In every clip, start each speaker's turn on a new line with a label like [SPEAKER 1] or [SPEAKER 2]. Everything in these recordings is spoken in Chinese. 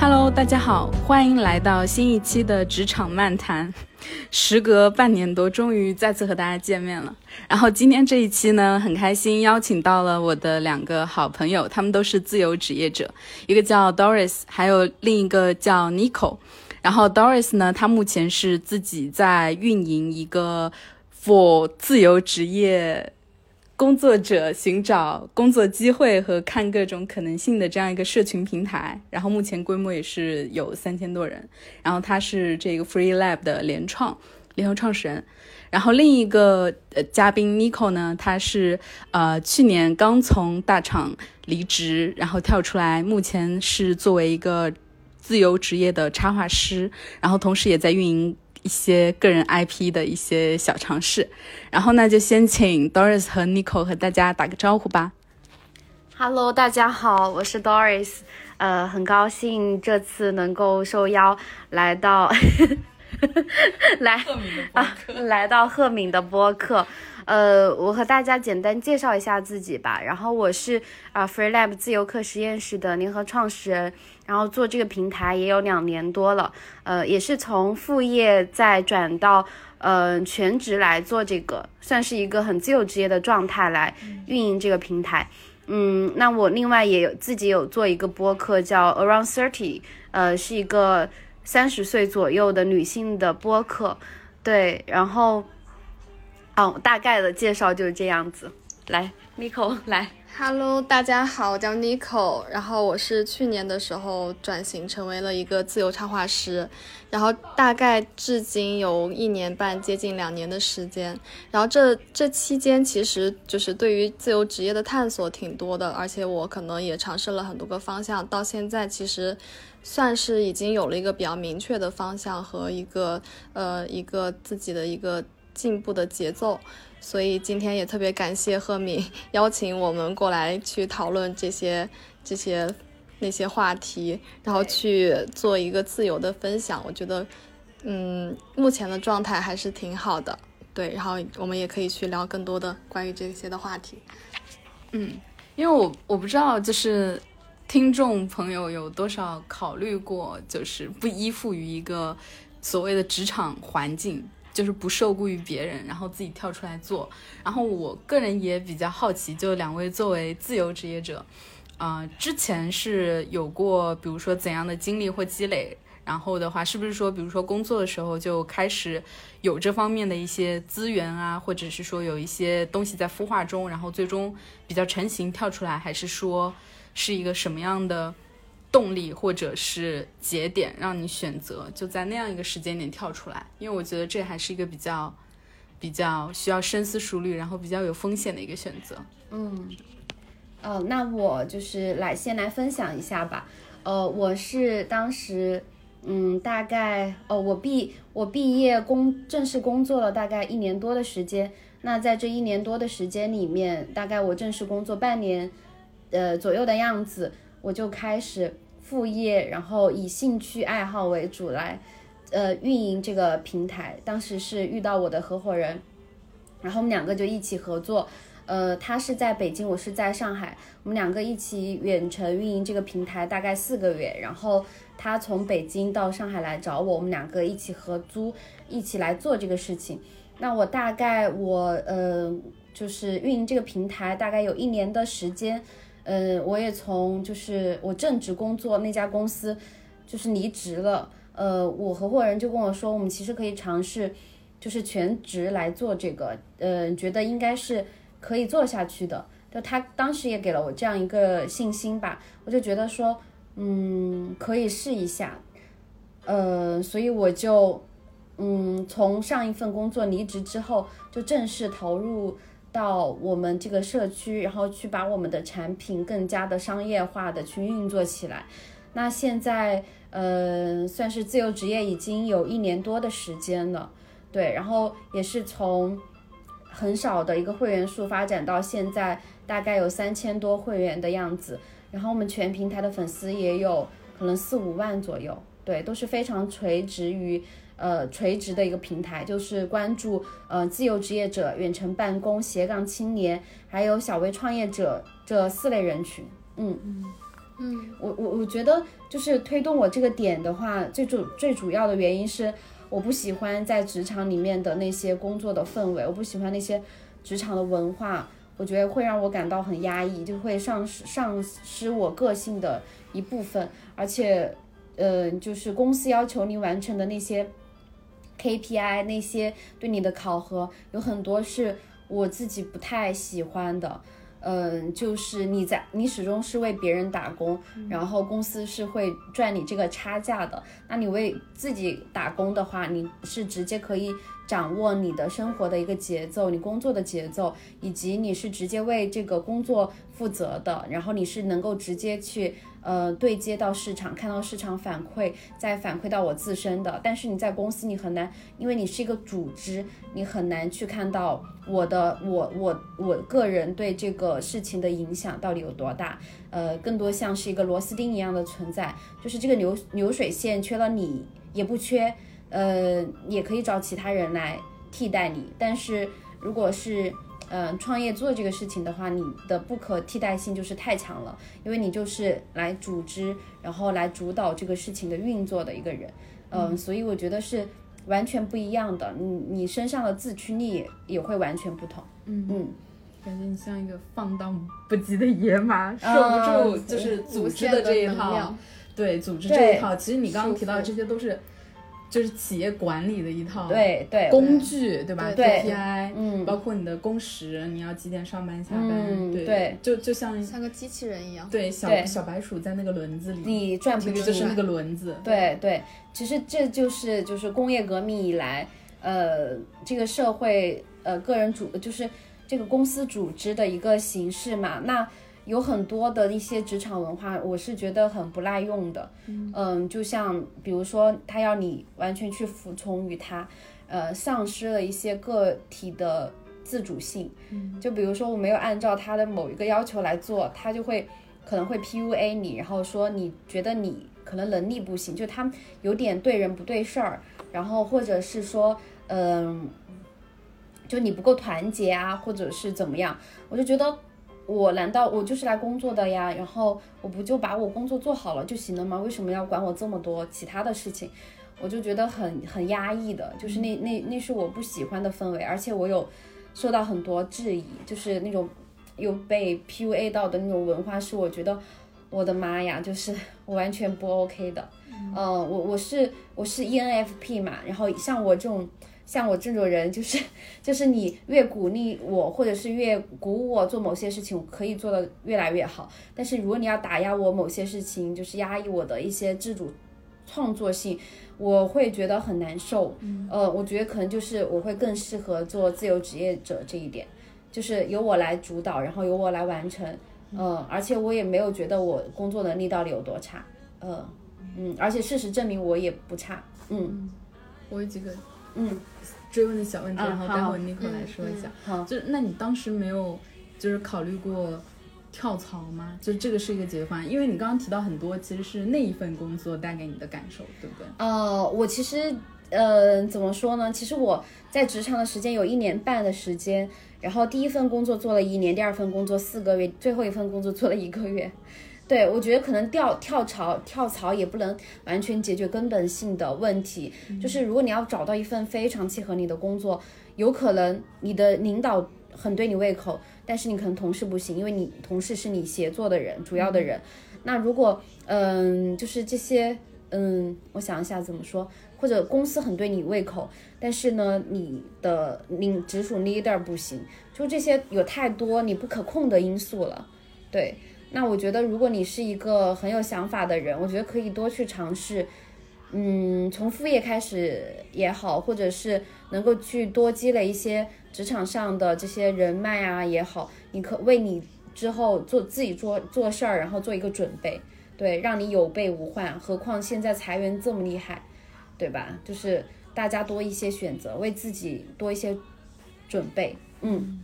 [SPEAKER 1] Hello，大家好，欢迎来到新一期的职场漫谈。时隔半年多，终于再次和大家见面了。然后今天这一期呢，很开心邀请到了我的两个好朋友，他们都是自由职业者，一个叫 Doris，还有另一个叫 Nico。然后 Doris 呢，她目前是自己在运营一个 for 自由职业工作者寻找工作机会和看各种可能性的这样一个社群平台，然后目前规模也是有三千多人，然后他是这个 Free Lab 的联创联合创始人，然后另一个呃嘉宾 Nico 呢，他是呃去年刚从大厂离职，然后跳出来，目前是作为一个自由职业的插画师，然后同时也在运营一些个人 IP 的一些小尝试。然后那就先请 Doris 和 Nico 和大家打个招呼吧。
[SPEAKER 2] Hello，大家好，我是 Doris，呃，很高兴这次能够受邀来到 来啊，来到赫敏的播客。呃，我和大家简单介绍一下自己吧。然后我是啊、FreeLab 自由课实验室的联合创始人，然后做这个平台也有两年多了。呃，也是从副业再转到呃全职来做这个，算是一个很自由职业的状态来运营这个平台。嗯，那我另外也有自己有做一个播客叫 Around Thirty，呃，是一个三十岁左右的女性的播客，对，然后，哦，大概的介绍就是这样子。来，Nico，来，
[SPEAKER 3] Hello，大家好，我叫 Nico，然后我是去年的时候转型成为了一个自由插画师，然后大概至今有一年半，接近两年的时间，然后这这期间其实就是对于自由职业的探索挺多的，而且我可能也尝试了很多个方向，到现在其实算是已经有了一个比较明确的方向和一个呃一个自己的一个进步的节奏。所以今天也特别感谢赫敏 邀请我们过来去讨论这些这些那些话题，然后去做一个自由的分享。我觉得，嗯，目前的状态还是挺好的，对。然后我们也可以去聊更多的关于这些的话题。
[SPEAKER 1] 因为我我不知道，就是听众朋友有多少考虑过，就是不依附于一个所谓的职场环境，就是不受雇于别人，然后自己跳出来做。然后我个人也比较好奇，就两位作为自由职业者，啊、之前是有过比如说怎样的经历或积累？然后的话，是不是说，比如说工作的时候就开始有这方面的一些资源啊，或者是说有一些东西在孵化中，然后最终比较成型跳出来，还是说是一个什么样的动力或者是节点让你选择就在那样一个时间点跳出来？因为我觉得这还是一个比较比较需要深思熟虑，然后比较有风险的一个选择。
[SPEAKER 2] 呃，那我就是来先来分享一下吧。呃，我是当时，嗯，大概哦，我毕我毕业工正式工作了大概一年多的时间。那在这一年多的时间里面，大概我正式工作半年，呃左右的样子，我就开始副业，然后以兴趣爱好为主来，呃运营这个平台。当时是遇到我的合伙人，然后我们两个就一起合作。呃，他是在北京，我是在上海，我们两个一起远程运营这个平台大概四个月，然后他从北京到上海来找我，我们两个一起合租，一起来做这个事情。那我大概我呃，就是运营这个平台大概有一年的时间，呃，我也从就是我正职工作那家公司就是离职了，呃，我合伙人就跟我说，我们其实可以尝试就是全职来做这个，呃，觉得应该是。可以做下去的。就他当时也给了我这样一个信心吧，我就觉得说，嗯，可以试一下。呃，所以我就，嗯，从上一份工作离职之后，就正式投入到我们这个社区，然后去把我们的产品更加的商业化的去运作起来。那现在，呃，算是自由职业已经有一年多的时间了，对，然后也是从。很少的一个会员数发展到现在大概有三千多会员的样子，然后我们全平台的粉丝也有可能四五万左右，对，都是非常垂直于呃垂直的一个平台，就是关注呃自由职业者、远程办公、斜杠青年，还有小微创业者这四类人群，嗯，
[SPEAKER 3] 嗯，
[SPEAKER 2] 我我我觉得就是推动我这个点的话，最主最主要的原因是我不喜欢在职场里面的那些工作的氛围，我不喜欢那些职场的文化，我觉得会让我感到很压抑，就会丧失丧失我个性的一部分，而且，呃，就是公司要求你完成的那些 KPI，那些对你的考核，有很多是我自己不太喜欢的。嗯，就是你在你始终是为别人打工，然后公司是会赚你这个差价的。那你为自己打工的话，你是直接可以掌握你的生活的一个节奏，你工作的节奏，以及你是直接为这个工作负责的。然后你是能够直接去呃对接到市场，看到市场反馈，再反馈到我自身的。但是你在公司你很难，因为你是一个组织，你很难去看到我的我我我个人对这个事情的影响到底有多大。呃，更多像是一个螺丝钉一样的存在，就是这个流流水线缺了你也不缺，呃，也可以找其他人来替代你。但是如果是呃创业做这个事情的话，你的不可替代性就是太强了，因为你就是来组织，然后来主导这个事情的运作的一个人。嗯、所以我觉得是完全不一样的，你你身上的自驱力也会完全不同。嗯嗯。
[SPEAKER 4] 感觉你像一个放荡不羁的野马，受不住嗯就是组织的这一
[SPEAKER 3] 无限的能
[SPEAKER 4] 套
[SPEAKER 3] 量，
[SPEAKER 4] 对组织
[SPEAKER 2] 对
[SPEAKER 4] 这一套。其实你刚刚提到的
[SPEAKER 3] 舒
[SPEAKER 4] 这些都是，就是企业管理的一套
[SPEAKER 2] 对对，
[SPEAKER 4] 工具，对吧
[SPEAKER 2] 对
[SPEAKER 4] ？KPI，
[SPEAKER 2] 嗯
[SPEAKER 4] 包括你的工时，你要几点上班下班，
[SPEAKER 2] 嗯
[SPEAKER 4] 对
[SPEAKER 2] 对，
[SPEAKER 4] 就就像
[SPEAKER 3] 像个机器人一样。
[SPEAKER 4] 对小
[SPEAKER 2] 对
[SPEAKER 4] 小白鼠在那个轮子里，
[SPEAKER 2] 你转不
[SPEAKER 4] 这个
[SPEAKER 2] 停，
[SPEAKER 4] 就是那个轮子，
[SPEAKER 2] 对对，其实这就是就是工业革命以来，呃，这个社会呃个人组就是这个公司组织的一个形式嘛。那有很多的一些职场文化，我是觉得很不耐用的。嗯、就像比如说，他要你完全去服从于他，呃，丧失了一些个体的自主性。就比如说，我没有按照他的某一个要求来做，他就会可能会 PUA 你，然后说你觉得你可能能力不行，就他有点对人不对事儿，然后或者是说，嗯，就你不够团结啊，或者是怎么样，我就觉得。我难道我就是来工作的呀？然后我不就把我工作做好了就行了吗？为什么要管我这么多其他的事情？我就觉得很很压抑的，就是那那那是我不喜欢的氛围，而且我有受到很多质疑，就是那种有被 PUA 到的那种文化，是我觉得我的妈呀，就是我完全不 OK 的。呃，我我是我是 E ENFP 嘛，然后像我这种像我这种人，就是就是你越鼓励我，或者是越鼓舞我做某些事情，我可以做的越来越好。但是如果你要打压我某些事情，就是压抑我的一些自主创作性，我会觉得很难受。呃，我觉得可能就是我会更适合做自由职业者这一点，就是由我来主导，然后由我来完成。呃，而且我也没有觉得我工作能力到底有多差。呃，嗯，而且事实证明我也不差。嗯
[SPEAKER 4] 我有几个
[SPEAKER 2] 嗯，
[SPEAKER 4] 追问的小问题，
[SPEAKER 2] 嗯
[SPEAKER 4] 然后待
[SPEAKER 2] 好
[SPEAKER 4] 会 Nico 来说一下。
[SPEAKER 2] 嗯好
[SPEAKER 4] 就是那你当时没有就是考虑过跳槽吗？就这个是一个解决方案，因为你刚刚提到很多其实是那一份工作带给你的感受，对不对？
[SPEAKER 2] 呃，我其实，呃，怎么说呢？其实我在职场的时间有一年半的时间，然后第一份工作做了一年，第二份工作四个月，最后一份工作做了一个月。对，我觉得可能跳跳槽跳槽也不能完全解决根本性的问题，就是如果你要找到一份非常契合你的工作，有可能你的领导很对你胃口，但是你可能同事不行，因为你同事是你协作的人，主要的人。那如果嗯，就是这些嗯，我想一下怎么说，或者公司很对你胃口，但是呢，你的领直属 leader 不行，就这些有太多你不可控的因素了。对，那我觉得如果你是一个很有想法的人，我觉得可以多去尝试，嗯，从副业开始也好，或者是能够去多积累一些职场上的这些人脉啊也好，你可为你之后做自己做做事儿，然后做一个准备。对，让你有备无患。何况现在裁员这么厉害，对吧？就是大家多一些选择，为自己多一些准备。嗯，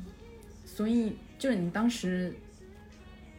[SPEAKER 4] 所以就是你当时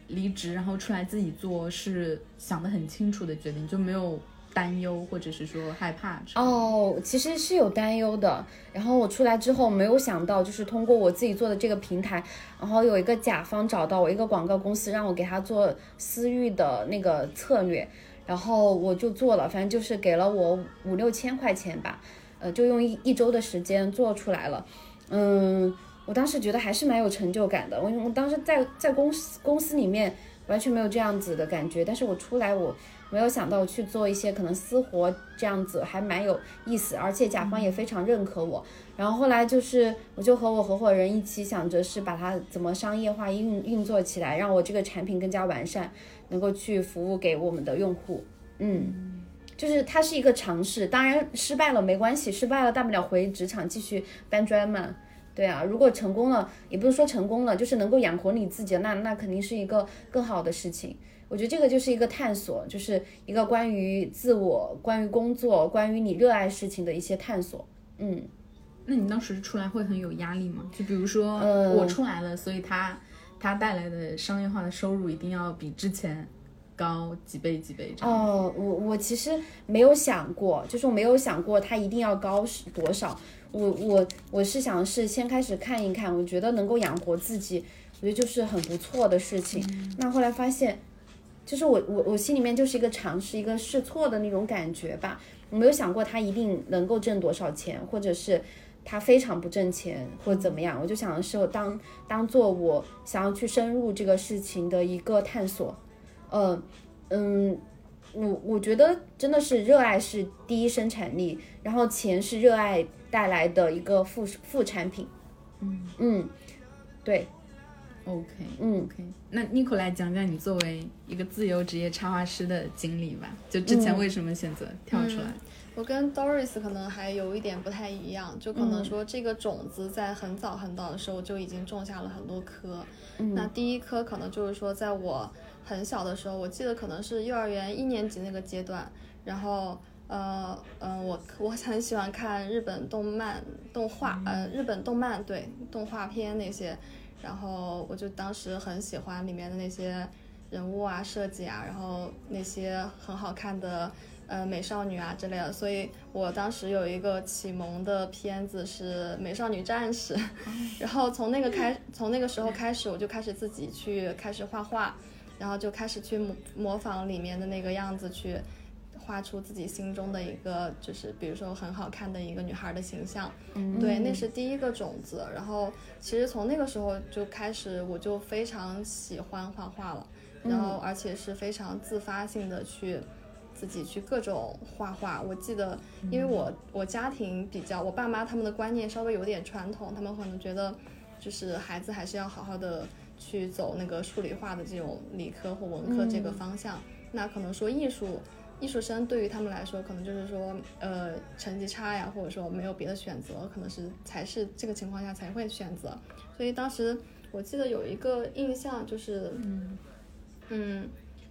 [SPEAKER 4] 离职然后出来自己做，是想的很清楚的决定，就没有担忧或者是说害怕之类的？
[SPEAKER 2] 哦，其实是有担忧的。然后我出来之后，没有想到就是通过我自己做的这个平台，然后有一个甲方找到我一个广告公司，让我给他做私域的那个策略，然后我就做了，反正就是给了我五六千块钱吧，呃，就用一一周的时间做出来了。嗯，我当时觉得还是蛮有成就感的。我我当时在在公司公司里面完全没有这样子的感觉，但是我出来我没有想到我去做一些可能私活这样子，还蛮有意思，而且甲方也非常认可我。然后后来就是我就和我合伙人一起想着是把它怎么商业化运运作起来，让我这个产品更加完善，能够去服务给我们的用户。嗯。就是它是一个尝试，当然失败了没关系，失败了大不了回职场继续搬砖嘛。对啊，如果成功了，也不是说成功了，就是能够养活你自己，那那肯定是一个更好的事情。我觉得这个就是一个探索，就是一个关于自我、关于工作、关于你热爱事情的一些探索。嗯，
[SPEAKER 4] 那你当时出来会很有压力吗？就比如说
[SPEAKER 2] 呃
[SPEAKER 4] 我出来了，所以他他带来的商业化的收入一定要比之前高几倍几倍这样。
[SPEAKER 2] 哦，我我其实没有想过，就是我没有想过它一定要高是多少。我我我是想是先开始看一看，我觉得能够养活自己，我觉得就是很不错的事情。
[SPEAKER 4] 嗯
[SPEAKER 2] 那后来发现，就是我我我心里面就是一个尝试、一个试错的那种感觉吧。我没有想过它一定能够挣多少钱，或者是它非常不挣钱或者怎么样。我就想的是我当当做我想要去深入这个事情的一个探索。呃，嗯，我我觉得真的是热爱是第一生产力，然后钱是热爱带来的一个副副产品。嗯嗯，对，
[SPEAKER 4] OK
[SPEAKER 2] 嗯
[SPEAKER 4] OK，那 n i c o 来讲讲你作为一个自由职业插画师的经历吧，就之前
[SPEAKER 2] 嗯
[SPEAKER 4] 为什么选择跳出来？
[SPEAKER 3] 我跟 Doris 可能还有一点不太一样，就可能说这个种子在很早很早的时候就已经种下了很多颗。那第一颗可能就是说，在我很小的时候，我记得可能是幼儿园一年级那个阶段，然后呃嗯、呃，我我很喜欢看日本动漫动画，呃，日本动漫对动画片那些，然后我就当时很喜欢里面的那些人物啊、设计啊，然后那些很好看的呃美少女啊之类的，所以我当时有一个启蒙的片子是《美少女战士》， 然后从那个开，从那个时候开始，我就开始自己去开始画画，然后就开始去模模仿里面的那个样子去。画出自己心中的一个，就是比如说很好看的一个女孩的形象，对，那是第一个种子。然后其实从那个时候就开始，我就非常喜欢画画了，然后而且是非常自发性的去自己去各种画画。我记得，因为我我家庭比较，我爸妈他们的观念稍微有点传统，他们可能觉得就是孩子还是要好好的去走那个数理化的这种理科或文科这个方向。那可能说艺术。艺术生对于他们来说，可能就是说，呃，成绩差呀，或者说没有别的选择，可能是才是这个情况下才会选择。所以当时我记得有一个印象就是，嗯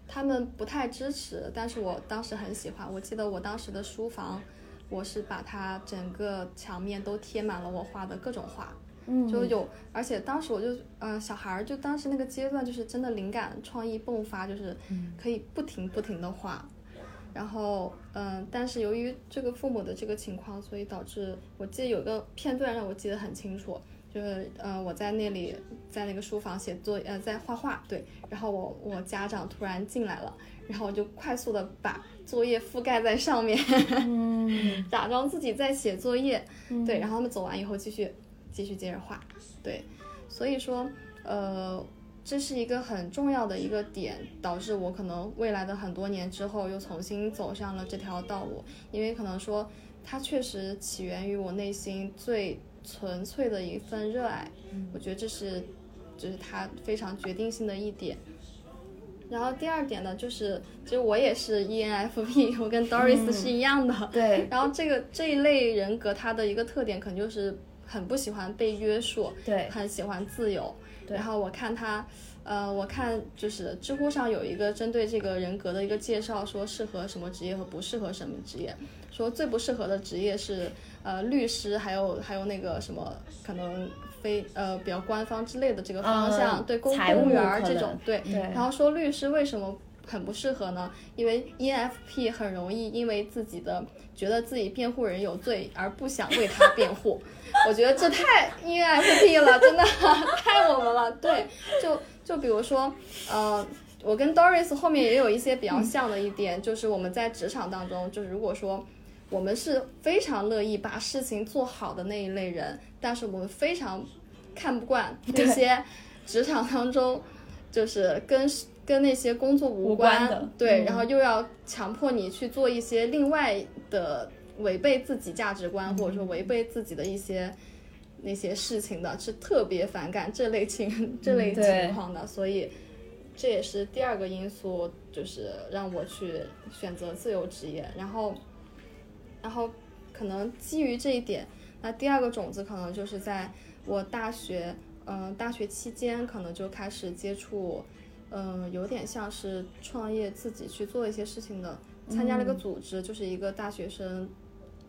[SPEAKER 3] 他们不太支持，但是我当时很喜欢。我记得我当时的书房，我是把它整个墙面都贴满了我画的各种画，嗯，就有，而且当时我就，呃，小孩儿就当时那个阶段就是真的灵感创意迸发，就是可以不停不停的画。然后，嗯，但是由于这个父母的这个情况，所以导致我记得有个片段让我记得很清楚，就是呃我在那里在那个书房写作业，呃在画画，对，然后我我家长突然进来了，然后我就快速的把作业覆盖在上面，假装自己在写作业，对，然后他们走完以后继续继续接着画，对，所以说，呃，这是一个很重要的一个点，导致我可能未来的很多年之后又重新走上了这条道路，因为可能说它确实起源于我内心最纯粹的一份热爱，我觉得这是就是它非常决定性的一点。然后第二点呢，就是其实我也是 E ENFP，我跟 Doris 是一样的，
[SPEAKER 2] 对
[SPEAKER 3] 然后这个这一类人格，他的一个特点可能就是很不喜欢被约束，
[SPEAKER 2] 对
[SPEAKER 3] 很喜欢自由。然后我看他，呃，我看就是知乎上有一个针对这个人格的一个介绍，说适合什么职业和不适合什么职业。说最不适合的职业是呃律师，还有还有那个什么可能非呃比较官方之类的这个方向，
[SPEAKER 2] 嗯
[SPEAKER 3] 对公
[SPEAKER 2] 财
[SPEAKER 3] 公务
[SPEAKER 2] 务
[SPEAKER 3] 员儿
[SPEAKER 2] 可
[SPEAKER 3] 这
[SPEAKER 2] 能
[SPEAKER 3] 种对。
[SPEAKER 2] 对
[SPEAKER 3] 然后说律师为什么很不适合呢？因为 E ENFP 很容易因为自己的觉得自己辩护人有罪而不想为他辩护， 我觉得这太，E ENFP 了，真的太我们了。对，就就比如说，呃。我跟 Doris 后面也有一些比较像的一点，就是我们在职场当中，就是如果说我们是非常乐意把事情做好的那一类人，但是我们非常看不惯那些职场当中就是跟 跟那些工作无
[SPEAKER 5] 关的，嗯
[SPEAKER 3] 对，然后又要强迫你去做一些另外的违背自己价值
[SPEAKER 5] 嗯
[SPEAKER 3] 观，或者说违背自己的一些。那些事情的是特别反感这类情 这类情况的，所以这也是第二个因素，就是让我去选择自由职业。然后，然后可能基于这一点，那第二个种子可能就是在我大学，嗯、呃，大学期间可能就开始接触，嗯、呃，有点像是创业自己去做一些事情的，参加了个组织，嗯、就是一个大学生。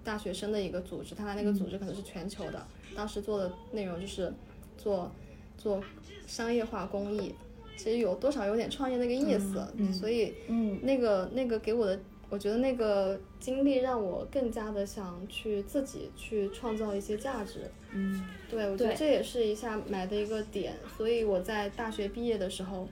[SPEAKER 3] 大学生的一个组织，他那
[SPEAKER 5] 嗯
[SPEAKER 3] 个组织可能是全球的。当时做的内容就是做做商业化公益，其实有多少有点创业那个意思。
[SPEAKER 5] 嗯嗯、
[SPEAKER 3] 所以，
[SPEAKER 2] 嗯，
[SPEAKER 3] 那个那个给我的，我觉得那个经历让我更加的想去自己去创造一些价值。
[SPEAKER 5] 嗯，
[SPEAKER 3] 对，我觉得这也是一下埋的一个点。所以我在大学毕业的时候，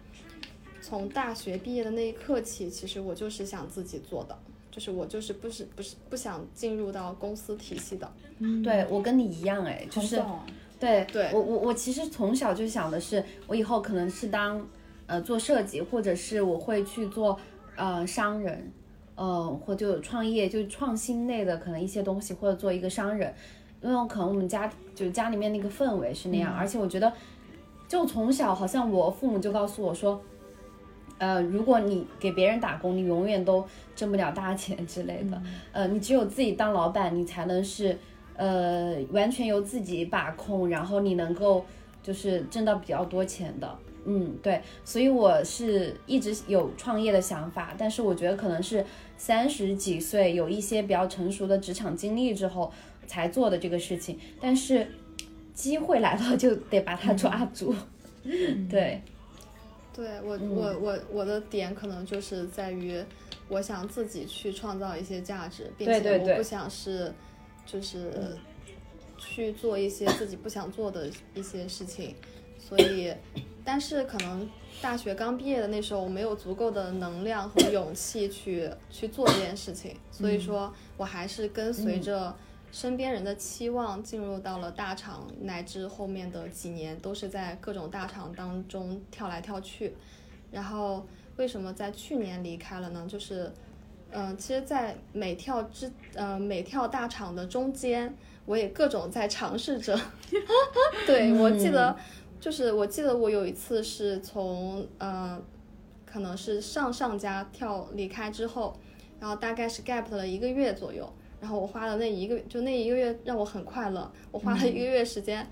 [SPEAKER 3] 从大学毕业的那一刻起，其实我就是想自己做的。就是我就是不是不是不想进入到公司体系的，
[SPEAKER 5] 嗯，
[SPEAKER 2] 对我跟你一样哎，就是，
[SPEAKER 5] 啊、
[SPEAKER 2] 对
[SPEAKER 3] 对，
[SPEAKER 2] 我我我其实从小就想的是，我以后可能是当呃做设计，或者是我会去做呃商人，呃或就创业，就创新类的可能一些东西，或者做一个商人，因为可能我们家就家里面那个氛围是那样，
[SPEAKER 5] 嗯、
[SPEAKER 2] 而且我觉得就从小好像我父母就告诉我说。呃，如果你给别人打工，你永远都挣不了大钱之类的。
[SPEAKER 5] 嗯、
[SPEAKER 2] 呃，你只有自己当老板，你才能是呃完全由自己把控，然后你能够就是挣到比较多钱的。嗯，对，所以我是一直有创业的想法，但是我觉得可能是三十几岁有一些比较成熟的职场经历之后才做的这个事情，但是机会来了就得把它抓住，
[SPEAKER 5] 嗯、
[SPEAKER 2] 对。
[SPEAKER 3] 对我，我我我的点可能就是在于，我想自己去创造一些价值，并且我不想是，就是去做一些自己不想做的一些事情，所以，但是可能大学刚毕业的那时候，我没有足够的能量和勇气去去做这件事情，所以说我还是跟随着身边人的期望进入到了大厂，乃至后面的几年都是在各种大厂当中跳来跳去。然后为什么在去年离开了呢？就是，嗯、呃，其实，在每跳之，呃，每跳大厂的中间，我也各种在尝试着。 对，我记得，就是我记得我有一次是从，呃，可能是上上家跳离开之后，然后大概是 gap 了一个月左右。然后我花了那一个，就那一个月让我很快乐。我花了一个月时间，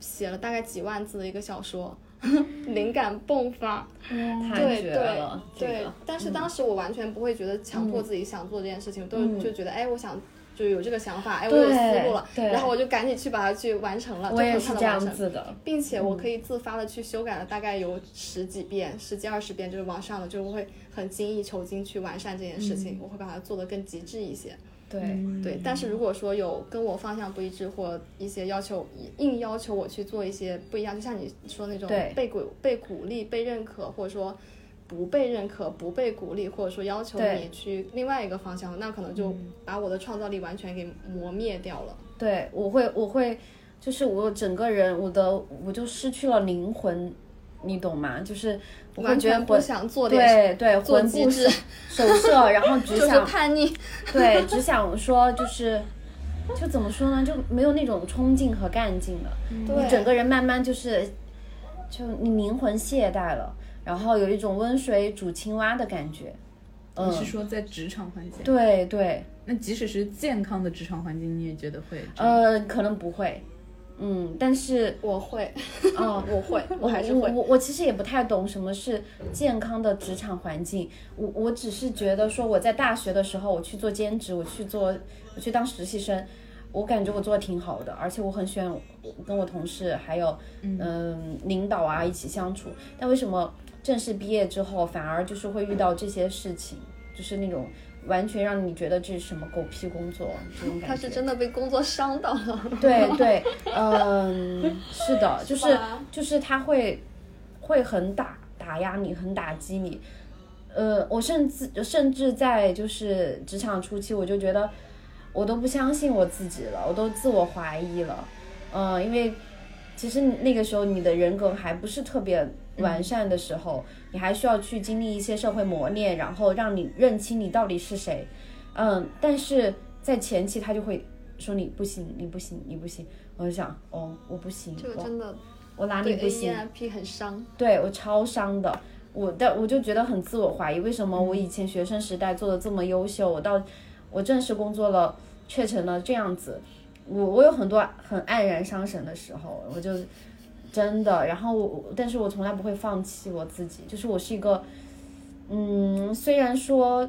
[SPEAKER 3] 写了大概几万字的一个小说， 嗯、灵感迸发。
[SPEAKER 2] 嗯、
[SPEAKER 3] 对
[SPEAKER 2] 太绝了！
[SPEAKER 3] 对，
[SPEAKER 2] 这个、嗯
[SPEAKER 3] 但是当时我完全不会觉得强迫自己想做这件事情，都、嗯、就觉得哎，我想就有这个想法，哎，我有思路了，然后我就赶紧去把它去完成了，就很快
[SPEAKER 2] 的嗯
[SPEAKER 3] 完
[SPEAKER 2] 成。
[SPEAKER 3] 的并且我可以自发的去修改了，大概有十几遍、十几二十遍，就是往上的，就会很精益求精去完善这件事
[SPEAKER 2] 嗯
[SPEAKER 3] 情，我会把它做得更极致一些。
[SPEAKER 2] 对
[SPEAKER 3] 对，但是如果说有跟我方向不一致或一些要求硬要求我去做一些不一样，就像你说那种被鼓被鼓励、被认可，或者说不被认可、不被鼓励，或者说要求你去另外一个方向，那可能
[SPEAKER 2] 嗯
[SPEAKER 3] 就把我的创造力完全给磨灭掉了。
[SPEAKER 2] 对，我会，我会，就是我整个人，我的我就失去了灵魂。你懂吗？就是我会觉得
[SPEAKER 3] 不想做
[SPEAKER 2] 对对
[SPEAKER 3] 做
[SPEAKER 2] 魂不守 舍，然后只想
[SPEAKER 3] 叛逆，
[SPEAKER 2] 对，只想说就是就怎么说呢，就没有那种冲劲和干劲了。
[SPEAKER 3] 嗯
[SPEAKER 2] 你整个人慢慢就是就你灵魂懈怠了，然后有一种温水煮青蛙的感觉。嗯，
[SPEAKER 4] 你是说在职场环境？
[SPEAKER 2] 对对，
[SPEAKER 4] 那即使是健康的职场环境，你也觉得会？
[SPEAKER 2] 呃，可能不会。嗯，但是
[SPEAKER 3] 我会，
[SPEAKER 2] 哦，
[SPEAKER 3] 我会，我还是
[SPEAKER 2] 会。
[SPEAKER 3] 我
[SPEAKER 2] 我其实也不太懂什么是健康的职场环境。我我只是觉得说，我在大学的时候，我去做兼职，我去做，我去当实习生，我感觉我做的挺好的，而且我很喜嗯欢跟我同事还有嗯、呃、领导啊一起相处。但为什么正式毕业之后，反而就是会遇到这些事情，就是那种完全让你觉得这是什么狗屁工作这种感觉。
[SPEAKER 3] 他是真的被工作伤到了。
[SPEAKER 2] 对对，嗯，是的，就是
[SPEAKER 3] 吧
[SPEAKER 2] 就是他会会很打打压你，很打击你。呃，我甚至甚至在就是职场初期，我就觉得我都不相信我自己了，我都自我怀疑了。嗯、因为其实那个时候你的人格还不是特别完善的时候，你还需要去经历一些社会磨练，然后让你认清你到底是谁。嗯，但是在前期他就会说你不行，你不行，你不行。我就想，哦，我不行，
[SPEAKER 3] 这个
[SPEAKER 2] 我
[SPEAKER 3] 真的
[SPEAKER 2] 我哪里
[SPEAKER 3] 对
[SPEAKER 2] 不行？
[SPEAKER 3] AENFP 很伤。
[SPEAKER 2] 对我超伤的。我但我就觉得很自我怀疑，为什么我以前学生时代做的这么优秀，我到我正式工作了，却成了这样子。我我有很多很黯然伤神的时候，我就真的，然后我但是我从来不会放弃我自己，就是我是一个，嗯，虽然说。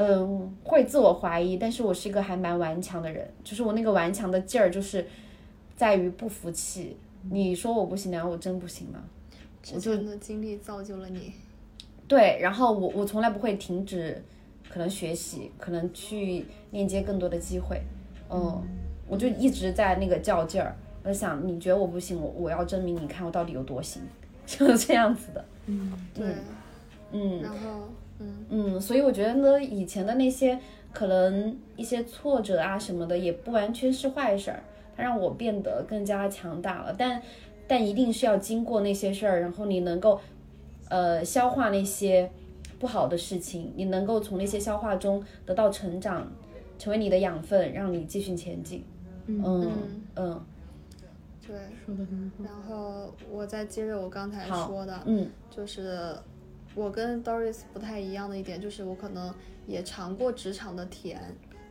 [SPEAKER 2] 嗯，会自我怀疑，但是我是一个还蛮顽强的人，就是我那个顽强的劲儿，就是在于不服气。你说我不行，难道我真不行吗？
[SPEAKER 3] 之前的经历造就了你，
[SPEAKER 2] 对，然后我我从来不会停止，可能学习，可能去链接更多的机会，嗯，我就一直在那个较劲儿，我想你觉得我不行，我我要证明你看我到底有多行， 就是这样子的，
[SPEAKER 3] 对，
[SPEAKER 2] 嗯
[SPEAKER 3] 然后嗯，
[SPEAKER 2] 嗯，所以我觉得呢，以前的那些可能一些挫折啊什么的，也不完全是坏事儿，它让我变得更加强大了，但但一定是要经过那些事儿，然后你能够呃消化那些不好的事情，你能够从那些消化中得到成长，成为你的养分，让你继续前进。嗯嗯嗯，
[SPEAKER 3] 对，然后我再接着我刚才说的，
[SPEAKER 2] 嗯
[SPEAKER 3] 就是我跟 Doris 不太一样的一点，就是我可能也尝过职场的甜，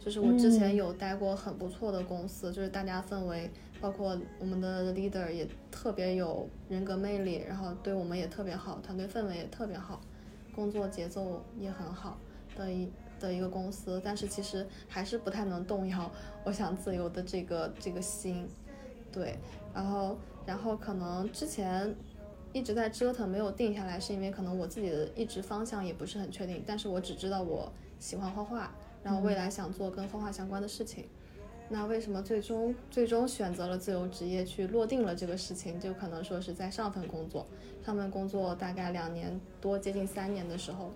[SPEAKER 3] 就是我之前
[SPEAKER 2] 嗯
[SPEAKER 3] 有待过很不错的公司，就是大家氛围，包括我们的 leader 也特别有人格魅力，然后对我们也特别好，团队氛围也特别好，工作节奏也很好的一。的一个公司，但是其实还是不太能动摇我想自由的这个这个心，对，然后然后可能之前一直在折腾，没有定下来，是因为可能我自己的一直方向也不是很确定，但是我只知道我喜欢画画，然后未来想做跟画画相关的事情。那为什么最终最终选择了自由职业去落定了这个事情？就可能说是在上份工作，上份工作大概两年多，接近三年的时候，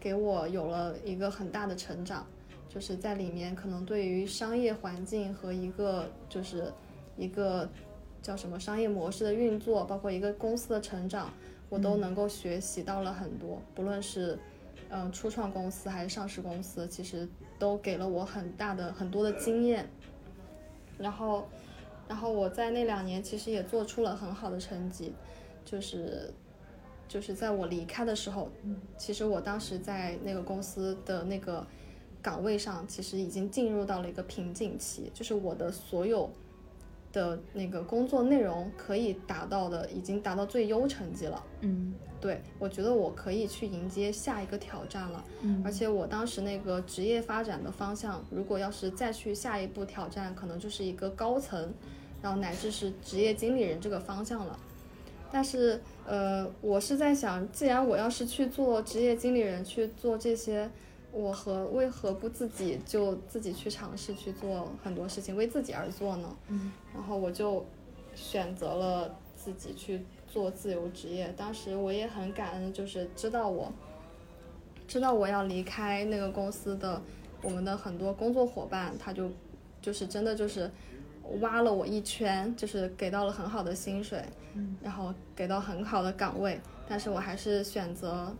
[SPEAKER 3] 给我有了一个很大的成长，就是在里面可能对于商业环境和一个就是一个叫什么商业模式的运作，包括一个公司的成长，我都能够学习到了很多。不论是嗯初创公司还是上市公司，其实都给了我很大的很多的经验。然后，然后我在那两年其实也做出了很好的成绩，就是就是在我离开的时候，其实我当时在那个公司的那个岗位上，其实已经进入到了一个瓶颈期，就是我的所有的那个工作内容可以达到的，已经达到最优成绩了。
[SPEAKER 4] 嗯
[SPEAKER 3] 对，我觉得我可以去迎接下一个挑战了。
[SPEAKER 4] 嗯
[SPEAKER 3] 而且我当时那个职业发展的方向，如果要是再去下一步挑战，可能就是一个高层，然后乃至是职业经理人这个方向了。但是，呃，我是在想，既然我要是去做职业经理人，去做这些，我何为何不自己就自己去尝试去做很多事情，为自己而做呢？
[SPEAKER 4] 嗯，
[SPEAKER 3] 然后我就选择了自己去做自由职业。当时我也很感恩，就是知道我知道我要离开那个公司的我们的很多工作伙伴，他就就是真的就是挖了我一圈，就是给到了很好的薪水，然后给到很好的岗位，但是我还是选择。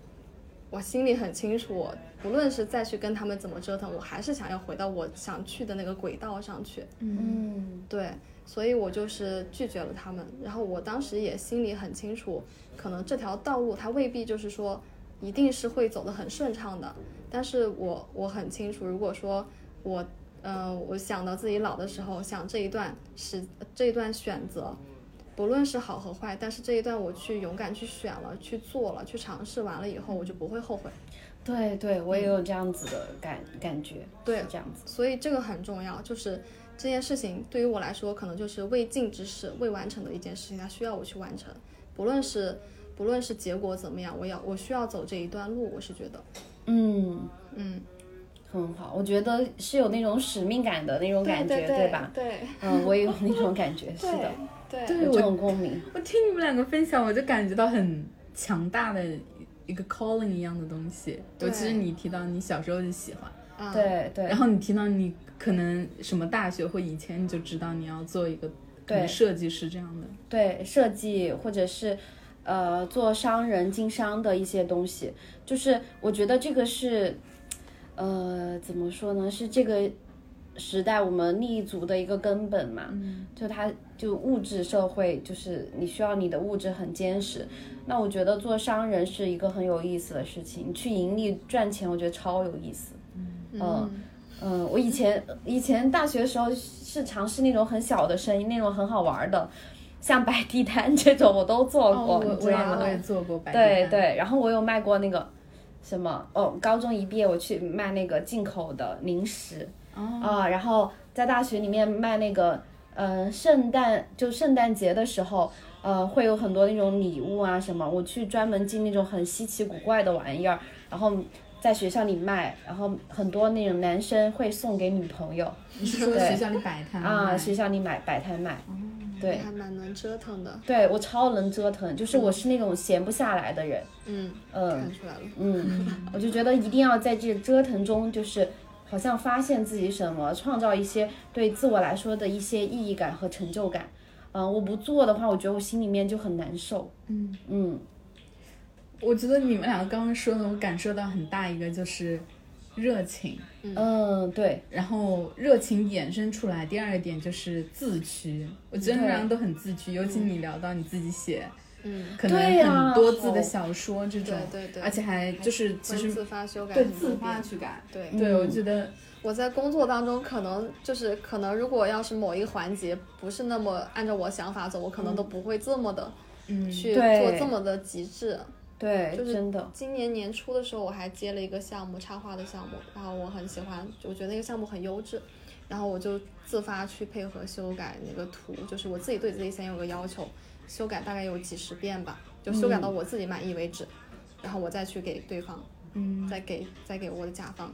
[SPEAKER 3] 我心里很清楚，我不论是再去跟他们怎么折腾，我还是想要回到我想去的那个轨道上去。
[SPEAKER 2] 嗯
[SPEAKER 3] 对，所以我就是拒绝了他们。然后我当时也心里很清楚，可能这条道路它未必就是说一定是会走得很顺畅的。但是我我很清楚，如果说我，呃，我想到自己老的时候，想这一段是这一段选择，不论是好和坏，但是这一段我去勇敢去选了，去做了，去尝试完了以后，我就不会后悔。
[SPEAKER 2] 对对，我也有这样子的感感觉，
[SPEAKER 3] 对
[SPEAKER 2] 是这样子，
[SPEAKER 3] 所以这个很重要，就是这件事情对于我来说，可能就是未尽之事、未完成的一件事情，它需要我去完成。不论是不论是结果怎么样，我要我需要走这一段路，我是觉得，
[SPEAKER 2] 嗯，
[SPEAKER 3] 嗯，
[SPEAKER 2] 很好，我觉得是有那种使命感的那种感觉，
[SPEAKER 3] 对对
[SPEAKER 2] 吧？
[SPEAKER 3] 对，
[SPEAKER 2] 嗯，我也有那种感觉，是的，
[SPEAKER 3] 对
[SPEAKER 1] 对
[SPEAKER 3] 对
[SPEAKER 2] 有
[SPEAKER 1] 我
[SPEAKER 2] 这种共鸣。
[SPEAKER 1] 嗯我听你们两个分享，我就感觉到很强大的一个 calling 一样的东西。尤
[SPEAKER 3] 对
[SPEAKER 1] 其是你提到你小时候就喜欢，
[SPEAKER 3] 啊，
[SPEAKER 2] 对对
[SPEAKER 1] 然后你提到你可能什么大学或以前你就知道你要做一个可能设计师这样的。
[SPEAKER 2] 对，设计或者是呃做商人经商的一些东西，就是我觉得这个是呃怎么说呢？是这个时代我们立足的一个根本嘛。
[SPEAKER 1] 嗯，
[SPEAKER 2] 就它就物质社会，就是你需要你的物质很坚实。那我觉得做商人是一个很有意思的事情，你去盈利赚钱，我觉得超有意思。
[SPEAKER 3] 嗯，
[SPEAKER 2] 嗯，我以前以前大学的时候是尝试那种很小的生意，那种很好玩的，像摆地摊这种我都做过，
[SPEAKER 1] 哦我
[SPEAKER 2] 你
[SPEAKER 1] 我
[SPEAKER 2] 知
[SPEAKER 1] 也
[SPEAKER 2] 道
[SPEAKER 1] 我也
[SPEAKER 2] 吗？
[SPEAKER 1] 做过白
[SPEAKER 2] 对
[SPEAKER 1] 地摊，
[SPEAKER 2] 对，然后我有卖过那个什么哦，高中一毕业我去卖那个进口的零食啊、
[SPEAKER 1] 哦，
[SPEAKER 2] 然后在大学里面卖那个呃圣诞就圣诞节的时候。呃，会有很多那种礼物啊什么，我去专门进那种很稀奇古怪的玩意儿，然后在学校里卖，然后很多那种男生会送给女朋友，
[SPEAKER 1] 你是说
[SPEAKER 2] 对
[SPEAKER 1] 学校里摆摊
[SPEAKER 2] 啊，
[SPEAKER 1] 卖
[SPEAKER 2] 学校里买摆摊卖，对
[SPEAKER 3] 还蛮能折腾的，
[SPEAKER 2] 对我超能折腾，就是我是那种闲不下来的人，
[SPEAKER 3] 嗯，
[SPEAKER 2] 嗯
[SPEAKER 3] 看出来了，
[SPEAKER 2] 嗯，我就觉得一定要在这折腾中，就是好像发现自己什么，创造一些对自我来说的一些意义感和成就感。嗯，我不做的话，我觉得我心里面就很难受。
[SPEAKER 1] 嗯，
[SPEAKER 2] 嗯，
[SPEAKER 1] 我觉得你们两个刚刚说的，我感受到很大一个就是热情，
[SPEAKER 2] 嗯，对，
[SPEAKER 1] 然后热情衍生出来，第二个点就是自驱。我觉得你们两个都很自驱，尤其你聊到你自己写，
[SPEAKER 3] 嗯，
[SPEAKER 1] 可能
[SPEAKER 2] 对呀
[SPEAKER 1] 很多字的小说这种，
[SPEAKER 3] 对对对
[SPEAKER 1] 而且还就是其
[SPEAKER 3] 文
[SPEAKER 1] 实
[SPEAKER 3] 字发修改
[SPEAKER 1] 对
[SPEAKER 3] 很多
[SPEAKER 1] 自发
[SPEAKER 3] 遍
[SPEAKER 1] 去改。
[SPEAKER 3] 对，
[SPEAKER 1] 对，
[SPEAKER 2] 嗯
[SPEAKER 1] 我觉得
[SPEAKER 3] 我在工作当中，可能就是可能，如果要是某一个环节不是那么按照我想法走，我可能都不会这么的
[SPEAKER 1] 嗯，
[SPEAKER 3] 去
[SPEAKER 2] 对
[SPEAKER 3] 做这么的极致。
[SPEAKER 2] 对，
[SPEAKER 3] 就是
[SPEAKER 2] 真的，
[SPEAKER 3] 今年年初的时候，我还接了一个项目，插画的项目，然后我很喜欢，我觉得那个项目很优质，然后我就自发去配合修改那个图，就是我自己对自己先有个要求，修改大概有几十遍吧，就修改到我自己满意为止，然后我再去给对方，
[SPEAKER 1] 嗯，
[SPEAKER 3] 再给再给我的甲方，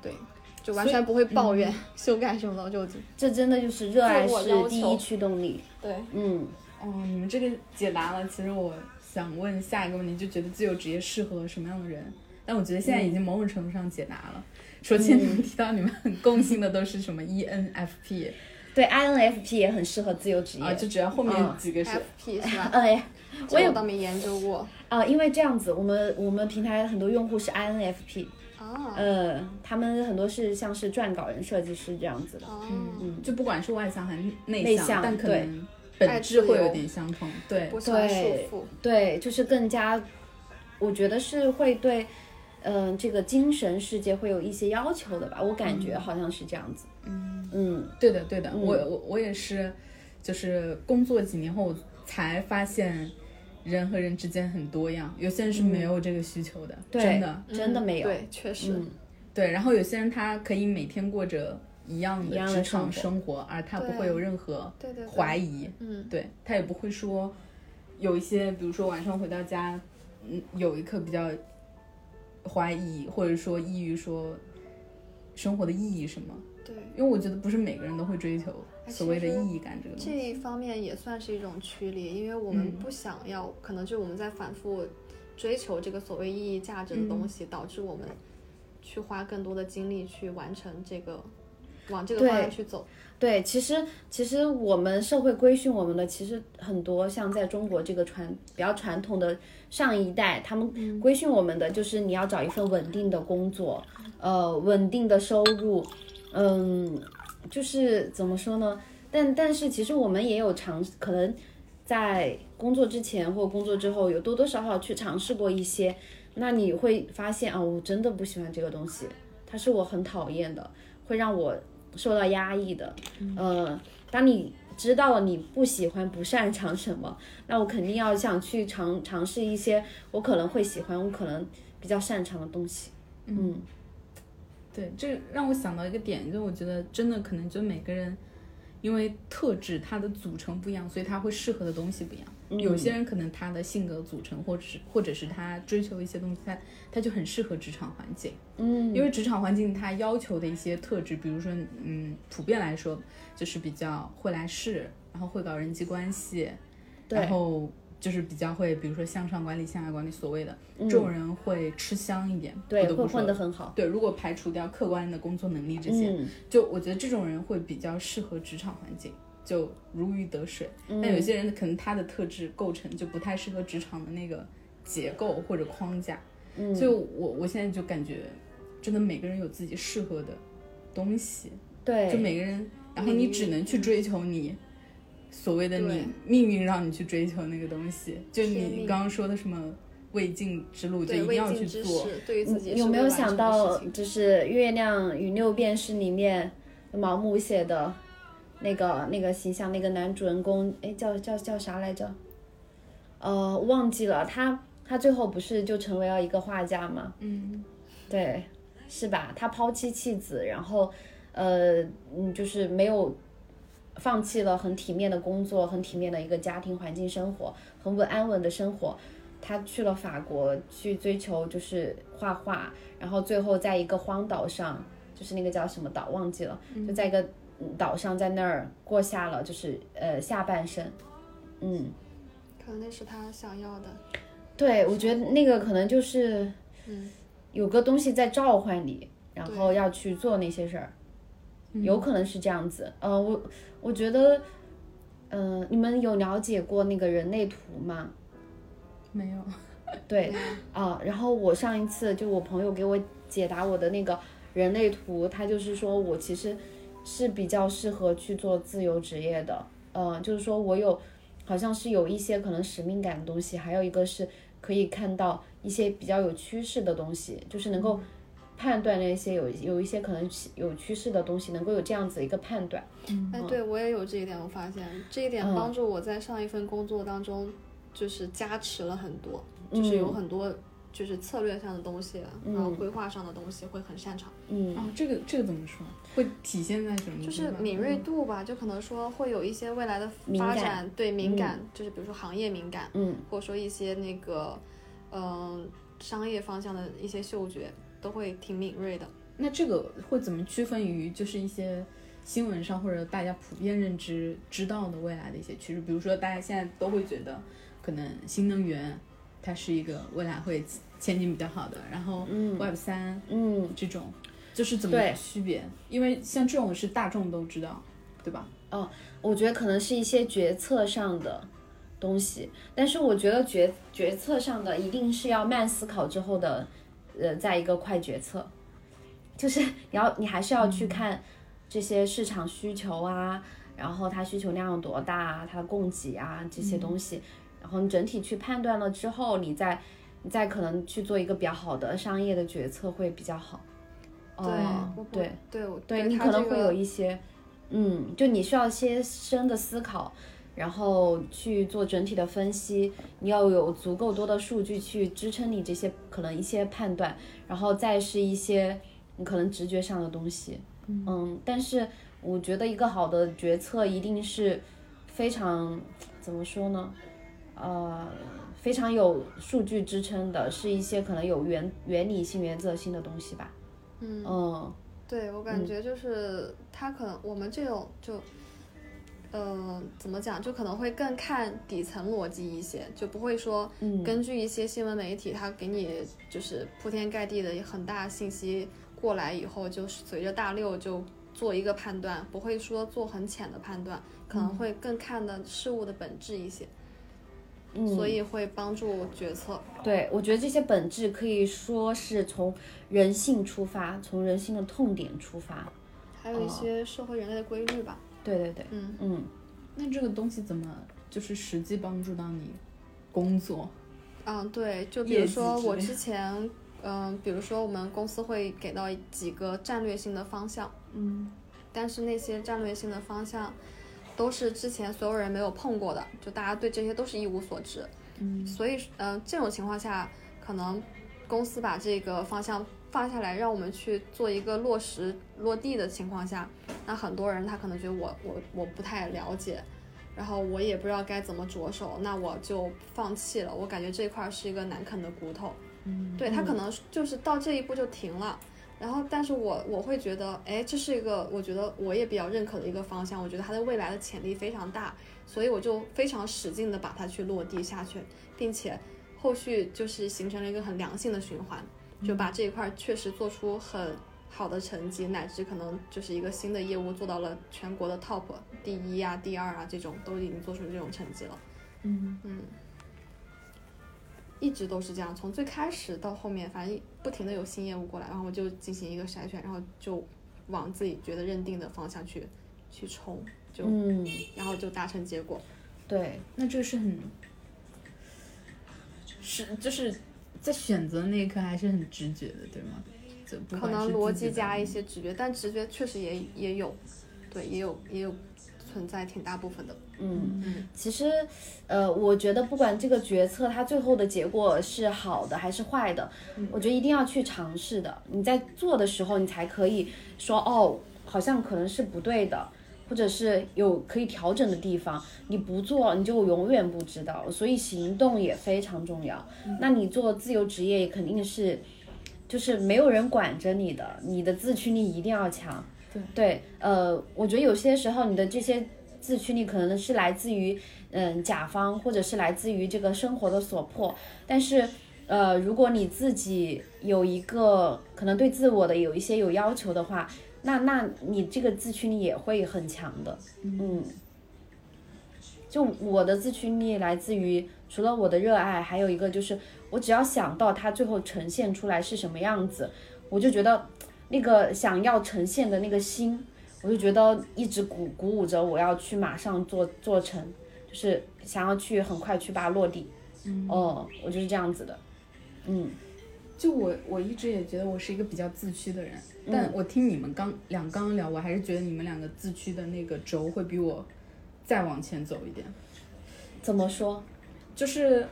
[SPEAKER 3] 对，就完全不会抱怨、
[SPEAKER 2] 嗯
[SPEAKER 3] 修改什么的，我就
[SPEAKER 2] 这真的就是热爱
[SPEAKER 3] 自我
[SPEAKER 2] 是
[SPEAKER 3] 要
[SPEAKER 2] 第
[SPEAKER 3] 求
[SPEAKER 2] 一驱动力。
[SPEAKER 3] 对，
[SPEAKER 2] 嗯，
[SPEAKER 1] 哦，你们这个解答了。其实我想问下一个问题，就觉得自由职业适合什么样的人？但我觉得现在已经某种程度上解答了。首先，你们提到你们很共性的都是什么 E ENFP
[SPEAKER 2] 对，INFP 也很适合自由职业。
[SPEAKER 1] 啊，就只要后面
[SPEAKER 2] 嗯
[SPEAKER 1] 几个是
[SPEAKER 3] FP 是吧？
[SPEAKER 2] 哎，
[SPEAKER 3] 我有倒没研究过
[SPEAKER 2] 啊、因为这样子，我们我们平台很多用户是 INFP，
[SPEAKER 3] 啊，
[SPEAKER 2] 呃，他们很多是像是撰稿人、设计师这样子的。
[SPEAKER 3] 哦、
[SPEAKER 1] 嗯，就不管是外向还是内
[SPEAKER 2] 内向
[SPEAKER 1] 但可
[SPEAKER 2] 对
[SPEAKER 1] 能本质会有点相同。对，
[SPEAKER 3] 哦不喜欢束
[SPEAKER 2] 对
[SPEAKER 3] 缚，
[SPEAKER 2] 对，就是更加，我觉得是会对，嗯、这个精神世界会有一些要求的吧，我感觉好像是这样子。嗯嗯
[SPEAKER 1] 对的，对的，我我我也是，就是工作几年后才发现，人和人之间很多样，有些人是没有这个需求的，
[SPEAKER 2] 嗯对
[SPEAKER 1] 真的
[SPEAKER 2] 真的没有
[SPEAKER 3] 对，确实，
[SPEAKER 2] 嗯
[SPEAKER 1] 对。然后有些人他可以每天过着一样
[SPEAKER 2] 一
[SPEAKER 1] 的
[SPEAKER 2] 样的
[SPEAKER 1] 职场
[SPEAKER 2] 生
[SPEAKER 1] 生活，而他不
[SPEAKER 3] 对
[SPEAKER 1] 会有任何
[SPEAKER 3] 对对对
[SPEAKER 1] 怀疑，
[SPEAKER 3] 嗯，
[SPEAKER 1] 对他也不会说有一些，比如说晚上回到家，嗯，有一刻比较怀疑或者说抑郁，说生活的意义什么。
[SPEAKER 3] 对，
[SPEAKER 1] 因为我觉得不是每个人都会追求
[SPEAKER 3] 哎
[SPEAKER 1] 所谓的
[SPEAKER 3] 其实
[SPEAKER 1] 意义感这个东
[SPEAKER 3] 这
[SPEAKER 1] 西。
[SPEAKER 3] 一方面也算是一种驱离，因为我们
[SPEAKER 1] 嗯
[SPEAKER 3] 不想要，可能就我们在反复追求这个所谓意义价值的东
[SPEAKER 1] 嗯
[SPEAKER 3] 西，导致我们去花更多的精力去完成这个，往这个
[SPEAKER 2] 对
[SPEAKER 3] 方向去走。
[SPEAKER 2] 对，其实其实我们社会规训我们的，其实很多像在中国这个传比较传统的上一代，他们规训我们的就是你要找一份稳定的工作，呃，稳定的收入，嗯，就是怎么说呢？但但是其实我们也有尝，可能在工作之前或工作之后，有多多少少去尝试过一些，那你会发现啊、我真的不喜欢这个东西，它是我很讨厌的，会让我受到压抑的。
[SPEAKER 1] 嗯
[SPEAKER 2] 呃，当你知道了你不喜欢、不擅长什么，那我肯定要想去尝尝试一些我可能会喜欢、我可能比较擅长的东西。嗯
[SPEAKER 1] 对，这让我想到一个点，就我觉得真的可能就每个人因为特质它的组成不一样，所以它会适合的东西不一样。
[SPEAKER 2] 嗯
[SPEAKER 1] 有些人可能他的性格组成，或者是或者是他追求一些东西，他他就很适合职场环境，
[SPEAKER 2] 嗯，
[SPEAKER 1] 因为职场环境它要求的一些特质，比如说，嗯，普遍来说就是比较会来事，然后会搞人际关系，
[SPEAKER 2] 对
[SPEAKER 1] 然后就是比较会，比如说向上管理、向下管理，所谓的这种人会吃香一点，
[SPEAKER 2] 嗯对
[SPEAKER 1] 不得
[SPEAKER 2] 会
[SPEAKER 1] 不说
[SPEAKER 2] 混得很好，
[SPEAKER 1] 对，如果排除掉客观的工作能力这些，
[SPEAKER 2] 嗯
[SPEAKER 1] 就我觉得这种人会比较适合职场环境，就如鱼得水。
[SPEAKER 3] 嗯
[SPEAKER 1] 但有些人可能他的特质构成就不太适合职场的那个结构或者框架。
[SPEAKER 2] 嗯，
[SPEAKER 1] 所以我我现在就感觉，真的每个人有自己适合的东西，
[SPEAKER 2] 对，
[SPEAKER 1] 就每个人，然后你只能去追求你。所谓的你
[SPEAKER 3] 对
[SPEAKER 1] 命运让你去追求那个东西，就
[SPEAKER 3] 天
[SPEAKER 1] 你
[SPEAKER 3] 命
[SPEAKER 1] 刚刚说的什么未尽之路，就
[SPEAKER 3] 对
[SPEAKER 1] 一定
[SPEAKER 3] 未
[SPEAKER 1] 要去
[SPEAKER 3] 尽之
[SPEAKER 1] 做。嗯
[SPEAKER 3] 事，对于自己
[SPEAKER 2] 嗯有
[SPEAKER 3] 是
[SPEAKER 2] 没
[SPEAKER 3] 未
[SPEAKER 2] 有
[SPEAKER 3] 完
[SPEAKER 2] 想
[SPEAKER 3] 成的事
[SPEAKER 2] 到，
[SPEAKER 3] 情
[SPEAKER 2] 就是《月亮与六便士》里面毛姆写的那个那个形象，那个男主人公，哎，叫叫叫啥来着？呃，忘记了。他他最后不是就成为了一个画家吗？
[SPEAKER 1] 嗯，
[SPEAKER 2] 对，是吧？他抛妻弃子，然后呃，嗯，就是没有放弃了很体面的工作，很体面的一个家庭环境生活，很稳安稳的生活。他去了法国去追求就是画画，然后最后在一个荒岛上，就是那个叫什么岛忘记了，就在一个嗯岛上，在那儿过下了就是呃下半生。嗯，
[SPEAKER 3] 可能那是他想要的。
[SPEAKER 2] 对，我觉得那个可能就是
[SPEAKER 3] 嗯，
[SPEAKER 2] 有个东西在召唤你，然后
[SPEAKER 3] 对嗯
[SPEAKER 2] 要去做那些事儿，有可能是这样子。呃，我我觉得，嗯、你们有了解过那个人类图吗？
[SPEAKER 1] 没有。
[SPEAKER 2] 对
[SPEAKER 3] 哎
[SPEAKER 2] 啊、然后我上一次就我朋友给我解答我的那个人类图，他就是说我其实是比较适合去做自由职业的，呃，就是说我有好像是有一些可能使命感的东西，还有一个是可以看到一些比较有趋势的东西，就是能
[SPEAKER 3] 嗯
[SPEAKER 2] 够判断那些有有一些可能有趋势的东西，能够有这样子一个判断。
[SPEAKER 3] 哎，
[SPEAKER 1] 嗯
[SPEAKER 3] 对我也有这一点，我发现这一点
[SPEAKER 2] 嗯
[SPEAKER 3] 帮助我在上一份工作当中就是加持了很多，就是有
[SPEAKER 2] 嗯
[SPEAKER 3] 很多就是策略上的东西，然
[SPEAKER 1] 嗯
[SPEAKER 3] 后规划上的东西会很擅长，
[SPEAKER 2] 嗯
[SPEAKER 1] 哦，这个这个怎么说？会体现在什么地方？
[SPEAKER 3] 就是敏锐度吧，就可能说会有一些未来的
[SPEAKER 2] 嗯敏
[SPEAKER 3] 发
[SPEAKER 2] 感
[SPEAKER 3] 展，对敏感，就是比如说行业敏感，
[SPEAKER 2] 嗯，
[SPEAKER 3] 或者说一些那个嗯、商业方向的一些嗅觉都会挺敏锐的。
[SPEAKER 1] 那这个会怎么区分于就是一些新闻上或者大家普遍认知知道的未来的一些趋势？比如说大家现在都会觉得，可能新能源它是一个未来会前景比较好的，然后 Web 三
[SPEAKER 2] 嗯，
[SPEAKER 1] 这种，就是怎么
[SPEAKER 2] 对
[SPEAKER 1] 区别？因为像这种是大众都知道，对吧？
[SPEAKER 2] 我觉得可能是一些决策上的东西，但是我觉得决决策上的一定是要慢思考之后的，呃，再一个快决策，就是你要你还是要去看这些市场需求啊，然后它需求量有多大啊，它的供给啊这些东西，然后你整体去判断了之后，你再你再可能去做一个比较好的商业的决策会比较好。哦
[SPEAKER 3] 我不
[SPEAKER 2] 对，
[SPEAKER 3] 对，我
[SPEAKER 2] 对
[SPEAKER 3] 对
[SPEAKER 2] 你
[SPEAKER 3] 他
[SPEAKER 2] 可能
[SPEAKER 3] 这
[SPEAKER 2] 会
[SPEAKER 3] 个
[SPEAKER 2] 有一些，嗯，就你需要先深的思考，然后去做整体的分析，你要有足够多的数据去支撑你这些可能一些判断，然后再是一些你可能直觉上的东西，嗯但是我觉得一个好的决策一定是非常怎么说呢，呃。非常有数据支撑的，是一些可能有原原理性、原则性的东西吧。嗯
[SPEAKER 3] 对我感觉就是他可能我们这种就，呃，怎么讲，就可能会更看底层逻辑一些，就不会说
[SPEAKER 2] 嗯
[SPEAKER 3] 根据一些新闻媒体他给你就是铺天盖地的很大信息过来以后，就是随着大六就做一个判断，不会说做很浅的判断，可能会更看的事物的本质一些，
[SPEAKER 2] 嗯，
[SPEAKER 3] 所以会帮助决策。
[SPEAKER 2] 对，我觉得这些本质可以说是从人性出发，从人性的痛点出发。
[SPEAKER 3] 还有一些社会人类的规律吧，
[SPEAKER 2] 对对对，
[SPEAKER 3] 嗯
[SPEAKER 2] 嗯，
[SPEAKER 1] 那这个东西怎么就是实际帮助到你工作？
[SPEAKER 3] 嗯，对，就比
[SPEAKER 1] 业
[SPEAKER 3] 如
[SPEAKER 1] 绩
[SPEAKER 3] 说
[SPEAKER 1] 之
[SPEAKER 3] 我
[SPEAKER 1] 类
[SPEAKER 3] 之前，嗯、比如说我们公司会给到几个战略性的方向，
[SPEAKER 1] 嗯，
[SPEAKER 3] 但是那些战略性的方向都是之前所有人没有碰过的，就大家对这些都是一无所知。
[SPEAKER 1] 嗯，
[SPEAKER 3] 所以，嗯、这种情况下，可能公司把这个方向放下来，让我们去做一个落实落地的情况下，那很多人他可能觉得我我我不太了解，然后我也不知道该怎么着手，那我就放弃了。我感觉这块儿是一个难啃的骨头，嗯，对他可能就是到这一步就停了。然后，但是我我会觉得，哎，这是一个我觉得我也比较认可的一个方向，我觉得它的未来的潜力非常大，所以我就非常使劲的把它去落地下去，并且后续就是形成了一个很良性的循环，就把这一块儿确实做出很好的成绩，乃至可能就是一个新的业务做到了全国的 top 第一啊、第二啊这种，都已经做出这种成绩了。
[SPEAKER 1] 嗯
[SPEAKER 3] 嗯，一直都是这样，从最开始到后面，反正不停的有新业务过来，然后我就进行一个筛选，然后就往自己觉得认定的方向去去冲，就、
[SPEAKER 2] 嗯，
[SPEAKER 3] 然后就达成结果。
[SPEAKER 2] 对，
[SPEAKER 1] 那这个是很，是就是在选择那一刻还是很直觉的，对吗？就不
[SPEAKER 3] 可
[SPEAKER 1] 管
[SPEAKER 3] 能
[SPEAKER 1] 是
[SPEAKER 3] 逻
[SPEAKER 1] 自己
[SPEAKER 3] 辑
[SPEAKER 1] 的
[SPEAKER 3] 加一些直觉，但直觉确实也也有，对，也有也有存在挺大部分的。
[SPEAKER 2] 嗯，其实，呃，我觉得不管这个决策它最后的结果是好的还是坏的，我觉得一定要去尝试的。你在做的时候，你才可以说哦，好像可能是不对的，或者是有可以调整的地方。你不做，你就永远不知道。所以行动也非常重要。那你做自由职业，肯定是就是没有人管着你的，你的自驱力一定要强。对对，呃，我觉得有些时候你的这些自驱力可能是来自于嗯甲方，或者是来自于这个生活的所迫。但是呃，如果你自己有一个可能对自我的有一些有要求的话，那那你这个自驱力也会很强的。嗯，就我的自驱力来自于除了我的热爱，还有一个就是我只要想到它最后呈现出来是什么样子，我就觉得那个想要呈现的那个心，我就觉得一直鼓鼓舞着我要去马上做做成，就是想要去很快去把它落地。嗯，哦，我就是这样子的。嗯
[SPEAKER 1] 就我我一直也觉得我是一个比较自驱的人，
[SPEAKER 2] 嗯
[SPEAKER 1] 但我听你们刚两刚聊，我还是觉得你们两个自驱的那个轴会比我再往前走一点。
[SPEAKER 2] 怎么说？
[SPEAKER 1] 就是，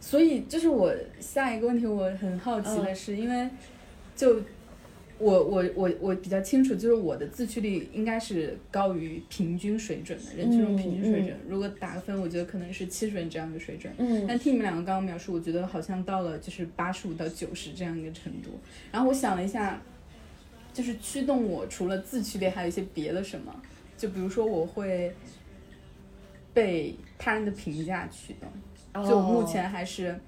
[SPEAKER 1] 所以就是我下一个问题，我很好奇的是，因为就我我我我比较清楚，就是我的自驱力应该是高于平均水准的，人群中平均水准。如果打个分，我觉得可能是七十分这样一个水准。
[SPEAKER 2] 嗯
[SPEAKER 1] 但听你们两个刚刚描述，我觉得好像到了就是八十五到九十这样一个程度。然后我想了一下，就是驱动我除了自驱力，还有一些别的什么？就比如说我会被他人的评价驱动。就我目前还是，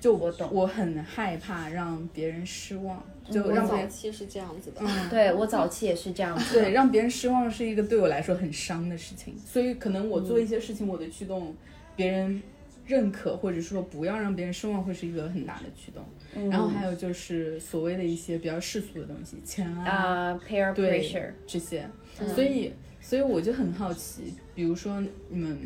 [SPEAKER 1] 就
[SPEAKER 2] 我哦懂
[SPEAKER 1] 我很害怕让别人失望，
[SPEAKER 2] 嗯
[SPEAKER 1] 就
[SPEAKER 2] 我
[SPEAKER 1] 让别
[SPEAKER 3] 早
[SPEAKER 1] 人。
[SPEAKER 3] 期是这样子的，
[SPEAKER 1] 嗯，
[SPEAKER 2] 对我早期也是这样子啊 的。
[SPEAKER 1] 对，让别人失望是一个对我来说很伤的事情，所以可能我做一些事情，我的驱动别人认可，或者说不要让别人失望，会是一个很大的驱动。然后还有就是所谓的一些比较世俗的东西，钱啊
[SPEAKER 2] 啊、p e e r
[SPEAKER 1] 对
[SPEAKER 2] pressure，嗯
[SPEAKER 1] 这些，所以所以我就很好奇，比如说你们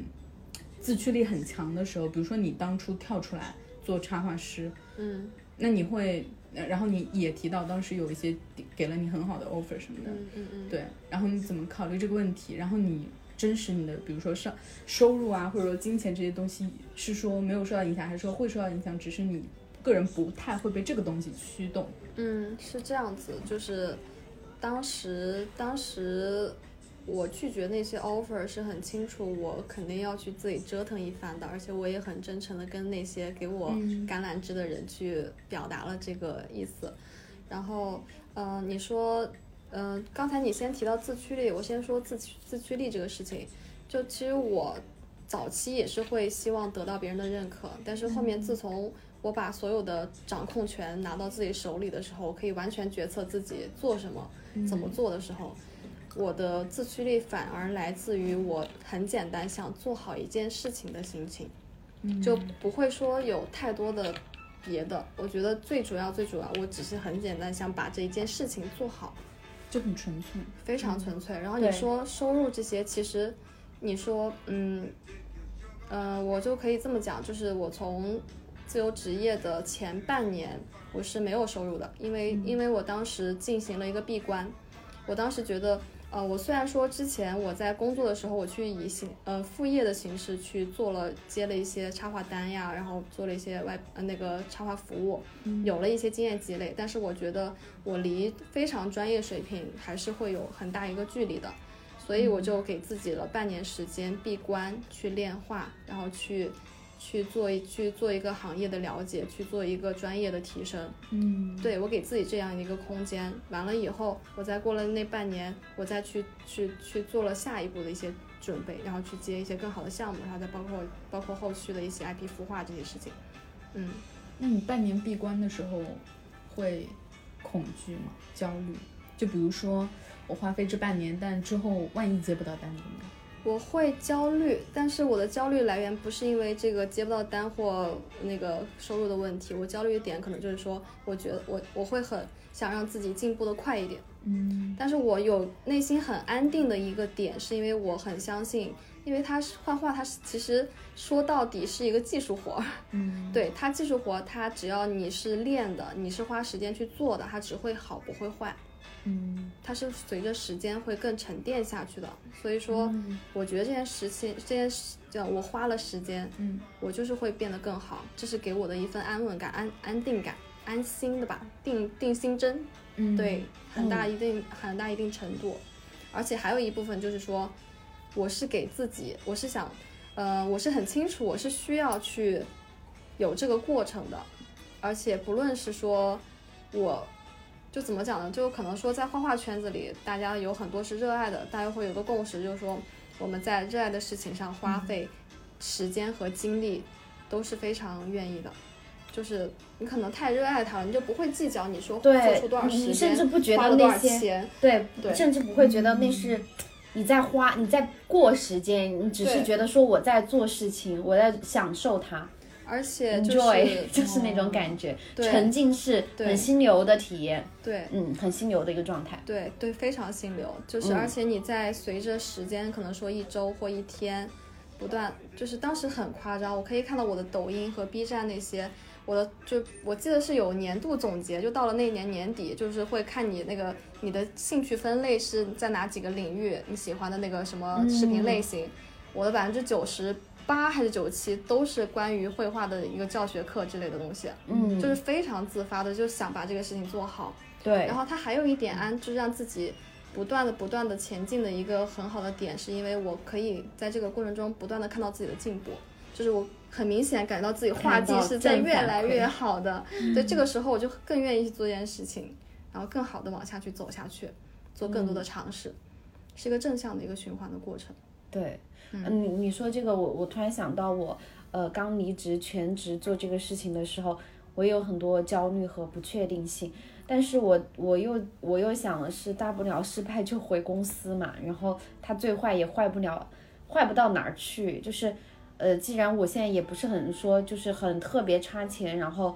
[SPEAKER 1] 自驱力很强的时候，比如说你当初跳出来做插画师，
[SPEAKER 3] 嗯。
[SPEAKER 1] 那你会，呃然后你也提到当时有一些给了你很好的 offer 什么的，
[SPEAKER 3] 嗯嗯嗯，
[SPEAKER 1] 对，然后你怎么考虑这个问题？然后你真实你的，比如说上收入啊，或者说金钱这些东西，是说没有受到影响，还是说会受到影响？只是你个人不太会被这个东西驱动。
[SPEAKER 3] 嗯，是这样子，就是当时当时我拒绝那些 offer 是很清楚，我肯定要去自己折腾一番的，而且我也很真诚的跟那些给我橄榄枝的人去表达了这个意思。然后，嗯、你说，嗯、刚才你先提到自驱力，我先说自驱自驱力这个事情，就其实我早期也是会希望得到别人的认可，但是后面自从我把所有的掌控权拿到自己手里的时候，我可以完全决策自己做什么、
[SPEAKER 5] 嗯
[SPEAKER 3] 怎么做的时候，我的自驱力反而来自于我很简单想做好一件事情的心情，就不会说有太多的别的。我觉得最主要最主要，我只是很简单想把这一件事情做好。
[SPEAKER 1] 就很纯粹，
[SPEAKER 3] 非常纯粹。然后
[SPEAKER 2] 对
[SPEAKER 3] 你说收入这些，其实你说，嗯，呃，我就可以这么讲，就是我从自由职业的前半年我是没有收入的，因为因为我当时进行了一个闭关，我当时觉得。呃，我虽然说之前我在工作的时候，我去以形呃副业的形式去做了接了一些插画单呀，然后做了一些外呃那个插画服务，有了一些经验积累，但是我觉得我离非常专业水平还是会有很大一个距离的，所以我就给自己了半年时间闭关去练画，然后去去做一去做一个行业的了解，去做一个专业的提升。
[SPEAKER 5] 嗯，
[SPEAKER 3] 对我给自己这样一个空间，完了以后，我再过了那半年，我再去去去做了下一步的一些准备，然后去接一些更好的项目，然后再包括包括后续的一些 IP 孵化这些事情。嗯，
[SPEAKER 5] 那你半年闭关的时候会恐惧吗？焦虑？就比如说我花费这半年，但之后万一接不到单怎么办？
[SPEAKER 3] 我会焦虑，但是我的焦虑来源不是因为这个接不到单或那个收入的问题，我焦虑的点可能就是说，我觉得我我会很想让自己进步的快一点。
[SPEAKER 5] 嗯，
[SPEAKER 3] 但是我有内心很安定的一个点，是因为我很相信，因为它是画画，它是其实说到底是一个技术活儿，
[SPEAKER 5] 嗯，
[SPEAKER 3] 对它技术活儿，它只要你是练的，你是花时间去做的，它只会好不会坏，
[SPEAKER 5] 嗯，
[SPEAKER 3] 它是随着时间会更沉淀下去的。所以说，
[SPEAKER 5] 嗯
[SPEAKER 3] 我觉得这件事情，这件事，叫我花了时间，
[SPEAKER 5] 嗯，
[SPEAKER 3] 我就是会变得更好，这是给我的一份安稳感、安安定感、安心的吧，定定心针，
[SPEAKER 5] 嗯，
[SPEAKER 3] 对，很大一定、很大一定程度，而且还有一部分就是说，我是给自己，我是想，呃，我是很清楚，我是需要去有这个过程的，而且不论是说我。就怎么讲呢？就可能说，在画画圈子里，大家有很多是热爱的，大家会有个共识，就是说我们在热爱的事情上花费时间和精力都是非常愿意的。就是你可能太热爱它了，你就不会计较你说付
[SPEAKER 2] 嗯对
[SPEAKER 3] 出多少，时
[SPEAKER 2] 你
[SPEAKER 3] 间，
[SPEAKER 2] 你甚至不觉
[SPEAKER 3] 花
[SPEAKER 2] 得
[SPEAKER 3] 了多
[SPEAKER 2] 那
[SPEAKER 3] 少
[SPEAKER 2] 些
[SPEAKER 3] 钱，
[SPEAKER 2] 对，
[SPEAKER 3] 对嗯
[SPEAKER 2] 甚至不会觉得那是你在花，你在过时间，你只是
[SPEAKER 3] 对
[SPEAKER 2] 觉得说我在做事情，我在享受它
[SPEAKER 3] 而且就是嗯哦
[SPEAKER 2] ，enjoy，就是嗯那种感觉，
[SPEAKER 3] 对
[SPEAKER 2] 沉浸式，
[SPEAKER 3] 对
[SPEAKER 2] 很心流的体验，
[SPEAKER 3] 对
[SPEAKER 2] 嗯，很心流的一个状态。
[SPEAKER 3] 对对，非常心流，就
[SPEAKER 2] 嗯
[SPEAKER 3] 是而且你在随着时间，可能说一周或一天，不断就是当时很夸张，我可以看到我的抖音和 B 站那些。我的就我记得是有年度总结，就到了那年年底，就是会看你那个你的兴趣分类是在哪几个领域，你喜欢的那个什
[SPEAKER 2] 嗯
[SPEAKER 3] 么视频类型。我的百分之九十八还是九七都是关于绘画的一个教学课之类的东西，
[SPEAKER 2] 嗯，
[SPEAKER 3] 就是非常自发的，就想把这个事情做好。
[SPEAKER 2] 对
[SPEAKER 3] 然，后它还有一点安，就是让自己不断的、不断的前进的一个很好的点，是因为我可以在这个过程中不断的看到自己的进步，就是我很明显感到自己画
[SPEAKER 2] 看
[SPEAKER 3] 技
[SPEAKER 2] 到
[SPEAKER 3] 是在
[SPEAKER 2] 正
[SPEAKER 3] 越
[SPEAKER 2] 反
[SPEAKER 3] 来
[SPEAKER 2] 馈嗯
[SPEAKER 3] 越好的，对，这个时候我就更愿意去做这件事情，然后更好的往下去走下去，做更多的尝试，是一个正向的一个循环的过程。
[SPEAKER 2] 对，嗯，你你说这个，我我突然想到我，呃，刚离职全职做这个事情的时候，我也有很多焦虑和不确定性，但是我我又我又想的是，大不了失败就回公司嘛，然后它最坏也坏不了，坏不到哪儿去，就是，呃，既然我现在也不是很说就是很特别差钱，然后。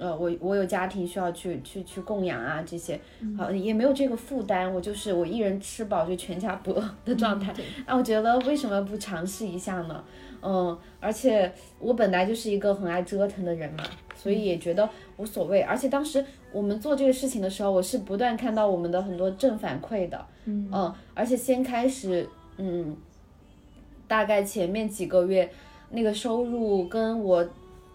[SPEAKER 2] 呃，我我有家庭需要去去去供养啊，这些，好、也没有这个负担，我就是我一人吃饱就全家不饿的状
[SPEAKER 5] 嗯
[SPEAKER 2] 态。那、我觉得为什么不尝试一下呢？嗯，而且我本来就是一个很爱折腾的人嘛，所以也觉得无所谓。而且当时我们做这个事情的时候，我是不断看到我们的很多正反馈的，嗯而且先开始，嗯，大概前面几个月那个收入跟我。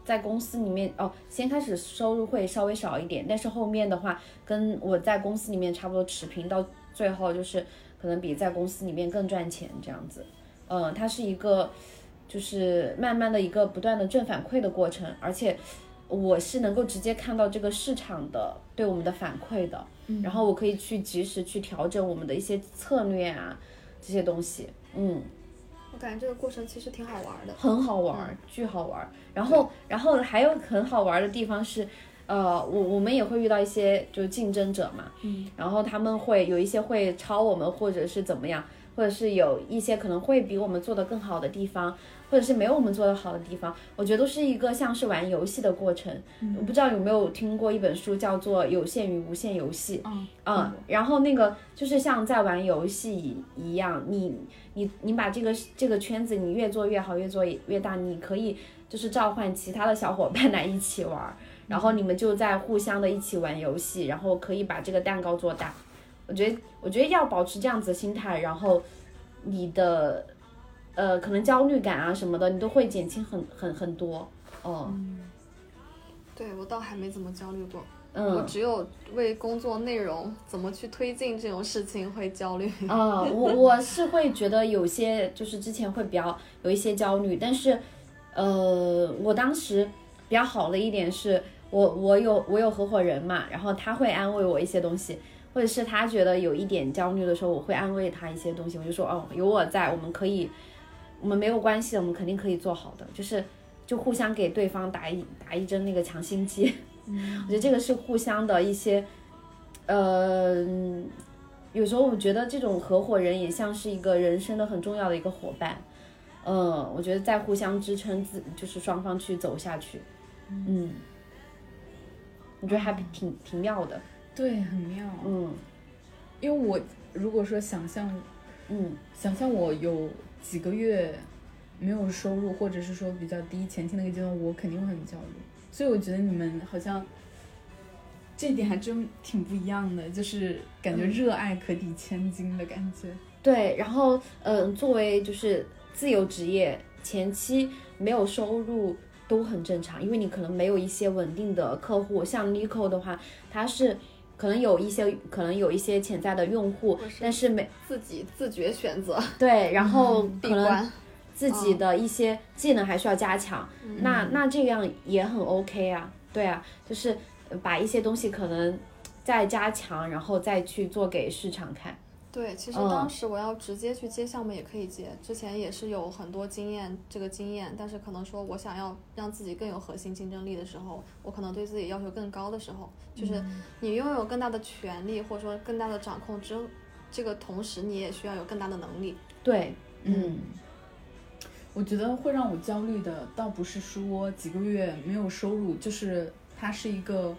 [SPEAKER 2] 在公司里面哦，先开始收入会稍微少一点，但是后面的话跟我在公司里面差不多持平，到最后就是可能比在公司里面更赚钱这样子。嗯，它是一个就是慢慢的一个不断的正反馈的过程，而且我是能够直接看到这个市场的对我们的反馈的，然后我可以去及时去调整我们的一些策略啊这些东西，嗯，
[SPEAKER 3] 我感觉这个过程其实挺好玩的，嗯
[SPEAKER 2] 很好玩儿，巨好玩儿。然后，然后还有很好玩儿的地方是，呃，我我们也会遇到一些就是竞争者嘛，嗯，然后他们会有一些会超我们，或者是怎么样，或者是有一些可能会比我们做的更好的地方，或者是没有我们做的好的地方，我觉得都是一个像是玩游戏的过程。
[SPEAKER 3] 嗯
[SPEAKER 2] 我不知道有没有听过一本书叫做《有限与无限游戏》，
[SPEAKER 5] 嗯
[SPEAKER 2] 嗯，然后那个就是像在玩游戏一一样，你你你把这个这个圈子你越做越好，越做越大，你可以就是召唤其他的小伙伴来一起玩儿，然后你们就在互相的一起玩游戏，然后可以把这个蛋糕做大。我觉得我觉得要保持这样子的心态，然后你的呃可能焦虑感啊什么的，你都会减轻很很很多。哦，
[SPEAKER 3] 对我倒还没怎么焦虑过，
[SPEAKER 2] 嗯
[SPEAKER 3] 我只有为工作内容怎么去推进这种事情会焦虑。
[SPEAKER 2] 啊、我我是会觉得有些就是之前会比较有一些焦虑，但是，呃，我当时比较好的一点是我我有我有合伙人嘛，然后他会安慰我一些东西，或者是他觉得有一点焦虑的时候，我会安慰他一些东西，我就说哦，有我在，我们可以，我们没有关系的，我们肯定可以做好的，就是就互相给对方打一打一针那个强心剂，我觉得这个是互相的一些，呃。有时候我觉得这种合伙人也像是一个人生的很重要的一个伙伴，嗯，我觉得在互相支撑自，就是双方去走下去，嗯，我觉得还挺挺妙的，
[SPEAKER 5] 对，很妙。
[SPEAKER 2] 嗯
[SPEAKER 5] 因为我如果说想象
[SPEAKER 2] 嗯
[SPEAKER 5] 想象我有几个月没有收入，或者是说比较低前期那个阶段，我肯定会很焦虑。所以我觉得你们好像这一点还真挺不一样的，就是感
[SPEAKER 2] 嗯
[SPEAKER 5] 觉热爱可抵千金的感觉。
[SPEAKER 2] 对，然后嗯，作为就是自由职业，前期没有收入都很正常，因为你可能没有一些稳定的客户。像 Nico 的话，他是可能有一些可能有一些潜在的用户
[SPEAKER 3] 我，是
[SPEAKER 2] 但是没
[SPEAKER 3] 自己自觉选择
[SPEAKER 2] 对，然后
[SPEAKER 3] 闭
[SPEAKER 2] 可能
[SPEAKER 3] 关，
[SPEAKER 2] 自
[SPEAKER 5] 嗯
[SPEAKER 2] 己的一些技能还需要加强，那那这样也很 OK 啊，对啊，就是呃把一些东西可能再加强，然后再去做给市场看。
[SPEAKER 3] 对，其实
[SPEAKER 2] 嗯
[SPEAKER 3] 当时我要直接去接项目也可以接，之前也是有很多经验，这个经验，但是可能说我想要让自己更有核心竞争力的时候，我可能对自己要求更高的时候，就是
[SPEAKER 2] 嗯
[SPEAKER 3] 你拥有更大的权利或者说更大的掌控之，这个同时你也需要有更大的能力。
[SPEAKER 2] 对，嗯
[SPEAKER 5] 我觉得会让我焦虑的，倒不是说几个月没有收入，就是它是一个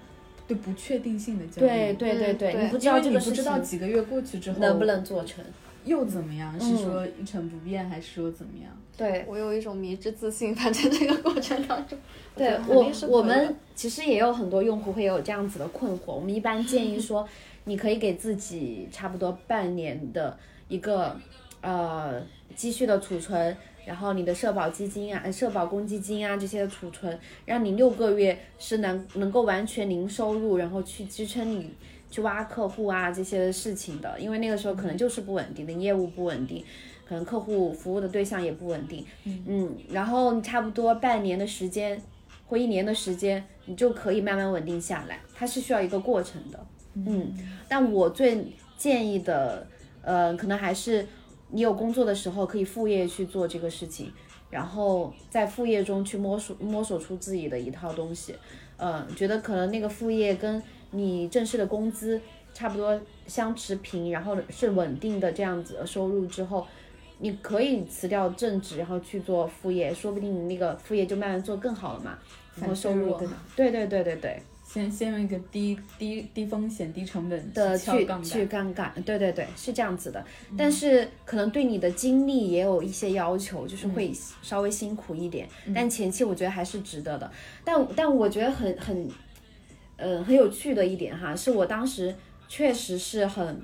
[SPEAKER 5] 对不确定性的焦虑。
[SPEAKER 2] 对对对
[SPEAKER 3] 嗯
[SPEAKER 2] 对，
[SPEAKER 3] 对
[SPEAKER 2] 你不知
[SPEAKER 5] 哎因
[SPEAKER 2] 道
[SPEAKER 5] 为
[SPEAKER 2] 这
[SPEAKER 5] 你
[SPEAKER 2] 个
[SPEAKER 5] 不
[SPEAKER 2] 事
[SPEAKER 5] 知道
[SPEAKER 2] 情
[SPEAKER 5] 几个月过去之后
[SPEAKER 2] 能不能做成。
[SPEAKER 5] 又怎么样，是
[SPEAKER 2] 嗯
[SPEAKER 5] 说一成不变，还是说怎么样？
[SPEAKER 2] 对
[SPEAKER 3] 我有一种迷之自信，反正这个过程当中，觉
[SPEAKER 2] 对
[SPEAKER 3] 得，肯
[SPEAKER 2] 我
[SPEAKER 3] 定是
[SPEAKER 2] 我
[SPEAKER 3] 可以的
[SPEAKER 2] 们其实也有很多用户会有这样子的困惑，我们一般建议 说，你可以给自己差不多半年的一个呃积蓄的储存。然后你的社保基金啊、呃社保公积金啊这些的储存，让你六个月是能能够完全零收入，然后去支撑你去挖客户啊这些的事情的，因为那个时候可能就是不稳定的业务不稳定，可能客户服务的对象也不稳定，嗯，然后你差不多半年的时间或一年的时间，你就可以慢慢稳定下来，它是需要一个过程的，嗯，但我最建议的，呃，可能还是你有工作的时候可以副业去做这个事情，然后在副业中去摸索摸索出自己的一套东西，呃，觉得可能那个副业跟你正式的工资差不多相持平，然后是稳定的这样子的收入之后。你可以辞掉正职，然后去做副业，说不定你那个副业就慢慢做更好了嘛，然后收入
[SPEAKER 5] 反脆弱
[SPEAKER 2] 更好。对对对对对。
[SPEAKER 5] 先先用一个低低低风险、低成本
[SPEAKER 2] 的
[SPEAKER 5] 嗯去
[SPEAKER 2] 去
[SPEAKER 5] 撬杠杆。
[SPEAKER 2] 去
[SPEAKER 5] 嗯
[SPEAKER 2] 杠杆，对对对，是这样子的。但是可能对你的精力也有一些要求，
[SPEAKER 5] 嗯
[SPEAKER 2] 就是会稍微辛苦一点，但前期我觉得还是值得的。但但我觉得很很，呃，很有趣的一点哈，是我当时确实是很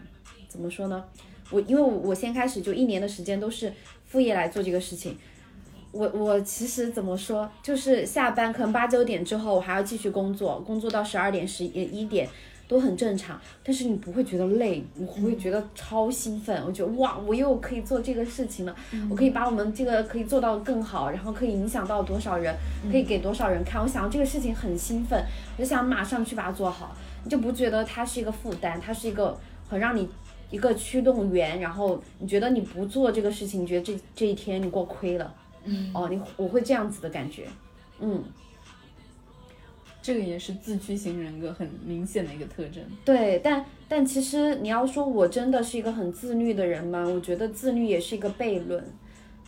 [SPEAKER 2] 怎么说呢？我因为我我先开始就一年的时间都是副业来做这个事情。我我其实怎么说，就是下班可能八九点之后，我还要继续工作，工作到十二点、十一点都很正常。但是你不会觉得累，你会觉得超兴奋。我觉得哇，我又可以做这个事情了，我可以把我们这个可以做到更好，然后可以影响到多少人，可以给多少人看。我想这个事情很兴奋，我就想马上去把它做好，你就不觉得它是一个负担，它是一个很让你。一个驱动源，然后你觉得你不做这个事情，你觉得这这一天你过亏了，哦，你我会这样子的感觉，嗯，
[SPEAKER 5] 这个也是自驱型人格很明显的一个特征。
[SPEAKER 2] 对，但但其实你要说我真的是一个很自律的人吗？我觉得自律也是一个悖论，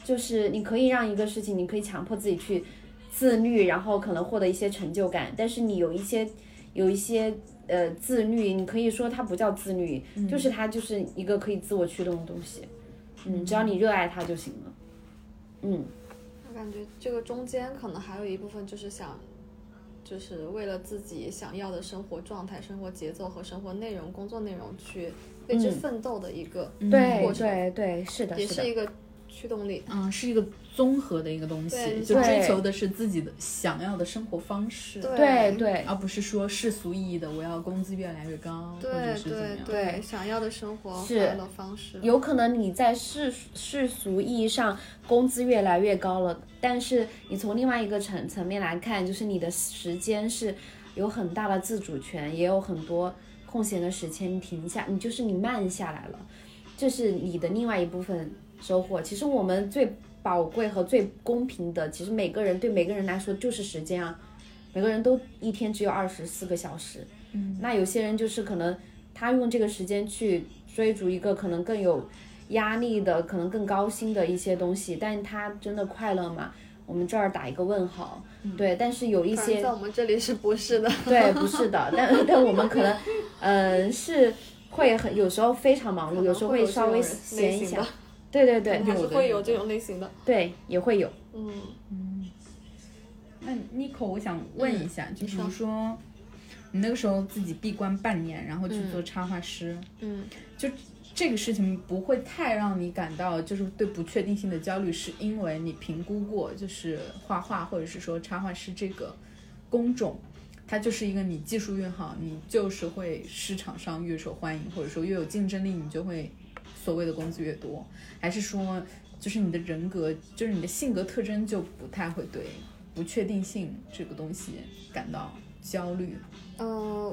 [SPEAKER 2] 就是你可以让一个事情，你可以强迫自己去自律，然后可能获得一些成就感，但是你有一些有一些呃自律，你可以说它不叫自律，就是它就是一个可以自我驱动的东西，嗯，只要你热爱它就行了，嗯，
[SPEAKER 3] 我感觉这个中间可能还有一部分就是想，就是为了自己想要的生活状态、生活节奏和生活内容、工作内容去为之
[SPEAKER 2] 嗯
[SPEAKER 3] 奋斗的一个
[SPEAKER 2] 对
[SPEAKER 3] 过程，
[SPEAKER 2] 对对，是的，
[SPEAKER 3] 也
[SPEAKER 2] 是的
[SPEAKER 3] 是，一个驱动力。
[SPEAKER 1] 嗯，是一个综合的一个东
[SPEAKER 3] 对
[SPEAKER 1] 西，就
[SPEAKER 2] 对
[SPEAKER 1] 追求的是自己的想要的生活方式，
[SPEAKER 2] 对对
[SPEAKER 1] 而不是说世俗意义的我要工资越来越高，或者
[SPEAKER 3] 对
[SPEAKER 1] 是怎么
[SPEAKER 3] 对
[SPEAKER 1] 样。
[SPEAKER 3] 对，想要的生活
[SPEAKER 2] 是
[SPEAKER 3] 快乐方式，
[SPEAKER 2] 有可能你在世世俗意义上工资越来越高了，但是你从另外一个层层面来看，就是你的时间是有很大的自主权，也有很多空闲的时间，你停下，你就是你慢下来了，这是你的另外一部分收获。其实我们最宝贵和最公平的，其实每个人对每个人来说就是时间啊，每个人都一天只有二十四个小时，嗯，那有些人就是可能他用这个时间去追逐一个可能更有压力的、可能更高薪的一些东西，但他真的快乐吗？我们这儿打一个问号，对，但是有一
[SPEAKER 3] 反正
[SPEAKER 2] 些
[SPEAKER 3] 在我们这里是不是的？
[SPEAKER 2] 对，不是的，但但我们可能，嗯、是会很有时候非常忙碌，有时候会稍微闲一下
[SPEAKER 3] 的，，
[SPEAKER 2] 对 对对
[SPEAKER 3] 还是
[SPEAKER 1] 有的
[SPEAKER 3] 会
[SPEAKER 1] 有
[SPEAKER 3] 有
[SPEAKER 1] 的
[SPEAKER 3] 这种类型的。
[SPEAKER 2] 对，也会有。
[SPEAKER 3] 嗯，
[SPEAKER 5] 那 Nico，我想问一下，就比如说，你那个时候自己闭关半年，然后去做插画师，
[SPEAKER 3] 嗯，
[SPEAKER 5] 就这个事情不会太让你感到就是对不确定性的焦虑，是因为你评估过，就是画画或者是说插画师这个工种。它就是一个你技术越好，你就是会市场上越受欢迎，或者说越有竞争力，你就会所谓的工资越多，还是说就是你的人格，就是你的性格特征就不太会对不确定性这个东西感到焦虑
[SPEAKER 3] 呃，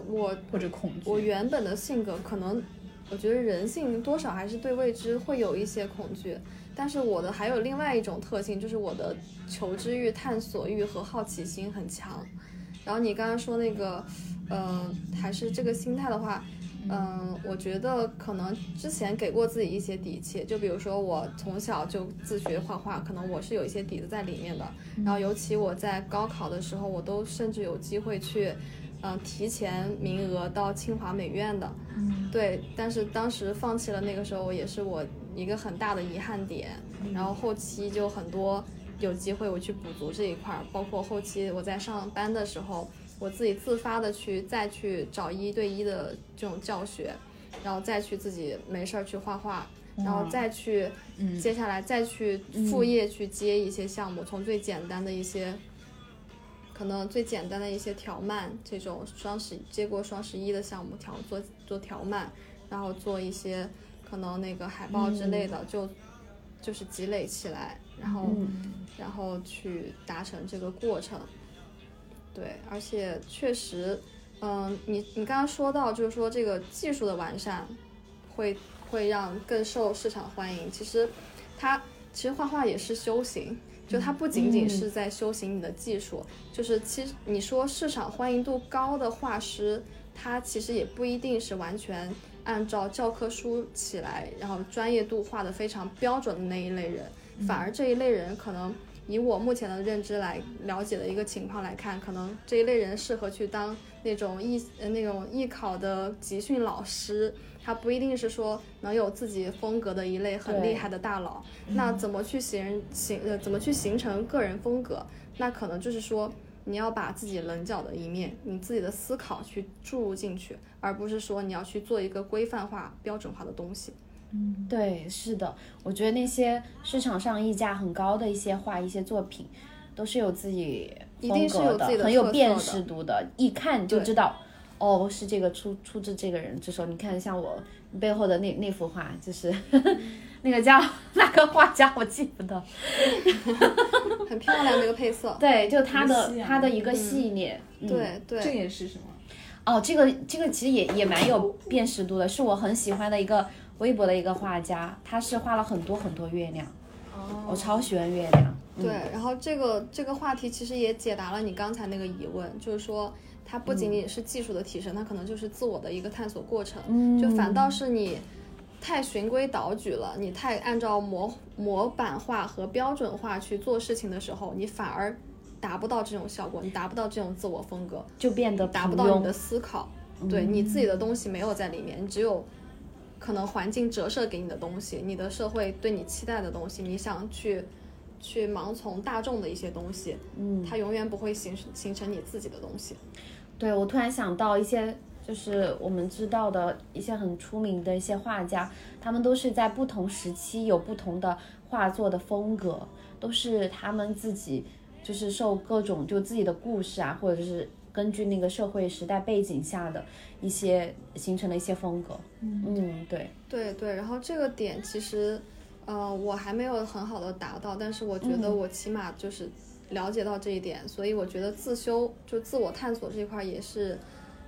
[SPEAKER 3] 我
[SPEAKER 5] 或者恐惧？
[SPEAKER 3] 我原本的性格可能，我觉得人性多少还是对未知会有一些恐惧，但是我的还有另外一种特性，就是我的求知欲、探索欲和好奇心很强。然后你刚刚说那个，呃，还是这个心态的话，嗯、我觉得可能之前给过自己一些底气，就比如说我从小就自学画画，可能我是有一些底子在里面的。然后尤其我在高考的时候，我都甚至有机会去，呃，提前名额到清华美院的。对，但是当时放弃了，那个时候也是我一个很大的遗憾点。然后后期就很多有机会我去补足这一块儿，包括后期我在上班的时候，我自己自发的去再去找一对一的这种教学，然后再去自己没事儿去画画，然后再去，接下来再去副业去接一些项目，从最简单的一些。可能最简单的一些条漫，这种双十接过双十一的项目条做做条漫，然后做一些可能那个海报之类的，就就是积累起来，然后、然后去达成这个过程。对，而且确实，嗯，你你刚刚说到就是说这个技术的完善会会让更受市场欢迎。其实它其实画画也是修行，就它不仅仅是在修行你的技术，就是其实你说市场欢迎度高的画师，他其实也不一定是完全按照教科书起来，然后专业度画的非常标准的那一类人，反而这一类人可能。以我目前的认知来了解的一个情况来看，可能这一类人适合去当那种艺呃那种艺考的集训老师，他不一定是说能有自己风格的一类很
[SPEAKER 2] 对
[SPEAKER 3] 厉害的大佬。那怎么去形形呃怎么去形成个人风格？那可能就是说你要把自己棱角的一面，你自己的思考去注入进去，而不是说你要去做一个规范化、标准化的东西。
[SPEAKER 2] 对，是的，我觉得那些市场上溢价很高的一些画、一些作品，都是有自己
[SPEAKER 3] 一
[SPEAKER 2] 风
[SPEAKER 3] 定是
[SPEAKER 2] 格
[SPEAKER 3] 有自己的
[SPEAKER 2] 很有
[SPEAKER 3] 特色
[SPEAKER 2] 辨
[SPEAKER 3] 的
[SPEAKER 2] 识度的，一看就
[SPEAKER 3] 对
[SPEAKER 2] 知道，哦，是这个出出自这个人之手。你看，像我背后的那那幅画，就是 那个叫那个画家，我记不得，。
[SPEAKER 3] 很漂亮的一个配色
[SPEAKER 2] 对，就他的
[SPEAKER 5] 系啊
[SPEAKER 2] 他的一个系列，嗯
[SPEAKER 3] 对对，
[SPEAKER 5] 这也是什么？
[SPEAKER 2] 哦，这个这个其实也也蛮有辨识度的，是我很喜欢的一个微博的一个画家，他是画了很多很多月亮，
[SPEAKER 3] 哦
[SPEAKER 2] 我超喜欢月亮。
[SPEAKER 3] 对，然后这个这个话题其实也解答了你刚才那个疑问，就是说它不仅仅是技术的提升，它可能就是自我的一个探索过程，就反倒是你。太循规蹈矩了，你太按照模模板化和标准化去做事情的时候，你反而达不到这种效果，你达不到这种自我风格，
[SPEAKER 2] 就变得
[SPEAKER 3] 达不
[SPEAKER 2] 平
[SPEAKER 3] 到你
[SPEAKER 2] 庸
[SPEAKER 3] 的思考，对你自己的东西没有在里面，你只有可能环境折射给你的东西，你的社会对你期待的东西，你想去去盲从大众的一些东西，嗯，它永远不会形形成你自己的东西。
[SPEAKER 2] 对我突然想到一些就是我们知道的一些很出名的一些画家，他们都是在不同时期有不同的画作的风格，都是他们自己就是受各种就自己的故事啊，或者是根据那个社会时代背景下的一些形成的一些风格。嗯，对，
[SPEAKER 3] 对对，然后这个点其实，呃，我还没有很好的达到，但是我觉得
[SPEAKER 2] 嗯
[SPEAKER 3] 我起码就是了解到这一点，所以我觉得自修就自我探索这一块也是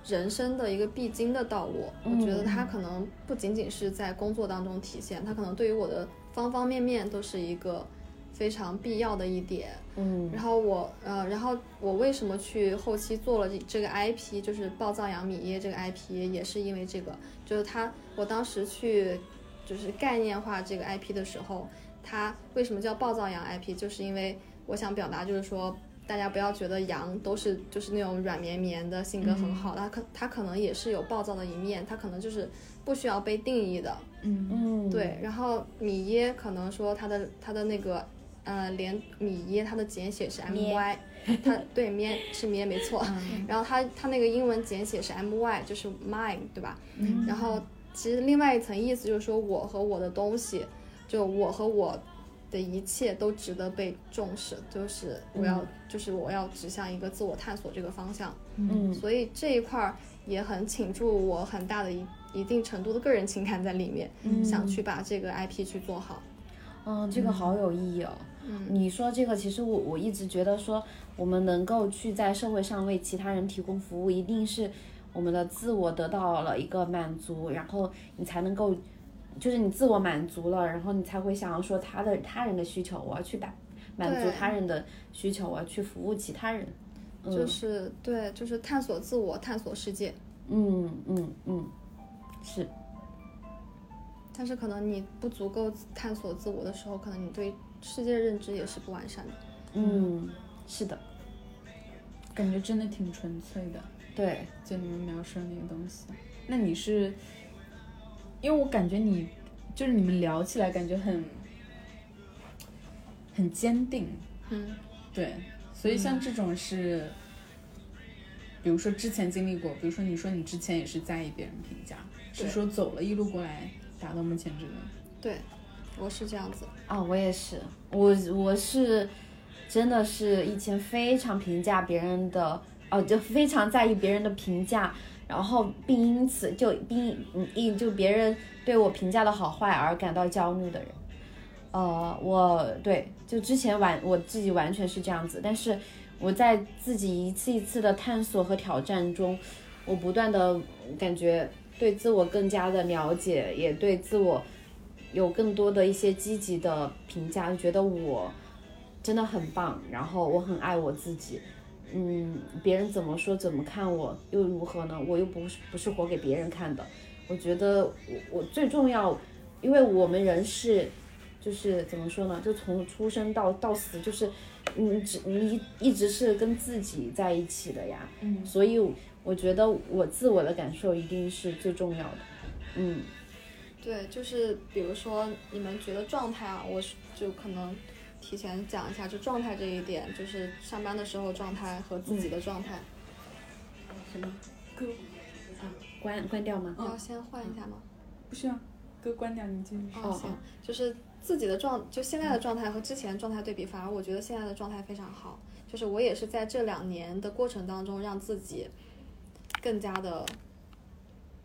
[SPEAKER 3] 人生的一个必经的道路。我觉得它可能不仅仅是在工作当中体现，它可能对于我的方方面面都是一个非常必要的一点。
[SPEAKER 2] 嗯，
[SPEAKER 3] 然后我呃，然后我为什么去后期做了这这个 IP，就是暴躁杨米耶这个 IP，也是因为这个，就是他我当时去就是概念化这个 IP 的时候，它为什么叫暴躁羊 IP，就是因为我想表达就是说。大家不要觉得羊都是就是那种软绵绵的性格很好，它可它可能也是有暴躁的一面，它可能就是不需要被定义的，
[SPEAKER 2] 嗯，
[SPEAKER 3] 对，，然后米耶可能说他的他的那个呃连米耶他的简写是 M
[SPEAKER 2] 咩嗯
[SPEAKER 3] Y，他 对咩是咩没错， 然后他他那个英文简写是 M Y，就是 mine 对吧？
[SPEAKER 2] 嗯
[SPEAKER 1] 嗯
[SPEAKER 3] 然后其实另外一层意思就是说我和我的东西，就我和我的一切都值得被重视，就是我要、
[SPEAKER 2] 嗯
[SPEAKER 3] 就是我要指向一个自我探索这个方向。
[SPEAKER 2] 嗯，
[SPEAKER 3] 所以这一块儿也很倾注我很大的一一定程度的个人情感在里面，想去把这个 IP 去做好。
[SPEAKER 2] 嗯，这个好有意义哦。嗯，你说这个，其实我我一直觉得说，我们能够去在社会上为其他人提供服务，一定是我们的自我得到了一个满足，然后你才能够，就是你自我满足了，然后你才会想要说他的他人的需求，我要去满满足
[SPEAKER 3] 对
[SPEAKER 2] 他人的需求，我要去服务其他人。
[SPEAKER 3] 就
[SPEAKER 2] 嗯
[SPEAKER 3] 是对，就是探索自我，探索世界。
[SPEAKER 2] 嗯嗯嗯，是，
[SPEAKER 3] 但是可能你不足够探索自我的时候，可能你对世界的认知也是不完善的。
[SPEAKER 2] 嗯是的，
[SPEAKER 1] 感觉真的挺纯粹的，
[SPEAKER 2] 对，
[SPEAKER 1] 就你们描述的那个东西。那你是，因为我感觉你就是你们聊起来感觉很很坚定，
[SPEAKER 3] 嗯，
[SPEAKER 1] 对，所以像这种是。比如说之前经历过，比如说你说你之前也是在意别人评价，是
[SPEAKER 3] 对
[SPEAKER 1] 说走了一路过来达到目前这个，
[SPEAKER 3] 对，我是这样子。
[SPEAKER 2] 啊，我也是，我我是真的是以前非常评价别人的，哦，就非常在意别人的评价，然后并因此就并嗯因就别人对我评价的好坏而感到焦虑的人。呃，我对，就之前完我自己完全是这样子，但是我在自己一次一次的探索和挑战中，我不断的感觉对自我更加的了解，也对自我有更多的一些积极的评价，就觉得我真的很棒，然后我很爱我自己。嗯，别人怎么说怎么看我又如何呢？我又不是不是活给别人看的。我觉得我我最重要，因为我们人是就是怎么说呢？就从出生到到死，就是你只你一直是跟自己在一起的呀。嗯，所以我觉得我自我的感受一定是最重要的。嗯
[SPEAKER 3] 对，就是比如说你们觉得状态啊，我是就可能提前讲一下，就状态这一点，就是上班的时候状态和自己的状态，
[SPEAKER 2] 关关掉吗？
[SPEAKER 3] 要先换一下吗？
[SPEAKER 1] 不是啊，歌关掉你继续说。
[SPEAKER 3] 哦，行，就是自己的状，就现在的状态和之前的状态对比，反而我觉得现在的状态非常好。就是我也是在这两年的过程当中，让自己更加的，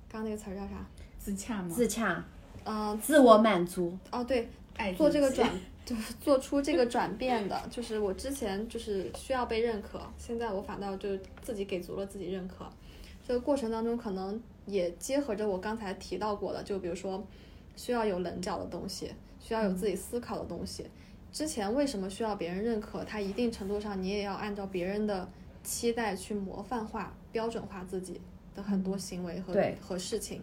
[SPEAKER 3] 刚刚那个词儿叫啥？
[SPEAKER 1] 自洽吗？
[SPEAKER 2] 自洽，
[SPEAKER 3] 嗯、
[SPEAKER 2] 自我满足。
[SPEAKER 3] 哦，对，
[SPEAKER 1] 爱
[SPEAKER 3] 做这个
[SPEAKER 1] 自己
[SPEAKER 3] 转，就是做出这个转变的，就是我之前就是需要被认可，现在我反倒就自己给足了自己认可。这个过程当中，可能也结合着我刚才提到过的，就比如说需要有棱角的东西，需要有自己思考的东西。之前为什么需要别人认可？它一定程度上你也要按照别人的期待去模范化、标准化自己的很多行为和
[SPEAKER 2] 对
[SPEAKER 3] 和事情。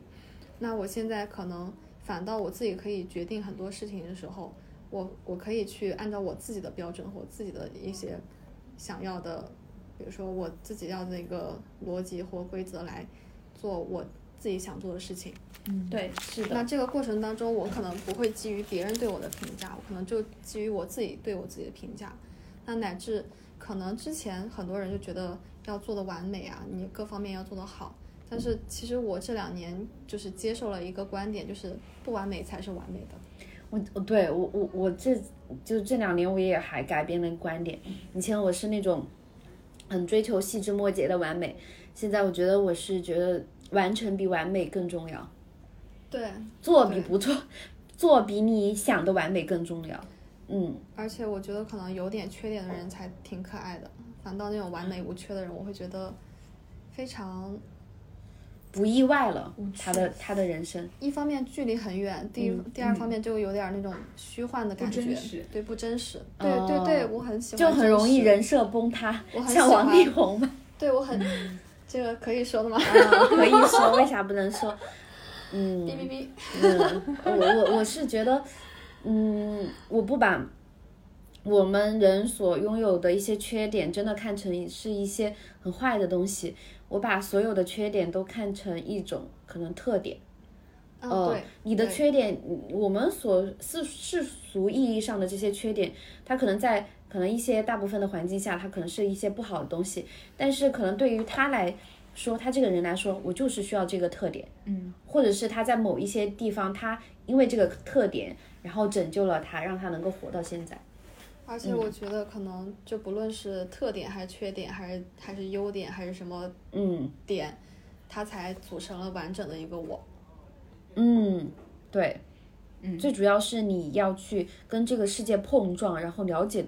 [SPEAKER 3] 那我现在可能反倒我自己可以决定很多事情的时候，我我可以去按照我自己的标准和我自己的一些想要的，比如说我自己要的一个逻辑或规则来做我自己想做的事情。
[SPEAKER 2] 对，是
[SPEAKER 3] 那。这个过程当中，我可能不会基于别人对我的评价，我可能就基于我自己对我自己的评价。那乃至可能之前很多人就觉得要做的完美啊，你各方面要做得好，但是其实我这两年就是接受了一个观点，就是不完美才是完美的。
[SPEAKER 2] 我对我我我这就这两年我也还改变了观点，以前我是那种很追求细枝末节的完美，现在我觉得我是觉得完成比完美更重要，
[SPEAKER 3] 对，
[SPEAKER 2] 做比不做， 做比你想的完美更重要。嗯，
[SPEAKER 3] 而且我觉得可能有点缺点的人才挺可爱的，反倒那种完美无缺的人，我会觉得非常
[SPEAKER 2] 不意外了，他的他的人生。
[SPEAKER 3] 一方面距离很远，第一、
[SPEAKER 2] 嗯
[SPEAKER 3] 第二方面就有点那种虚幻的感觉，
[SPEAKER 1] 真实
[SPEAKER 3] 对不真实，对对对，我很喜欢，
[SPEAKER 2] 哦就很容易人，设崩塌，
[SPEAKER 3] 很
[SPEAKER 2] 像
[SPEAKER 3] 喜
[SPEAKER 2] 王力
[SPEAKER 3] 欢
[SPEAKER 2] 宏嘛。
[SPEAKER 3] 对我很、
[SPEAKER 2] 嗯
[SPEAKER 3] 这个可以说的吗？
[SPEAKER 2] 可以说，为啥不能说？ 嗯，
[SPEAKER 3] 哔哔哔，
[SPEAKER 2] 嗯，我我我是觉得，嗯，我不把我们人所拥有的一些缺点，真的看成是一些很坏的东西，我把所有的缺点都看成一种可能特点。
[SPEAKER 3] 嗯、
[SPEAKER 2] 呃
[SPEAKER 3] 对，，
[SPEAKER 2] 你的
[SPEAKER 3] 对
[SPEAKER 2] 缺点，嗯我们所世世俗意义上的这些缺点，它可能在可能一些大部分的环境下，它可能是一些不好的东西，但是可能对于他来说，他这个人来说，我就是需要这个特点，嗯，或者是他在某一些地方，他因为这个特点，然后拯救了他，让他能够活到现在。
[SPEAKER 3] 而
[SPEAKER 2] 嗯
[SPEAKER 3] 且我觉得可能就不论是特点还是缺点，还是还是优点还是什么
[SPEAKER 2] 嗯
[SPEAKER 3] 点，它才组成了完整的一个我。
[SPEAKER 2] 嗯，对，嗯，最主要是你要去跟这个世界碰撞，然后了解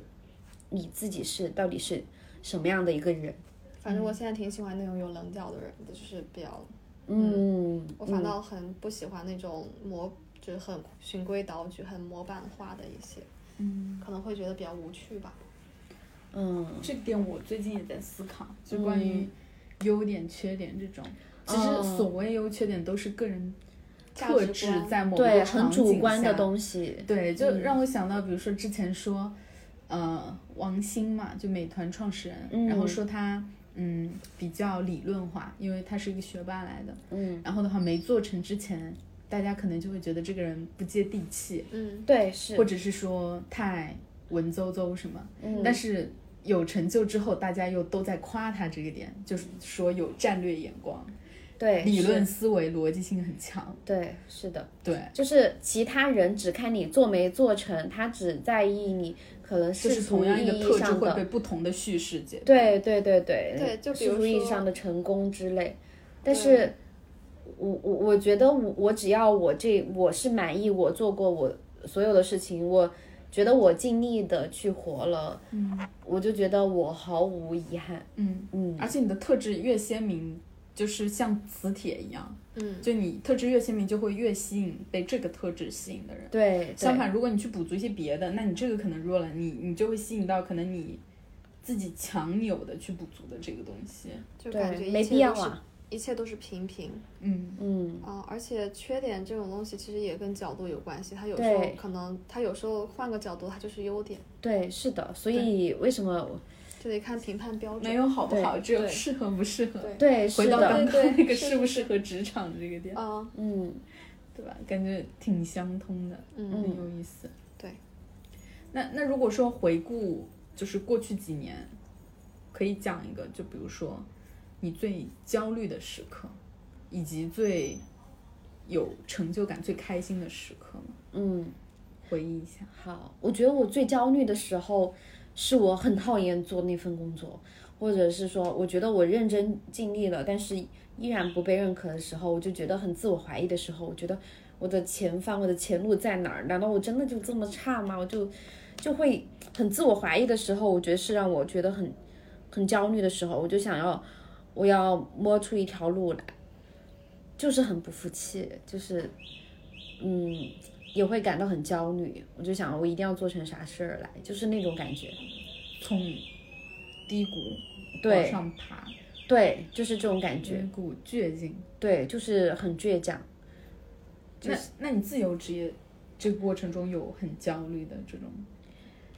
[SPEAKER 2] 你自己是到底是什么样的一个人。
[SPEAKER 3] 反正我现在挺喜欢那种有棱角的人的，就是比较，
[SPEAKER 2] 嗯，
[SPEAKER 3] 我反
[SPEAKER 2] 嗯
[SPEAKER 3] 倒很不喜欢那种模，就是很循规蹈矩、很模板化的一些，嗯，可能会觉得比较无趣吧。
[SPEAKER 2] 嗯，
[SPEAKER 1] 这点我最近也在思考，就关于优点、缺点这种。其实
[SPEAKER 2] 哦
[SPEAKER 1] 所谓优缺点都是个人
[SPEAKER 3] 价
[SPEAKER 1] 特
[SPEAKER 3] 值
[SPEAKER 1] 质
[SPEAKER 3] 观
[SPEAKER 1] 在某
[SPEAKER 2] 对，
[SPEAKER 1] 个
[SPEAKER 2] 很
[SPEAKER 1] 场
[SPEAKER 2] 主
[SPEAKER 1] 景
[SPEAKER 2] 观的嗯
[SPEAKER 1] 下
[SPEAKER 2] 东西。
[SPEAKER 1] 对，就让我想到，比如说之前说，呃，王兴嘛，就美团创始人，然后
[SPEAKER 2] 嗯
[SPEAKER 1] 说他嗯比较理论化，因为他是一个学霸来的，
[SPEAKER 2] 嗯，
[SPEAKER 1] 然后的话没做成之前，大家可能就会觉得这个人不接地气，
[SPEAKER 3] 嗯，
[SPEAKER 2] 对，是
[SPEAKER 1] 或，者是说太文绉绉什么，
[SPEAKER 2] 嗯
[SPEAKER 1] 但是。有成就之后，大家又都在夸他这个点，就是说有战略眼光、
[SPEAKER 2] 对，
[SPEAKER 1] 理
[SPEAKER 2] 是
[SPEAKER 1] 论，思维、逻辑性很强。
[SPEAKER 2] 对，是的，
[SPEAKER 1] 对，
[SPEAKER 2] 就是其他人只看你做没做成，他只在意你可能
[SPEAKER 1] 就
[SPEAKER 2] 世
[SPEAKER 1] 是
[SPEAKER 2] 俗
[SPEAKER 1] 同
[SPEAKER 2] 意
[SPEAKER 1] 样一个
[SPEAKER 2] 义
[SPEAKER 1] 特质
[SPEAKER 2] 上
[SPEAKER 1] 会被
[SPEAKER 2] 的，
[SPEAKER 1] 不同的叙事解读。
[SPEAKER 2] 对，对，对，对，
[SPEAKER 3] 对就比
[SPEAKER 2] 世
[SPEAKER 3] 如
[SPEAKER 2] 俗意义
[SPEAKER 3] 说
[SPEAKER 2] 上的成功之类。但
[SPEAKER 3] 对
[SPEAKER 2] 是，我我我觉得我我只要我这我是满意，我做过我所有的事情，我觉得我尽力的去活了，嗯，我就觉得我毫无遗憾。
[SPEAKER 1] 嗯，
[SPEAKER 2] 嗯
[SPEAKER 1] 而且你的特质越鲜明，就是像磁铁一样，
[SPEAKER 3] 嗯，
[SPEAKER 1] 就你特质越鲜明，就会越吸引被这个特质吸引的人。
[SPEAKER 2] 对，
[SPEAKER 1] 相
[SPEAKER 2] 对
[SPEAKER 1] 反，如果你去补足一些别的，那你这个可能弱了，你你就会吸引到可能你自己强扭的去补足的这个东西。
[SPEAKER 3] 就
[SPEAKER 2] 对
[SPEAKER 3] 感觉一
[SPEAKER 2] 没
[SPEAKER 3] 切
[SPEAKER 2] 必要
[SPEAKER 3] 都是
[SPEAKER 2] 啊。
[SPEAKER 3] 一切都是平平
[SPEAKER 1] 嗯，
[SPEAKER 2] 嗯，
[SPEAKER 3] 啊、而且缺点这种东西其实也跟角度有关系，它有时候
[SPEAKER 2] 对
[SPEAKER 3] 可能它有时候换个角度它就是优点，
[SPEAKER 2] 对，是的。所以为什么我
[SPEAKER 3] 就得看评判标准。
[SPEAKER 1] 没有好不好，
[SPEAKER 2] 哦对
[SPEAKER 1] 只有
[SPEAKER 2] 对
[SPEAKER 1] 适合不适合。
[SPEAKER 3] 对
[SPEAKER 2] 对是
[SPEAKER 1] 回到刚
[SPEAKER 2] 的，
[SPEAKER 3] 对对
[SPEAKER 1] 刚那个
[SPEAKER 3] 是
[SPEAKER 1] 适不适合职场这个点，
[SPEAKER 3] 啊，
[SPEAKER 2] 嗯
[SPEAKER 1] 对吧？感觉挺相通的，
[SPEAKER 3] 嗯
[SPEAKER 1] 很有意思。
[SPEAKER 3] 对，
[SPEAKER 1] 那那如果说回顾，就是过去几年，可以讲一个，就比如说你最焦虑的时刻，以及最有成就感、最开心的时刻吗？
[SPEAKER 2] 嗯，
[SPEAKER 1] 回忆一下，
[SPEAKER 2] 好。我觉得我最焦虑的时候，是我很讨厌做那份工作，或者是说我觉得我认真尽力了，但是依然不被认可的时候，我就觉得很自我怀疑的时候，我觉得我的前方、我的前路在哪儿？难道我真的就这么差吗？我就就会很自我怀疑的时候，我觉得是让我觉得很很焦虑的时候，我就想要我要摸出一条路来，就是很不服气，就是嗯，也会感到很焦虑。我就想我一定要做成啥事儿来，就是那种感觉。
[SPEAKER 1] 从低谷往
[SPEAKER 2] 对
[SPEAKER 1] 上爬，
[SPEAKER 2] 对，就是这种感
[SPEAKER 1] 有
[SPEAKER 2] 觉
[SPEAKER 1] 一。股倔劲。
[SPEAKER 2] 对，就是很倔强。
[SPEAKER 1] 那那你自由职业这个过程中有很焦虑的这种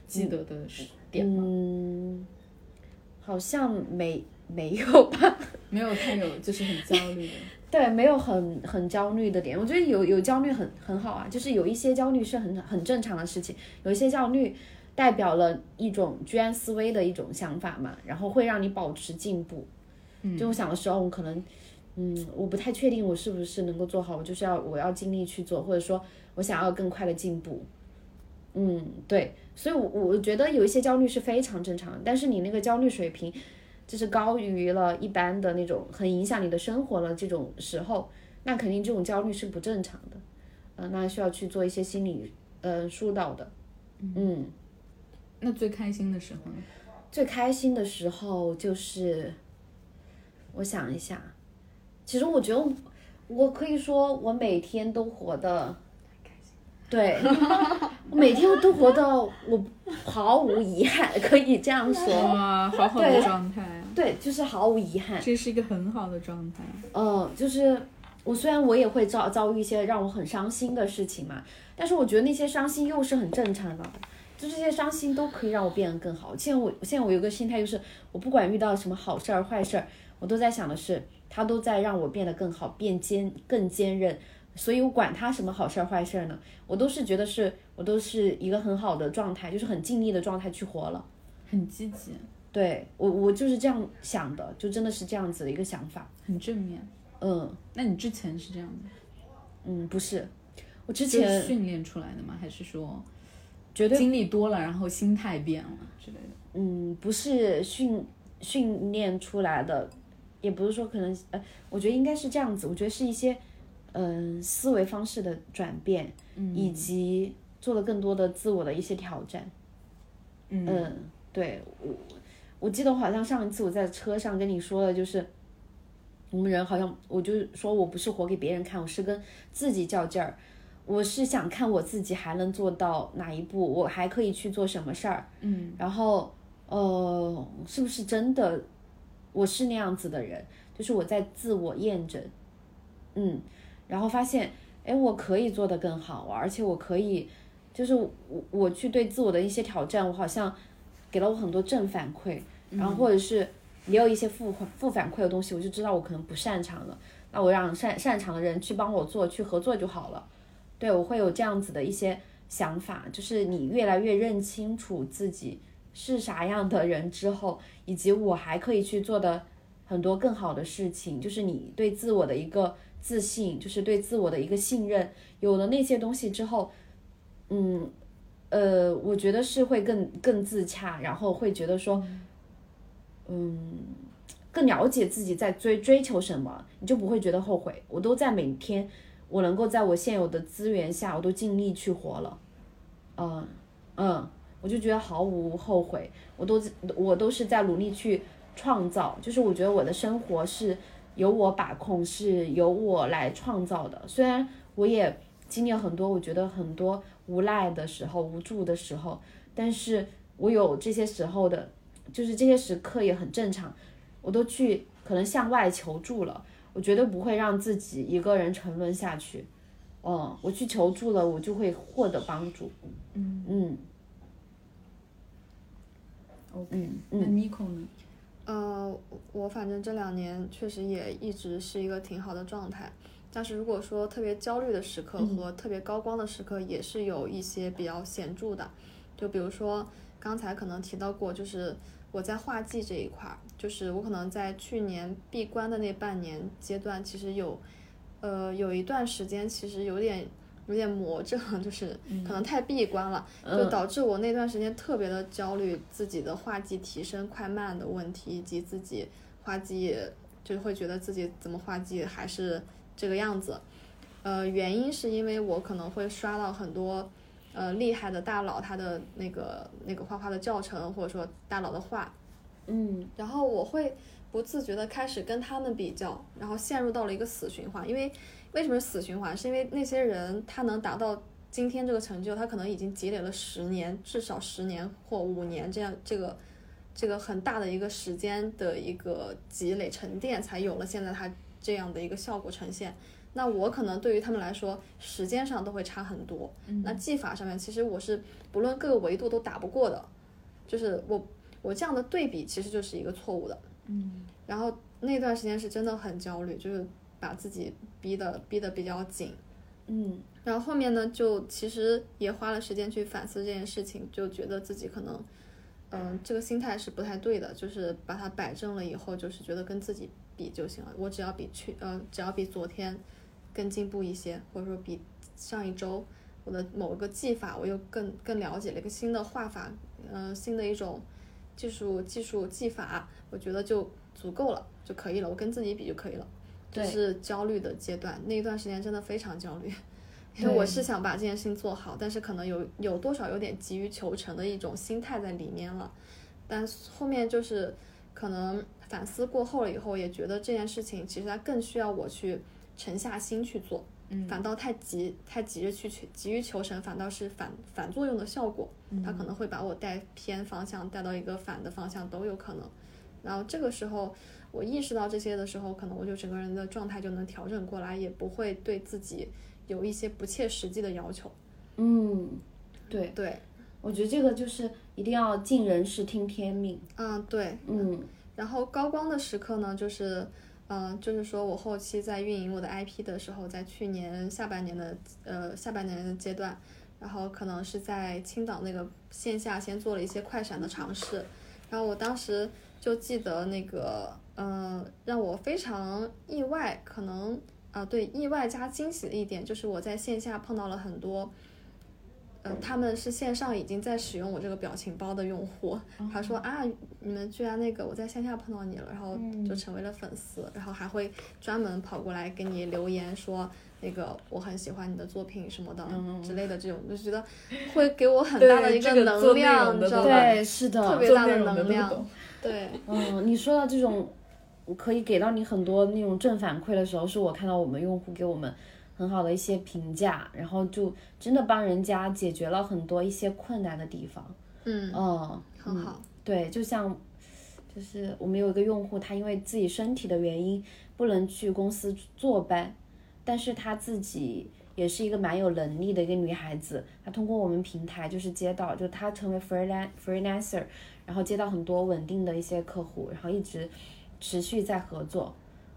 [SPEAKER 1] 记得的时点吗？
[SPEAKER 2] 嗯，好像没没有吧？
[SPEAKER 1] 没有太有，就是很焦虑的。
[SPEAKER 2] 对，没有很很焦虑的点。我觉得有有焦虑很很好啊，就是有一些焦虑是很很正常的事情，有一些焦虑代表了一种居安思危的一种想法嘛，然后会让你保持进步。就我小的时候，我可能。嗯，我不太确定我是不是能够做好，我就是要我要尽力去做，或者说我想要更快的进步。嗯，对，所以我，我觉得有一些焦虑是非常正常的，但是你那个焦虑水平，就是高于了一般的那种，很影响你的生活了这种时候，那肯定这种焦虑是不正常的，呃，那需要去做一些心理呃疏导的，嗯，
[SPEAKER 1] 那最开心的时候呢？
[SPEAKER 2] 最开心的时候就是，我想一下，其实我觉得我我可以说我每天都活的，对， 我每天都活的我毫无遗憾，可以这样 说，
[SPEAKER 1] 哇，好好的状态啊！
[SPEAKER 2] 对，嗯就是毫无遗憾。
[SPEAKER 1] 这是一个很好的状态。
[SPEAKER 2] 嗯，就是我虽然我也会遭遭遇一些让我很伤心的事情嘛，但是我觉得那些伤心又是很正常的，就这些伤心都可以让我变得更好。现在我现在我有个心态就是，我不管遇到什么好事儿坏事儿，我都在想的是，它都在让我变得更好，变坚更坚韧。所以我管它什么好事儿坏事儿呢，我都是觉得是我都是一个很好的状态，就是很尽力的状态去活了。
[SPEAKER 1] 很积极，
[SPEAKER 2] 对我我就是这样想的，就真的是这样子的一个想法。
[SPEAKER 1] 很正面。
[SPEAKER 2] 嗯
[SPEAKER 1] 那你之前是这样的，
[SPEAKER 2] 嗯，不是，我之
[SPEAKER 1] 就
[SPEAKER 2] 前
[SPEAKER 1] 是训练出来的吗？还是说
[SPEAKER 2] 绝对
[SPEAKER 1] 经历多了，然后心态变了之类的？
[SPEAKER 2] 嗯，不是训训练出来的，也不是说可能呃，我觉得应该是这样子，我觉得是一些嗯、思维方式的转变，
[SPEAKER 1] 嗯
[SPEAKER 2] 以及做了更多的自我的一些挑战。嗯对我我记得我好像上一次我在车上跟你说的就是。我们人好像，我就说我不是活给别人看，我是跟自己较劲儿。我是想看我自己还能做到哪一步，我还可以去做什么事儿。嗯，然后呃，是不是真的我是那样子的人？就是我在自我验证，嗯，然后发现，哎，我可以做得更好，而且我可以，就是我我去对自我的一些挑战，我好像给了我很多正反馈，然后或者是也有一些负负反馈的东西，我就知道我可能不擅长了，那我让擅擅长的人去帮我做，去合作就好了。对，我会有这样子的一些想法，就是你越来越认清楚自己是啥样的人之后，以及我还可以去做的很多更好的事情，就是你对自我的一个自信，就是对自我的一个信任，有了那些东西之后，嗯，呃，我觉得是会更更自洽，然后会觉得说，嗯。更了解自己在追追求什么，你就不会觉得后悔。我都在每天，我能够在我现有的资源下，我都尽力去活了。嗯嗯，我就觉得毫无后悔，我都我都是在努力去创造，就是我觉得我的生活是由我把控，是由我来创造的。虽然我也经历了很多，我觉得很多无奈的时候、无助的时候，但是我有这些时候的，就是这些时刻也很正常，我都去可能向外求助了，我绝对不会让自己一个人沉沦下去。嗯，我去求助了，我就会获得帮助。嗯嗯。嗯
[SPEAKER 1] 那
[SPEAKER 2] 嗯
[SPEAKER 1] Nico 呢？
[SPEAKER 3] 呃，我反正这两年确实也一直是一个挺好的状态，但是如果说特别焦虑的时刻和特别高光的时刻，也是有一些比较显著的。就比如说刚才可能提到过，就是我在画技这一块儿，就是我可能在去年闭关的那半年阶段，其实有，呃，有一段时间其实有点有点魔怔，就是可能太闭关了，就导致我那段时间特别的焦虑，自己的画技提升快慢的问题，以及自己画技就是会觉得自己怎么画技还是这个样子。呃，原因是因为我可能会刷到很多呃厉害的大佬他的那个那个画画的教程，或者说大佬的画，
[SPEAKER 2] 嗯
[SPEAKER 3] 然后我会不自觉的开始跟他们比较，然后陷入到了一个死循环。因为为什么是死循环？是因为那些人他能达到今天这个成就，他可能已经积累了十年，至少十年或五年这样这个这个很大的一个时间的一个积累沉淀，才有了现在他这样的一个效果呈现。那我可能对于他们来说，时间上都会差很多。那技法上面，其实我是不论各个维度都打不过的，就是我我这样的对比其实就是一个错误的。嗯，然后那段时间是真的很焦虑，就是把自己逼得逼得比较紧。
[SPEAKER 2] 嗯
[SPEAKER 3] 然后后面呢，就其实也花了时间去反思这件事情，就觉得自己可能嗯，这个心态是不太对的，就是把它摆正了以后，就是觉得跟自己比就行了，我只要比去，呃，只要比昨天更进步一些，或者说比上一周我的某个技法我又更更了解了一个新的画法，呃，新的一种技术技术技法，我觉得就足够了就可以了，我跟自己比就可以了。这是焦虑的阶段，那一段时间真的非常焦虑。因为我是想把这件事情做好，但是可能有有多少有点急于求成的一种心态在里面了。但后面就是可能反思过后了以后，也觉得这件事情其实它更需要我去沉下心去做。嗯，反倒太急太急着去急于求成，反倒是反反作用的效果。它可能会把我带偏方向，带到一个反的方向都有可能。然后这个时候我意识到这些的时候，可能我就整个人的状态就能调整过来，也不会对自己。有一些不切实际的要求，
[SPEAKER 2] 嗯，对
[SPEAKER 3] 对，
[SPEAKER 2] 我觉得这个就是一定要尽人事听天命，
[SPEAKER 3] 嗯对，
[SPEAKER 2] 嗯，
[SPEAKER 3] 然后高光的时刻呢，就是嗯、呃，就是说我后期在运营我的 IP 的时候，在去年下半年的呃下半年的阶段，然后可能是在青岛那个线下先做了一些快闪的尝试，然后我当时就记得那个嗯、呃，让我非常意外，可能。啊，对，意外加惊喜的一点就是我在线下碰到了很多，呃，他们是线上已经在使用我这个表情包的用户，他说啊，你们居然那个我在线下碰到你了，然后就成为了粉丝，然后还会专门跑过来给你留言说那个我很喜欢你的作品什么的之类的这种，就觉得会给我很大的一
[SPEAKER 1] 个
[SPEAKER 3] 能量，你知道吧？
[SPEAKER 2] 对，是的，
[SPEAKER 3] 特别大的能量，对，
[SPEAKER 2] 嗯，你说到这种。可以给到你很多那种正反馈的时候，是我看到我们用户给我们很好的一些评价，然后就真的帮人家解决了很多一些困难的地方。
[SPEAKER 3] 嗯
[SPEAKER 2] 嗯，
[SPEAKER 3] 很好。
[SPEAKER 2] 对，就像就是我们有一个用户，他因为自己身体的原因不能去公司坐班，但是他自己也是一个蛮有能力的一个女孩子，她通过我们平台就是接到，就她成为 freelan freelancer，然后接到很多稳定的一些客户，然后一直。持续在合作，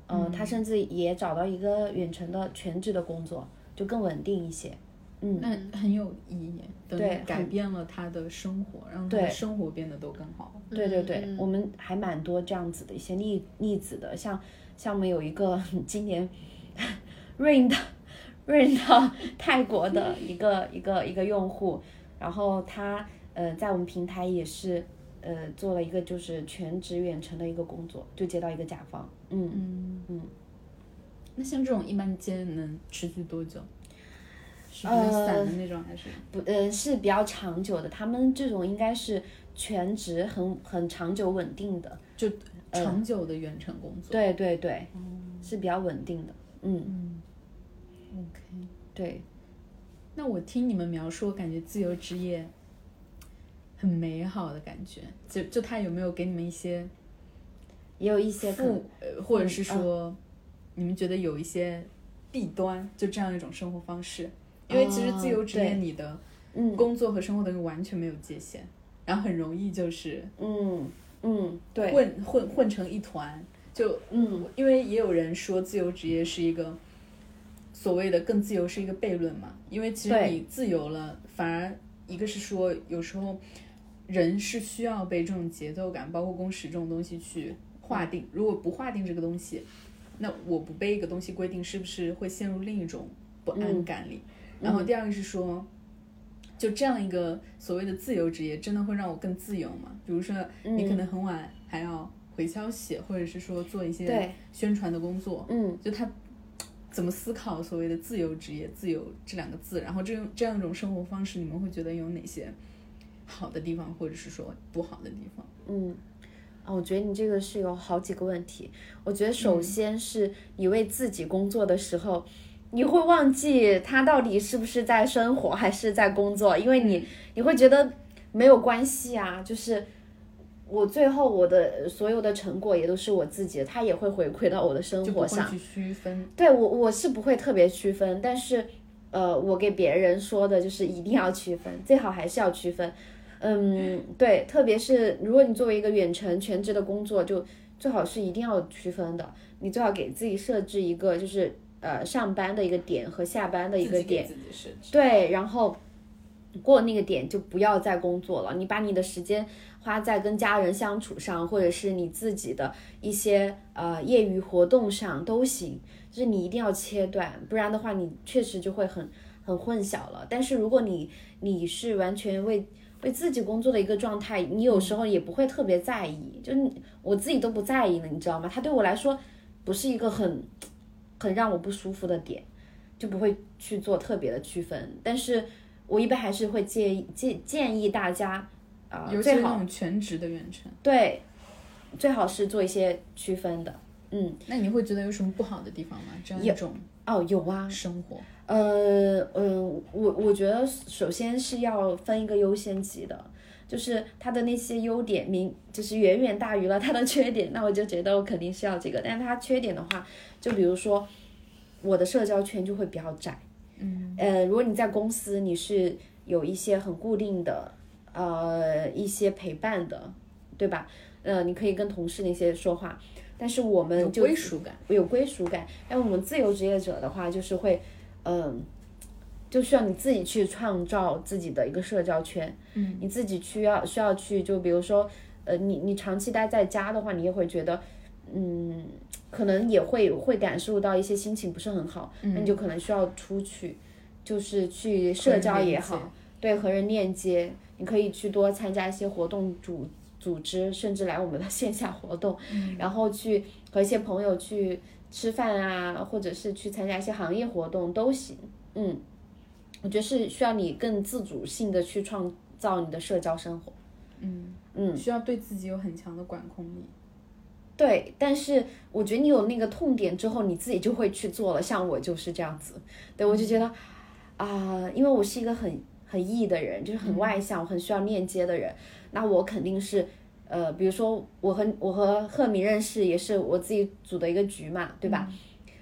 [SPEAKER 2] 嗯、呃，他甚至也找到一个远程的全职的工作，就更稳定一些。嗯，
[SPEAKER 1] 那很有意义，等于
[SPEAKER 2] 对
[SPEAKER 1] 改
[SPEAKER 2] 很
[SPEAKER 1] 变了他的生活，让他
[SPEAKER 2] 对
[SPEAKER 1] 的生活变得都更好。
[SPEAKER 2] 对对对，
[SPEAKER 3] 嗯
[SPEAKER 2] 我们还蛮多这样子的一些例例子的，像像我们有一个 今年 rain 到 rain 到 泰国的一个一个一个用户，然后他呃在我们平台也是呃做了一个就是全职远程的一个工作，就接到一个甲方，嗯。
[SPEAKER 1] 嗯
[SPEAKER 2] 嗯。
[SPEAKER 1] 那像这种一般间能持续多久？是比较
[SPEAKER 2] 呃
[SPEAKER 1] 散的那种还是？
[SPEAKER 2] 不，呃，是比较长久的。他们这种应该是全职很，很长久稳定的。呃
[SPEAKER 1] 就长久的远程工作。嗯
[SPEAKER 2] 对对对，是比较稳定的。嗯，
[SPEAKER 1] OK，
[SPEAKER 2] 对，
[SPEAKER 1] 那我听你们描述，我感觉自由职业很美好的感觉。就就他有没有给你们一些
[SPEAKER 2] 也有一些可嗯
[SPEAKER 1] 负，呃或者是说你们觉得有一些弊端，就这样一种生活方式？因为
[SPEAKER 2] 嗯
[SPEAKER 1] 其实自由职业
[SPEAKER 2] 哦对
[SPEAKER 1] 你的
[SPEAKER 2] 嗯
[SPEAKER 1] 工作和生活等于完全没有界限，然后很容易就是
[SPEAKER 2] 嗯嗯，对，
[SPEAKER 1] 混混混成一团。就
[SPEAKER 2] 嗯
[SPEAKER 1] 因为也有人说自由职业是一个所谓的更自由是一个悖论嘛，因为其实
[SPEAKER 2] 对
[SPEAKER 1] 你自由了，反而一个是说有时候人是需要被这种节奏感，包括工时这种东西去划定，如果不划定这个东西，那我不被一个东西规定，是不是会陷入另一种不
[SPEAKER 2] 嗯
[SPEAKER 1] 安感里？然后第二个是说。就这样一个所谓的自由职业，真的会让我更自由吗？比如说，你
[SPEAKER 2] 嗯
[SPEAKER 1] 可能很晚还要回消息，或者是说做一些
[SPEAKER 2] 对，
[SPEAKER 1] 宣传的工作，
[SPEAKER 2] 嗯
[SPEAKER 1] 就他怎么思考所谓的自由职业、自由这两个字，然后这种这样一种生活方式，你们会觉得有哪些好的地方，或者是说不好的地方？
[SPEAKER 2] 嗯。啊，我觉得你这个是有好几个问题。我觉得首
[SPEAKER 1] 嗯
[SPEAKER 2] 先是你为自己工作的时候，你会忘记他到底是不是在生活还是在工作，因为你
[SPEAKER 1] 嗯
[SPEAKER 2] 你会觉得没有关系啊，就是我最后我的所有的成果也都是我自己的，它也会回馈到我的生
[SPEAKER 1] 就不
[SPEAKER 2] 活
[SPEAKER 1] 会
[SPEAKER 2] 上。
[SPEAKER 1] 去区分，
[SPEAKER 2] 对我我是不会特别区分，但是呃，我给别人说的就是一定要区分，最好还是要区分。嗯，对，特别是如果你作为一个远程全职的工作，就最好是一定要区分的。你最好给自己设置一个就是呃上班的一个点和下班的一个
[SPEAKER 1] 自己
[SPEAKER 2] 点
[SPEAKER 1] 给，自己设置。
[SPEAKER 2] 对，然后过那个点就不要再工作了，你把你的时间花在跟家人相处上，或者是你自己的一些呃业余活动上都行，就是你一定要切断，不然的话你确实就会很很混淆了。但是如果你你是完全为为自己工作的一个状态，你有时候也不会特别在意，就你我自己都不在意了，你知道吗？它对我来说不是一个很很让我不舒服的点，就不会去做特别的区分，但是。我一般还是会建议建建议大家，啊、呃，
[SPEAKER 1] 尤其
[SPEAKER 2] 最
[SPEAKER 1] 那
[SPEAKER 2] 好
[SPEAKER 1] 种全职的远程，
[SPEAKER 2] 对，最好是做一些区分的。嗯，
[SPEAKER 1] 那你会觉得有什么不好的地方吗？这样一种
[SPEAKER 2] 哦，有啊，
[SPEAKER 1] 生活，
[SPEAKER 2] 呃，嗯，我我觉得首先是要分一个优先级的，就是它的那些优点明就是远远大于了它的缺点，那我就觉得我肯定是要这个。但是它缺点的话，就比如说我的社交圈就会比较窄，嗯，呃，如果你在公司你是有一些很固定的呃一些陪伴的，对吧？呃，你可以跟同事那些说话，但是我
[SPEAKER 1] 有
[SPEAKER 2] 们就
[SPEAKER 1] 归属感。
[SPEAKER 2] 有归属感。但我们自由职业者的话，就是会，嗯，就需要你自己去创造自己的一个社交圈，嗯，你自己需要需要去，就比如说，呃，你你长期待在家的话，你也会觉得，嗯，可能也会会感受到一些心情不是很好，那你就可能需要出去，就是去社交也
[SPEAKER 1] 嗯和人
[SPEAKER 2] 好
[SPEAKER 1] 连，
[SPEAKER 2] 对和人链接，你可以去多参加一些活动组组织，甚至来我们的 线下活动， 然后去和一些朋友去吃饭啊，或者是去参加一些行业活动都行。嗯，我觉得是需要你更自主性的去创造你的社交生活。
[SPEAKER 1] 嗯
[SPEAKER 2] 嗯，
[SPEAKER 1] 需要对自己有很强的管控力。
[SPEAKER 2] 对，但是我觉得你有那个痛点之后，你自己就会去做了。像我就是这样子，对我就觉得啊、因为我是一个很很 E 的人，就是很外向，我很需要链接的人。那我肯定是，呃，比如说我和我和赫敏认识也是我自己组的一个局嘛，对吧？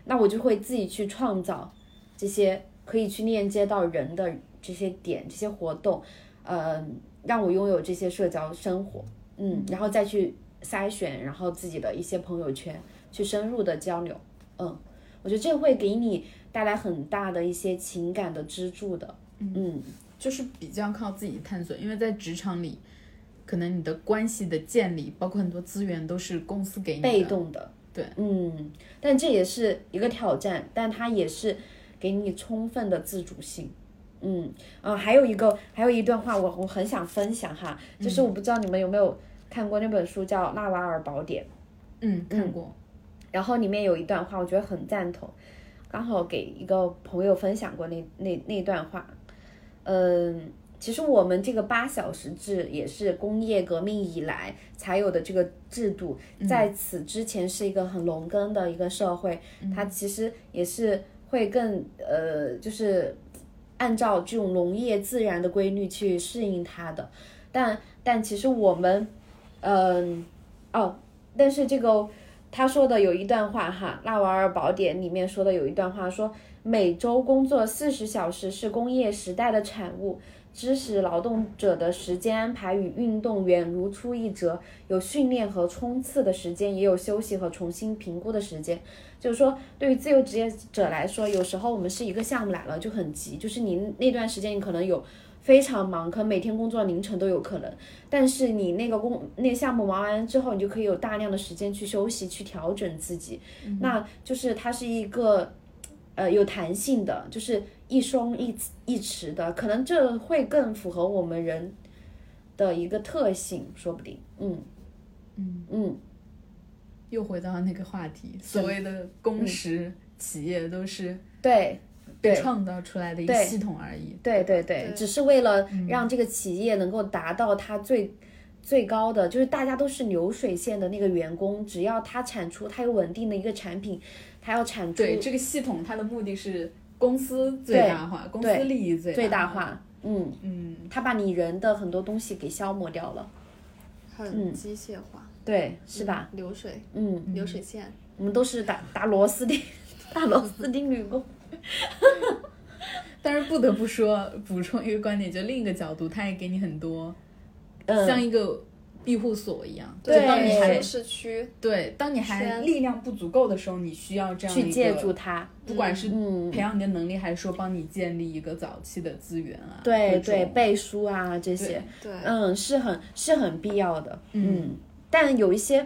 [SPEAKER 2] 那我就会自己去创造这些可以去链接到人的这些点、这些活动，呃，让我拥有这些社交生活，嗯，然后再去筛选，然后自己的一些朋友圈去深入的交流，嗯，我觉得这会给你带来很大的一些情感的支柱的，嗯，
[SPEAKER 1] 就是比较靠自己探索，因为在职场里，可能你的关系的建立，包括很多资源都是公司给你的，
[SPEAKER 2] 被动的，
[SPEAKER 1] 对，
[SPEAKER 2] 嗯，但这也是一个挑战，但它也是给你充分的自主性。嗯，啊，还有一个，还有一段话我，我很想分享哈，就是我不知道你们有没有看过那本书叫《纳瓦尔宝典》。
[SPEAKER 1] 嗯，看过，
[SPEAKER 2] 然后里面有一段话，我觉得很赞同，刚好给一个朋友分享过那那那段话。嗯，其实我们这个八小时制也是工业革命以来才有的这个制度，在此之前是一个很农耕的一个社会，它其实也是会更呃，就是按照这种农业自然的规律去适应它的。但但其实我们，嗯、哦，但是这个他说的有一段话哈，《纳瓦尔宝典》里面说的有一段话说，每周工作四十小时是工业时代的产物。知识劳动者的时间安排与运动员如出一辙，有训练和冲刺的时间，也有休息和重新评估的时间。就是说，对于自由职业者来说，有时候我们是一个项目来了就很急，就是你那段时间你可能有非常忙，可能每天工作凌晨都有可能。但是你那个工那个项目忙完之后，你就可以有大量的时间去休息、去调整自己。那就是它是一个呃有弹性的，就是一松一一弛的，可能这会更符合我们人的一个特性，说不定。嗯嗯嗯，
[SPEAKER 1] 又回到那个话题，所谓的工时企业都是
[SPEAKER 2] 对
[SPEAKER 1] 被
[SPEAKER 2] 对
[SPEAKER 1] 创造出来的一个
[SPEAKER 2] 对
[SPEAKER 1] 系统而已。
[SPEAKER 2] 对对对
[SPEAKER 3] 对，
[SPEAKER 2] 只是为了
[SPEAKER 1] 嗯
[SPEAKER 2] 让这个企业能够达到它最。最高的就是大家都是流水线的那个员工，只要他产出，他有稳定的一个产品，他要产出
[SPEAKER 1] 对，这个系统它的目的是公司最大化，公司
[SPEAKER 2] 对
[SPEAKER 1] 利益最
[SPEAKER 2] 最大
[SPEAKER 1] 化。
[SPEAKER 2] 化。嗯，
[SPEAKER 1] 嗯，
[SPEAKER 2] 他把你人的很多东西给消磨掉了，
[SPEAKER 3] 很机械化，
[SPEAKER 2] 对，嗯是吧？
[SPEAKER 3] 流水
[SPEAKER 2] 嗯，
[SPEAKER 3] 流水线，
[SPEAKER 2] 我们都是打打螺丝钉， 打螺丝钉女工。
[SPEAKER 1] 但是不得不说，补充一个观点，就另一个角度，它也给你很多
[SPEAKER 2] 嗯，
[SPEAKER 1] 像一个庇护所一样，
[SPEAKER 2] 对
[SPEAKER 1] 就当你还
[SPEAKER 3] 舒适区，
[SPEAKER 1] 对，当你还
[SPEAKER 3] 圈
[SPEAKER 1] 力量不足够的时候，你需要这样一
[SPEAKER 2] 去
[SPEAKER 1] 个
[SPEAKER 2] 借助它。
[SPEAKER 1] 不管是
[SPEAKER 2] 嗯
[SPEAKER 1] 培养你的能力，还是说帮你建立一个早期的资源啊，
[SPEAKER 2] 对
[SPEAKER 1] 各种
[SPEAKER 2] 对，背书啊这些，
[SPEAKER 3] 对
[SPEAKER 2] 嗯，是很是很必要的，
[SPEAKER 1] 嗯
[SPEAKER 2] 嗯，但有一些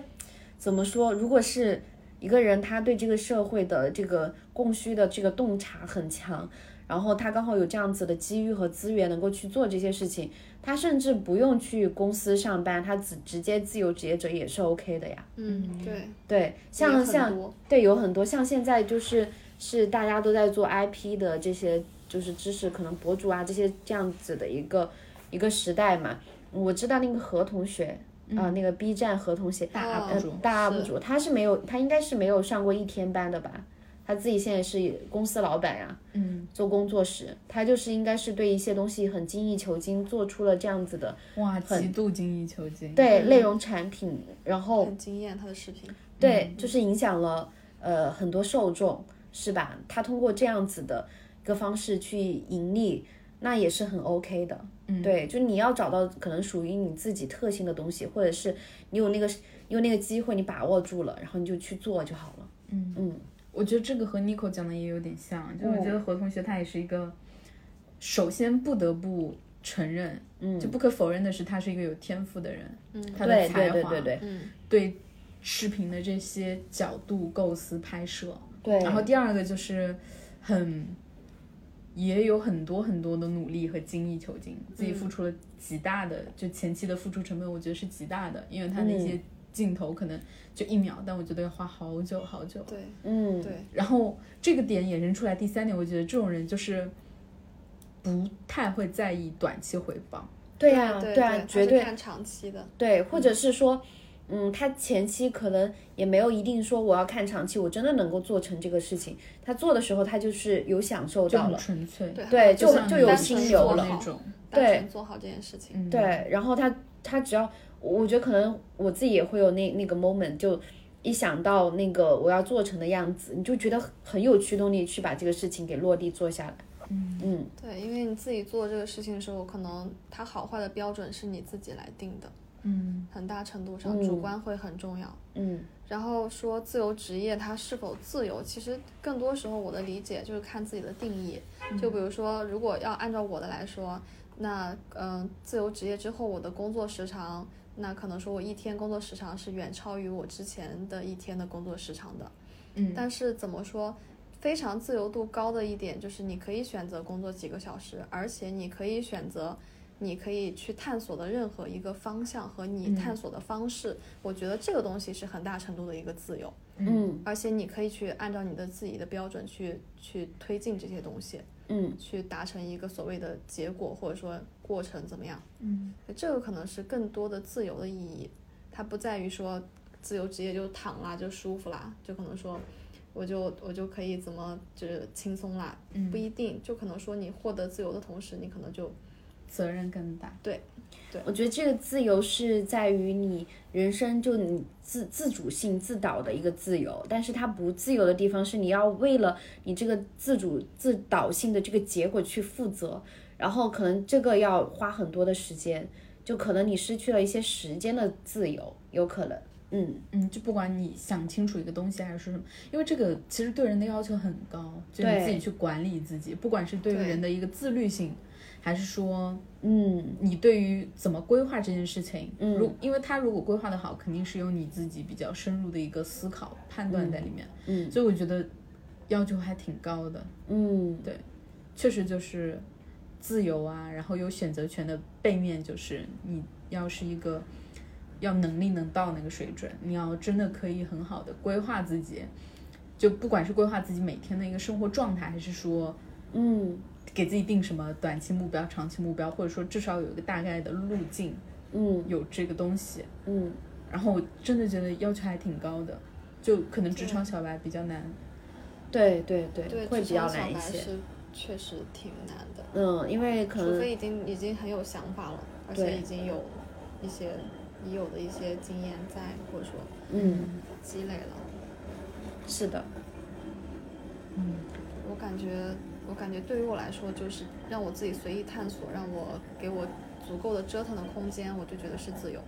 [SPEAKER 2] 怎么说，如果是一个人他对这个社会的这个供需的这个洞察很强，然后他刚好有这样子的机遇和资源能够去做这些事情，他甚至不用去公司上班，他直直接自由职业者也是 OK 的呀。
[SPEAKER 3] 嗯对，
[SPEAKER 2] 对，
[SPEAKER 3] 也
[SPEAKER 2] 像
[SPEAKER 3] 很
[SPEAKER 2] 像
[SPEAKER 3] 多
[SPEAKER 2] 对，有很多像现在就是是大家都在做 IP 的这些就是知识可能博主啊这些这样子的一个一个时代嘛。我知道那个何同学啊、那个 B 站何同学，
[SPEAKER 1] 大
[SPEAKER 3] 嗯
[SPEAKER 1] UP 嗯
[SPEAKER 2] 呃
[SPEAKER 1] 主
[SPEAKER 2] 大
[SPEAKER 1] 是
[SPEAKER 2] UP 主，他是没有，他应该是没有上过一天班的吧？他自己现在是公司老板呀、
[SPEAKER 1] 嗯，
[SPEAKER 2] 做工作室，他就是应该是对一些东西很精益求精，做出了这样子的
[SPEAKER 1] 哇，极度精益求精，
[SPEAKER 2] 对内容产品，然后
[SPEAKER 3] 很惊艳他的视频，
[SPEAKER 2] 对，就是影响了呃很多受众，是吧？他通过这样子的一个方式去盈利，那也是很 OK 的。嗯，对，就你要找到可能属于你自己特性的东西，或者是你有那个你有那个机会，你把握住了，然后你就去做就好了。嗯嗯，
[SPEAKER 1] 我觉得这个和 Nico 讲的也有点像，就我觉得何同学他也是一个，首先不得不承认，嗯，就不可否认的是，他是一个有天赋的人，嗯，他的
[SPEAKER 2] 对
[SPEAKER 1] 才
[SPEAKER 2] 对
[SPEAKER 1] 华，
[SPEAKER 2] 对对对，
[SPEAKER 3] 嗯
[SPEAKER 1] 对视频的这些角度构思拍摄，
[SPEAKER 2] 对
[SPEAKER 1] 然后第二个就是很也有很多很多的努力和精益求精，自己
[SPEAKER 2] 嗯
[SPEAKER 1] 付出了极大的，就前期的付出成本，我觉得是极大的，因为他那些
[SPEAKER 2] 嗯
[SPEAKER 1] 镜头可能就一秒，但我觉得要花好久好久。
[SPEAKER 3] 对
[SPEAKER 2] 嗯
[SPEAKER 3] 对
[SPEAKER 1] 然后这个点衍生出来第三点，我觉得这种人就是不太会在意短期回报。
[SPEAKER 2] 对呀
[SPEAKER 3] 对
[SPEAKER 2] 啊
[SPEAKER 3] 他，
[SPEAKER 2] 绝
[SPEAKER 3] 是
[SPEAKER 2] 对
[SPEAKER 3] 看长期的，
[SPEAKER 2] 对，或者是说，嗯，他前期可能也没有一定说我要看长期，我真的能够做成这个事情。他做的时候，他就是有享受
[SPEAKER 1] 就
[SPEAKER 2] 到
[SPEAKER 1] 很
[SPEAKER 2] 了，
[SPEAKER 1] 纯粹，
[SPEAKER 3] 对
[SPEAKER 2] 对，
[SPEAKER 1] 就
[SPEAKER 2] 就
[SPEAKER 1] 像
[SPEAKER 2] 就
[SPEAKER 1] 你
[SPEAKER 2] 有
[SPEAKER 1] 单
[SPEAKER 2] 心
[SPEAKER 1] 纯
[SPEAKER 2] 流
[SPEAKER 1] 做
[SPEAKER 2] 了
[SPEAKER 1] 那。种，
[SPEAKER 3] 单
[SPEAKER 2] 对
[SPEAKER 3] 纯做好这件事情，
[SPEAKER 1] 嗯，
[SPEAKER 2] 对，然后他他只要，我我觉得可能我自己也会有那那个 moment，就一想到那个我要做成的样子，你就觉得很很有驱动力去把这个事情给落地做下来。嗯嗯，
[SPEAKER 3] 对，因为你自己做这个事情的时候，可能它好坏的标准是你自己来定的，
[SPEAKER 1] 嗯，
[SPEAKER 3] 很大程度上主观会很重要。
[SPEAKER 2] 嗯
[SPEAKER 3] 然后说自由职业它是否自由，其实更多时候我的理解就是看自己的定义。就比如说，如果要按照我的来说，那嗯、呃自由职业之后我的工作时长，那可能说我一天工作时长是远超于我之前的一天的工作时长的。
[SPEAKER 1] 嗯
[SPEAKER 3] 但是怎么说，非常自由度高的一点就是你可以选择工作几个小时，而且你可以选择。你可以去探索的任何一个方向和你探索的方式，我觉得这个东西是很大程度的一个自由，
[SPEAKER 2] 嗯
[SPEAKER 3] 而且你可以去按照你的自己的标准去去推进这些东西，
[SPEAKER 2] 嗯
[SPEAKER 3] 去达成一个所谓的结果或者说过程怎么样，
[SPEAKER 1] 嗯，
[SPEAKER 3] 这个可能是更多的自由的意义，它不在于说自由职业就躺啦就舒服啦，就可能说我就我就可以怎么就是轻松
[SPEAKER 1] 嗯
[SPEAKER 3] 啦，
[SPEAKER 2] 嗯
[SPEAKER 3] 不一定，就可能说你获得自由的同时，你可能就
[SPEAKER 1] 责任更大，
[SPEAKER 2] 我觉得这个自由是在于你人生就你自自主性自导的一个自由，但是它不自由的地方是你要为了你这个自主自导性的这个结果去负责，然后可能这个要花很多的时间，就可能你失去了一些时间的自由，有可能，嗯，
[SPEAKER 1] 嗯，就不管你想清楚一个东西还是什么，因为这个其实对人的要求很高，就你
[SPEAKER 2] 对
[SPEAKER 1] 自己去管理自己，不管是对于
[SPEAKER 3] 对
[SPEAKER 1] 人的一个自律性，还是说
[SPEAKER 2] 嗯，
[SPEAKER 1] 你对于怎么规划这件事情，
[SPEAKER 2] 嗯
[SPEAKER 1] 如因为他如果规划的好，肯定是有你自己比较深入的一个思考判断在里面，
[SPEAKER 2] 嗯
[SPEAKER 1] 所以我觉得要求还挺高的，
[SPEAKER 2] 嗯，
[SPEAKER 1] 对确实就是自由啊，然后有选择权的背面就是你要是一个要能力能到那个水准，你要真的可以很好的规划自己，就不管是规划自己每天的一个生活状态，还是说
[SPEAKER 2] 嗯
[SPEAKER 1] 给自己定什么短期目标、长期目标，或者说至少有一个大概的路径，
[SPEAKER 2] 嗯
[SPEAKER 1] 有这个东西。
[SPEAKER 2] 嗯，
[SPEAKER 1] 然后我真的觉得要求还挺高的，就可能职场小白比较难。
[SPEAKER 2] 对对对，
[SPEAKER 3] 对
[SPEAKER 2] 会
[SPEAKER 3] 职
[SPEAKER 2] 比较
[SPEAKER 3] 场小
[SPEAKER 2] 难一
[SPEAKER 3] 白
[SPEAKER 2] 些，
[SPEAKER 3] 是确实挺难的。
[SPEAKER 2] 嗯，因为可
[SPEAKER 3] 除
[SPEAKER 2] 能
[SPEAKER 3] 非已经已经很有想法了，而
[SPEAKER 2] 对
[SPEAKER 3] 且已经有一些已有的一些经验在，或者说
[SPEAKER 2] 嗯
[SPEAKER 3] 积累了。
[SPEAKER 2] 是的，
[SPEAKER 3] 我感觉，我感觉对于我来说，就是让我自己随意探索，让我给我足够的折腾的空间，我就觉得是自由。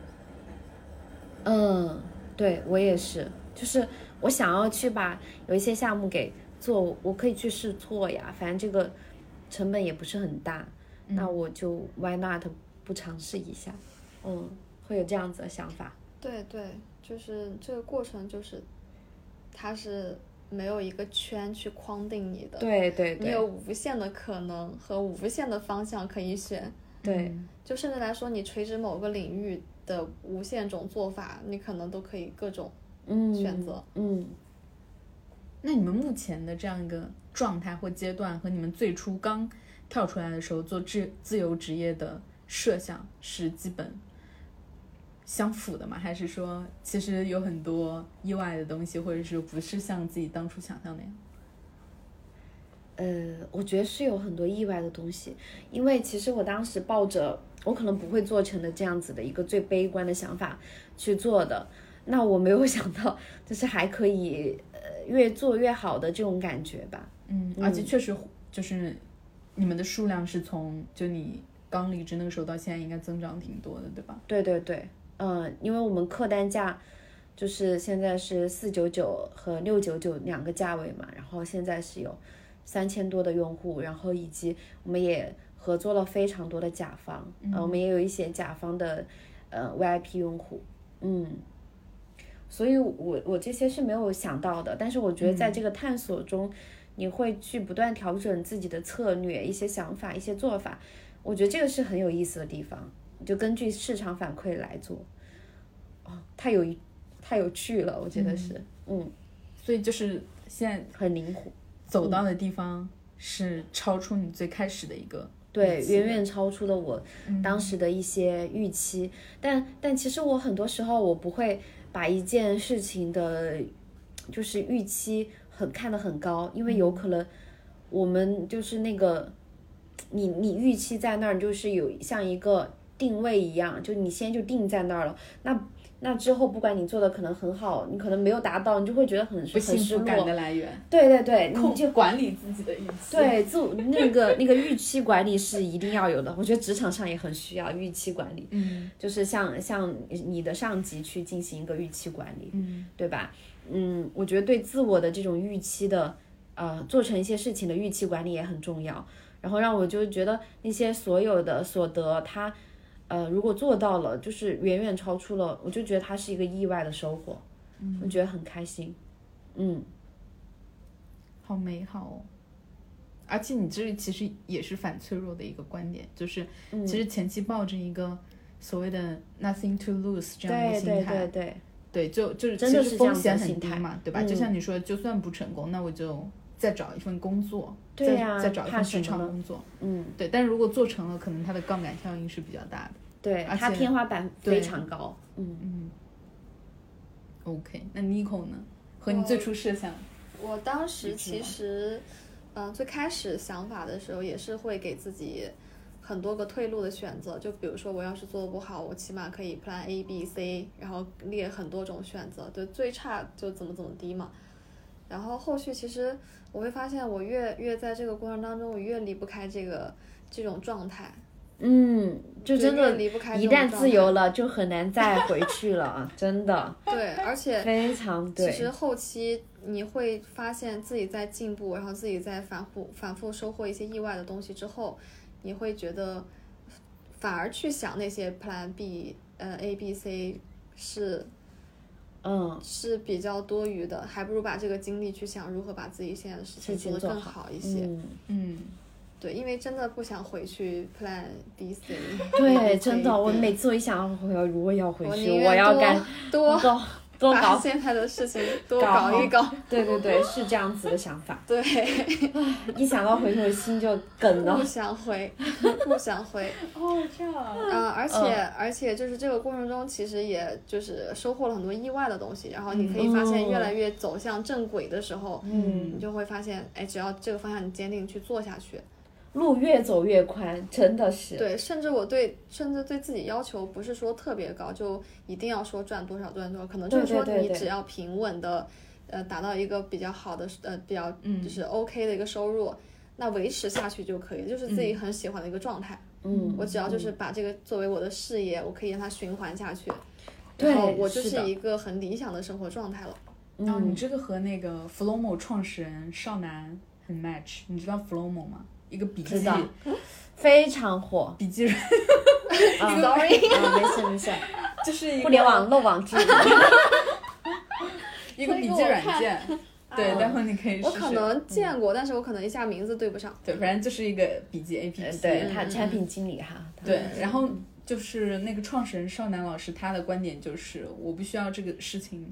[SPEAKER 2] 嗯，对我也是，就是我想要去把有一些项目给做，我可以去试错呀，反正这个成本也不是很大，那我就 why not 不尝试一下？嗯，会有这样子的想法。
[SPEAKER 3] 对对，就是这个过程，就是它是没有一个圈去框定你的，
[SPEAKER 2] 对对
[SPEAKER 3] 你
[SPEAKER 2] 对
[SPEAKER 3] 有无限的可能和无限的方向可以选。
[SPEAKER 2] 对，
[SPEAKER 3] 就甚至来说，你垂直某个领域的无限种做法，你可能都可以各种
[SPEAKER 2] 嗯，
[SPEAKER 3] 选择，
[SPEAKER 2] 嗯，
[SPEAKER 1] 那你们目前的这样一个状态或阶段，和你们最初刚跳出来的时候做自自由职业的设想是基本相符的吗？还是说其实有很多意外的东西，或者是不是像自己当初想象那样？
[SPEAKER 2] 呃，我觉得是有很多意外的东西，因为其实我当时抱着我可能不会做成的这样子的一个最悲观的想法去做的，那我没有 想到就是还可以呃越做越好的这种感觉吧。
[SPEAKER 1] 嗯，而且确实就是你们的数量是从就你刚离职那个时候到现在，应该增长挺多的，对吧？
[SPEAKER 2] 对对对，嗯、因为我们客单价就是现在是四九九和六九九两个价位嘛，然后现在是有三千多的用户，然后以及我们也合作了非常多的甲方，呃，我们也有一些甲方的呃 VIP 用户，嗯。所以我，我这些是没有想到的，但是我觉得在这个探索中，你会去不断调整自己的策略、一些想法、一些做法，我觉得这个是很有意思的地方。就根据市场反馈来做。哦，太有太有趣了，我觉得是，嗯，
[SPEAKER 1] 所以就是现在
[SPEAKER 2] 很灵活，
[SPEAKER 1] 走到的地方是超出你最开始的一嗯个
[SPEAKER 2] 对，
[SPEAKER 1] 期
[SPEAKER 2] 远远超出了我当时的一些预期。但但其实我很多时候我不会把一件事情的，就是预期很看得很高，因为
[SPEAKER 1] 嗯
[SPEAKER 2] 有可能我们就是那个，你你预期在那儿，你就是有像一个定位一样，就你先就定在那儿了，那。那之后，不管你做的可能很好，你可能没有达到，你就会觉得很
[SPEAKER 1] 不
[SPEAKER 2] 很
[SPEAKER 1] 幸
[SPEAKER 2] 失
[SPEAKER 1] 福
[SPEAKER 2] 落。
[SPEAKER 1] 感的来源，
[SPEAKER 2] 对对对，你 就
[SPEAKER 1] 控管理自己的预期。
[SPEAKER 2] 对，自我那个那个预期管理是一定要有的，我觉得职场上也很需要预期管理，嗯，就是向向你的上级去进行一个预期管理，嗯，对吧？嗯，我觉得对自我的这种预期的，呃，做成一些事情的预期管理也很重要。然后让我就觉得那些所有的所得，它，呃，如果做到了，就是远远超出了，我就觉得它是一个意外的收获，嗯，我觉得很开心，嗯，
[SPEAKER 1] 好美好哦。而且你这其实也是反脆弱的一个观点，就是
[SPEAKER 2] 嗯
[SPEAKER 1] 其实前期抱着一个所谓的 nothing to lose 这样一个
[SPEAKER 2] 对
[SPEAKER 1] 心
[SPEAKER 2] 对
[SPEAKER 1] 态，
[SPEAKER 2] 对对。
[SPEAKER 1] 对就就是
[SPEAKER 2] 真的
[SPEAKER 1] 其
[SPEAKER 2] 是
[SPEAKER 1] 实
[SPEAKER 2] 这样
[SPEAKER 1] 风
[SPEAKER 2] 子
[SPEAKER 1] 险
[SPEAKER 2] 的
[SPEAKER 1] 很低
[SPEAKER 2] 心态嗯
[SPEAKER 1] 嘛，对吧？就像你说，就算不成功，那我就再找一份工作，
[SPEAKER 2] 对
[SPEAKER 1] 再
[SPEAKER 2] 呀
[SPEAKER 1] 再找一
[SPEAKER 2] 怕
[SPEAKER 1] 份
[SPEAKER 2] 什
[SPEAKER 1] 职
[SPEAKER 2] 么
[SPEAKER 1] 场
[SPEAKER 2] 呢
[SPEAKER 1] 工作，
[SPEAKER 2] 嗯，
[SPEAKER 1] 对。但如果做成了，可能它的杠杆效应是比较大的。
[SPEAKER 2] 对，
[SPEAKER 1] 而
[SPEAKER 2] 它
[SPEAKER 1] 且
[SPEAKER 2] 天花板
[SPEAKER 1] 对
[SPEAKER 2] 非常高。嗯，
[SPEAKER 1] OK，那 Nico 呢？和你最初设想，
[SPEAKER 3] 我当时其实，嗯、最开始想法的时候也是会给自己很多个退路的选择，就比如说我要是做的不好，我起码可以 plan A、B、C，然后列很多种选择，就最差就怎么怎么低嘛。然后后续其实我会发现，我越越在这个过程当中，我越离不开这个这种状态，
[SPEAKER 2] 嗯，就真
[SPEAKER 3] 越
[SPEAKER 2] 的，
[SPEAKER 3] 离不开这
[SPEAKER 2] 一
[SPEAKER 3] 种
[SPEAKER 2] 旦
[SPEAKER 3] 状
[SPEAKER 2] 自由
[SPEAKER 3] 态
[SPEAKER 2] 了，就很难再回去了啊！真的，
[SPEAKER 3] 对，而且
[SPEAKER 2] 非常
[SPEAKER 3] 其实
[SPEAKER 2] 对，
[SPEAKER 3] 后期你会发现自己在进步，然后自己在反复反复收获一些意外的东西之后，你会觉得反而去想那些 Plan B，呃 A B C 是
[SPEAKER 2] 嗯，
[SPEAKER 3] 是比较多余的，还不如把这个精力去想如何把自己现在的事情
[SPEAKER 2] 事情
[SPEAKER 3] 做得
[SPEAKER 2] 做
[SPEAKER 3] 更
[SPEAKER 2] 好
[SPEAKER 3] 好一些。
[SPEAKER 2] 嗯，
[SPEAKER 1] 嗯，
[SPEAKER 3] 对，因为真的不想回去 Plan B C。
[SPEAKER 2] 对，真的，我每次我一想要回，如果要回
[SPEAKER 3] 我
[SPEAKER 2] 去，
[SPEAKER 3] 宁
[SPEAKER 2] 我
[SPEAKER 3] 愿
[SPEAKER 2] 要
[SPEAKER 3] 多
[SPEAKER 2] 干
[SPEAKER 3] 多
[SPEAKER 2] 多多
[SPEAKER 3] 把
[SPEAKER 2] 搞，
[SPEAKER 3] 现在的事情多
[SPEAKER 2] 搞
[SPEAKER 3] 搞一
[SPEAKER 2] 好
[SPEAKER 3] 搞，
[SPEAKER 2] 对对对，是这样子的想法。
[SPEAKER 3] 对。
[SPEAKER 2] 一想到回去，我心就梗了
[SPEAKER 3] 不。想回，不想回。
[SPEAKER 1] 哦，这
[SPEAKER 2] 啊
[SPEAKER 1] 样，
[SPEAKER 3] 嗯，而且、而且就是这个过程中，其实也就是收获了很多意外的东西。然后你可以发现，
[SPEAKER 2] 嗯
[SPEAKER 3] 越来越走向正轨的时候，你
[SPEAKER 2] 嗯，
[SPEAKER 3] 就会发现，哎，只要这个方向你坚定去做下去，
[SPEAKER 2] 路越走越宽，真的是。
[SPEAKER 3] 对，甚至我对甚至对自己要求不是说特别高，就一定要说赚多少赚多少，可能就是
[SPEAKER 2] 对
[SPEAKER 3] 说
[SPEAKER 2] 对对
[SPEAKER 3] 你
[SPEAKER 2] 对
[SPEAKER 3] 只要平稳的，呃，达到一个比较好的呃比较
[SPEAKER 2] 嗯
[SPEAKER 3] 就是 OK 的一个收入，那维持下去就可以，就是自己很喜欢的一个状态。
[SPEAKER 2] 嗯，
[SPEAKER 3] 我只要就是把这个作为我的事业，我可以让它循环下去。
[SPEAKER 2] 对
[SPEAKER 3] 然后我就是
[SPEAKER 2] 哎的
[SPEAKER 3] 是一个很理想的生活状态了。
[SPEAKER 1] 然后你这个和那个 Flomo 创始人少男很 match，你知道 Flomo 吗？一个笔记
[SPEAKER 2] 知道非常火。
[SPEAKER 1] 笔记软，
[SPEAKER 2] 啊
[SPEAKER 1] Sorry
[SPEAKER 2] 啊，没事没事，
[SPEAKER 1] 就是一个
[SPEAKER 2] 互联网漏网之鱼。
[SPEAKER 1] 一个笔记软件。对，待会儿你可以试试。嗯
[SPEAKER 3] 我可
[SPEAKER 2] 嗯
[SPEAKER 3] 能见过，但是我可能一下名字对不上。
[SPEAKER 1] 对，反正就是一个笔记 A P
[SPEAKER 2] 呃
[SPEAKER 1] P。
[SPEAKER 2] 对他产品经理哈，
[SPEAKER 1] 嗯对，然后就是那个创始人少男老师，他的观点就是，我不需要这个事情，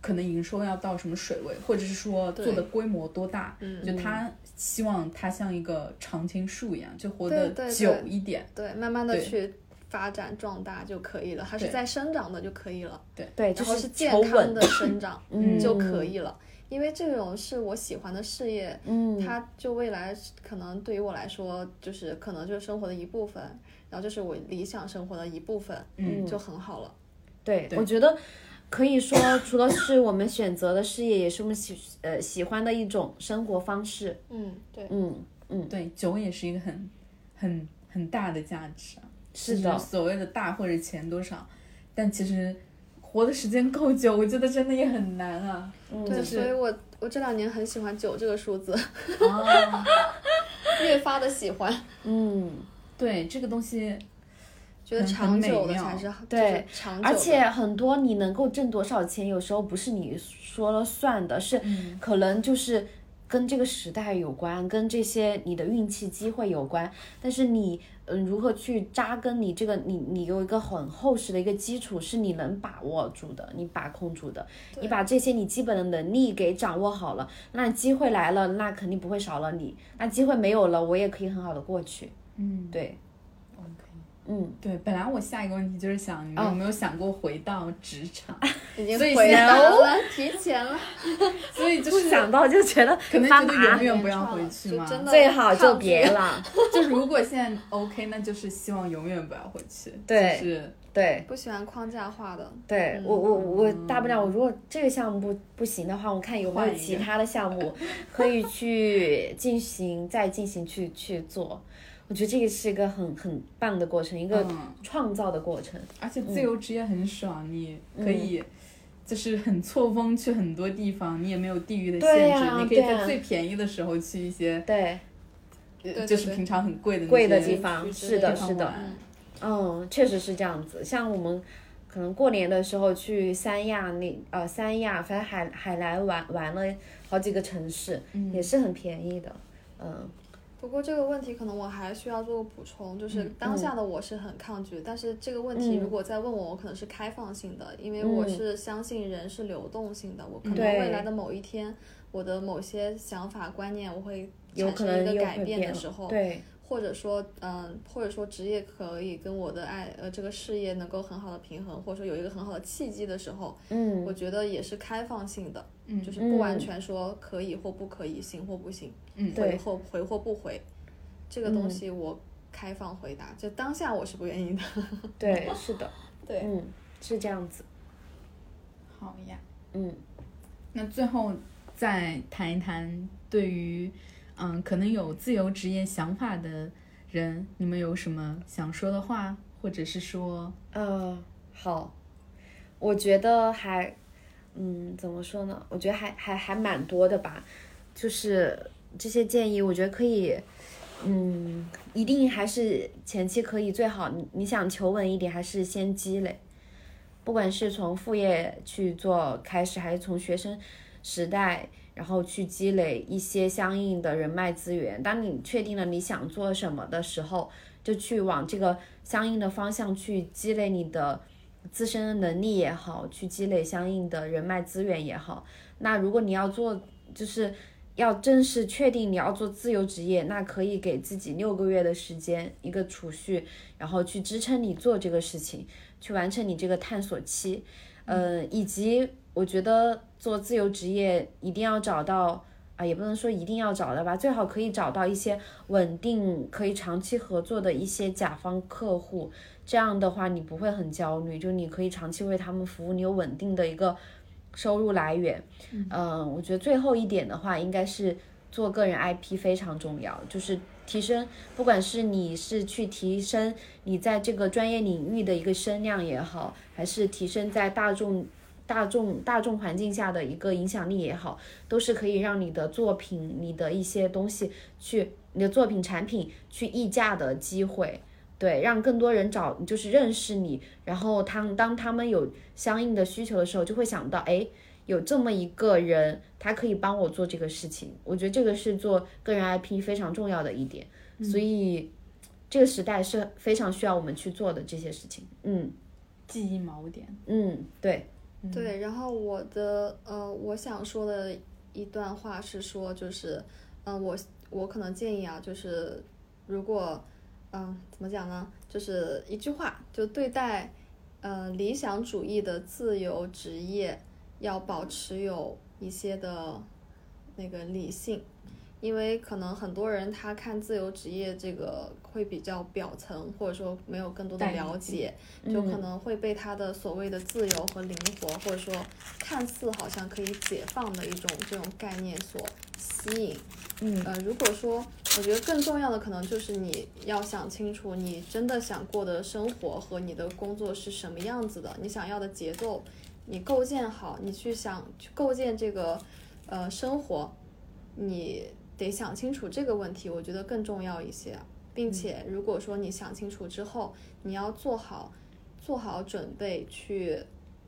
[SPEAKER 1] 可能营收要到什么水位，或者是说做的规模多大，就他希望它像一个常青树一样，就活
[SPEAKER 3] 对对
[SPEAKER 1] 得
[SPEAKER 3] 对
[SPEAKER 1] 久一点。
[SPEAKER 3] 对，慢慢的
[SPEAKER 1] 对
[SPEAKER 3] 去发展壮大就可以了，它是
[SPEAKER 1] 对
[SPEAKER 3] 在生长的就可以了，
[SPEAKER 2] 对，就
[SPEAKER 3] 然后
[SPEAKER 2] 是
[SPEAKER 3] 是健
[SPEAKER 2] 求
[SPEAKER 3] 康
[SPEAKER 2] 稳
[SPEAKER 3] 的生长
[SPEAKER 2] 嗯
[SPEAKER 3] 就可以了。因为这种是我喜欢的事业，
[SPEAKER 2] 嗯，
[SPEAKER 3] 它就未来可能对于我来说，就是可能就是生活的一部分，然后就是我理想生活的一部分，
[SPEAKER 1] 嗯
[SPEAKER 3] 就很好了。
[SPEAKER 2] 对，
[SPEAKER 1] 对
[SPEAKER 2] 我觉得可以说，除了是我们选择的事业，也是我们喜呃喜欢的一种生活方式。
[SPEAKER 3] 嗯，对，
[SPEAKER 2] 嗯，
[SPEAKER 1] 对，酒也是一个很很很大的价值啊，
[SPEAKER 2] 是
[SPEAKER 1] 就
[SPEAKER 2] 的，
[SPEAKER 1] 所谓的大或者钱多少，但其实活的时间够久，我觉得真的也很难啊。
[SPEAKER 2] 嗯
[SPEAKER 3] 对，
[SPEAKER 1] 就是
[SPEAKER 3] 所以我我这两年很喜欢九这个数字，
[SPEAKER 1] 啊。
[SPEAKER 3] 越发的喜欢，
[SPEAKER 2] 嗯，
[SPEAKER 1] 对这个东西，
[SPEAKER 3] 觉
[SPEAKER 1] 很
[SPEAKER 3] 得长久的
[SPEAKER 1] 美妙
[SPEAKER 3] 才是
[SPEAKER 2] 对，
[SPEAKER 3] 就是长久的，
[SPEAKER 2] 而且很多你能够挣多少钱，有时候不是你说了算的，是可能就是。跟这个时代有关，跟这些你的运气机会有关，但是你嗯如何去扎根你这个你你有一个很厚实的一个基础，是你能把握住的，你把控住的，你把这些你基本的能力给掌握好了，那机会来了，那肯定不会少了你，那机会没有了，我也可以很好的过去，
[SPEAKER 1] 嗯，
[SPEAKER 2] 对，嗯
[SPEAKER 1] 对，本来我下一个问题就是想，
[SPEAKER 2] 哦
[SPEAKER 1] 你们有没有想过回到职 场？
[SPEAKER 3] 已经
[SPEAKER 1] 所以
[SPEAKER 3] 回
[SPEAKER 1] 现在
[SPEAKER 3] 答了，提前了。
[SPEAKER 1] 所以就是
[SPEAKER 2] 想到就觉得
[SPEAKER 1] 可能
[SPEAKER 2] 发
[SPEAKER 1] 觉得
[SPEAKER 2] 麻
[SPEAKER 1] 永 远不要回去嘛
[SPEAKER 3] 就。真的
[SPEAKER 2] 最好就
[SPEAKER 3] 抗拒
[SPEAKER 2] 别了。
[SPEAKER 1] 就是如果现在 OK，那就是希望永远不要回去。
[SPEAKER 2] 对
[SPEAKER 1] 就是
[SPEAKER 2] 对
[SPEAKER 3] 不喜欢框架化的，
[SPEAKER 2] 对，我我我大不了，我如果这个项目不不行的话，我看有没
[SPEAKER 1] 换一
[SPEAKER 2] 有
[SPEAKER 1] 个
[SPEAKER 2] 其他的项目可以去进行再进行去去做。我觉得这个是一个很很棒的过程，一个
[SPEAKER 1] 嗯
[SPEAKER 2] 创造的过程。
[SPEAKER 1] 而且自由职业很爽，你
[SPEAKER 2] 嗯
[SPEAKER 1] 可以就是很错峰去很多地方，你也没有地域的
[SPEAKER 2] 对
[SPEAKER 1] 限制，
[SPEAKER 2] 呀
[SPEAKER 1] 你可以
[SPEAKER 2] 对呀
[SPEAKER 1] 在最便宜的时候去一些，
[SPEAKER 2] 对，
[SPEAKER 1] 呃
[SPEAKER 3] 对
[SPEAKER 1] 就是平常很贵的那
[SPEAKER 2] 贵的
[SPEAKER 1] 些
[SPEAKER 2] 地方
[SPEAKER 3] 去
[SPEAKER 2] 是的，
[SPEAKER 1] 地方
[SPEAKER 2] 是的，
[SPEAKER 1] 玩
[SPEAKER 2] 嗯，确实是这样子。像我们可能过年的时候去三亚那呃三亚，反正海海南玩玩了好几个城市，也是很便宜的。嗯，
[SPEAKER 3] 不过这个问题可能我还需要做个补充，就是
[SPEAKER 2] 嗯
[SPEAKER 3] 当下的我是很抗拒，但是这个问题如果再问我，我可能是开放性的，因为我是相信人是流动性的，我可能
[SPEAKER 2] 嗯对
[SPEAKER 3] 未来的某一天，我的某些想法观念我会
[SPEAKER 2] 有
[SPEAKER 3] 产
[SPEAKER 2] 可能
[SPEAKER 3] 生一个
[SPEAKER 2] 又
[SPEAKER 3] 改
[SPEAKER 2] 会
[SPEAKER 3] 变
[SPEAKER 2] 变了
[SPEAKER 3] 的时候，
[SPEAKER 2] 对。
[SPEAKER 3] 或者说，嗯、或者说职业可以跟我的爱呃这个事业能够很好的平衡，或者说有一个很好的契机的时候，
[SPEAKER 2] 嗯
[SPEAKER 3] 我觉得也是开放性的，
[SPEAKER 1] 嗯
[SPEAKER 3] 就是不完
[SPEAKER 2] 嗯
[SPEAKER 3] 全说可以或不可以，行或不行，
[SPEAKER 1] 嗯
[SPEAKER 3] 回
[SPEAKER 2] 对嗯
[SPEAKER 3] 或回或不回，这个东西我开放回答，就当下我是不愿意的。
[SPEAKER 2] 对，是的，
[SPEAKER 3] 对
[SPEAKER 2] 嗯，是这样子，
[SPEAKER 1] 好呀。
[SPEAKER 2] 嗯
[SPEAKER 1] 那最后再谈一谈，对于嗯，可能有自由职业想法的人，你们有什么想说的话，或者是说，
[SPEAKER 2] 呃，好，我觉得还，嗯，怎么说呢？我觉得还还还蛮多的吧，就是这些建议，我觉得可以，嗯，一定还是前期可以最好，你你想求稳一点，还是先积累，不管是从副业去做开始，还是从学生时代，然后去积累一些相应的人脉资源。当你确定了你想做什么的时候，就去往这个相应的方向去积累你的自身的能力也好，去积累相应的人脉资源也好。那如果你要做，就是要正式确定你要做自由职业，那可以给自己六个月的时间一个储蓄，然后去支撑你做这个事情，去完成你这个探索期。呃，以及我觉得做自由职业一定要找到。啊，也不能说一定要找到吧，最好可以找到一些稳定、可以长期合作的一些甲方客户，这样的话你不会很焦虑，就你可以长期为他们服务，你有稳定的一个收入来源。呃嗯、我觉得最后一点的话，应该是做个人 IP 非常重要，就是提升，不管是你是去提升你在这个专业领域的一个声量也好，还是提升在大众大众大众环境下的一个影响力也好，都是可以让你的作品、你的一些东西去你的作品产品去溢价的机会。对，让更多人找就是认识你，然后他们当他们有相应的需求的时候，就会想到，哎，有这么一个人，他可以帮我做这个事情。我觉得这个是做个人 IP 非常重要的一点，所以这个时代是非常需要我们去做的这些事情。嗯
[SPEAKER 1] 记忆锚点。
[SPEAKER 2] 嗯，对，
[SPEAKER 3] 对，然后我的呃，我想说的一段话是说，就是，嗯、我我可能建议啊，就是如果，嗯、怎么讲呢？就是一句话，就对待，呃，理想主义的自由职业，要保持有一些的那个理性，因为可能很多人他看自由职业这个会比较表层，或者说没有更多的了解，就可能会被他的所谓的自由和灵活，或者说看似好像可以解放的一种这种概念所吸引。
[SPEAKER 2] 嗯
[SPEAKER 3] 呃，如果说我觉得更重要的可能就是你要想清楚，你真的想过的生活和你的工作是什么样子的，你想要的节奏，你构建好，你去想去构建这个呃生活，你得想清楚这个问题，我觉得更重要一些。并且，如果说你想清楚之后，你要做好做好准备去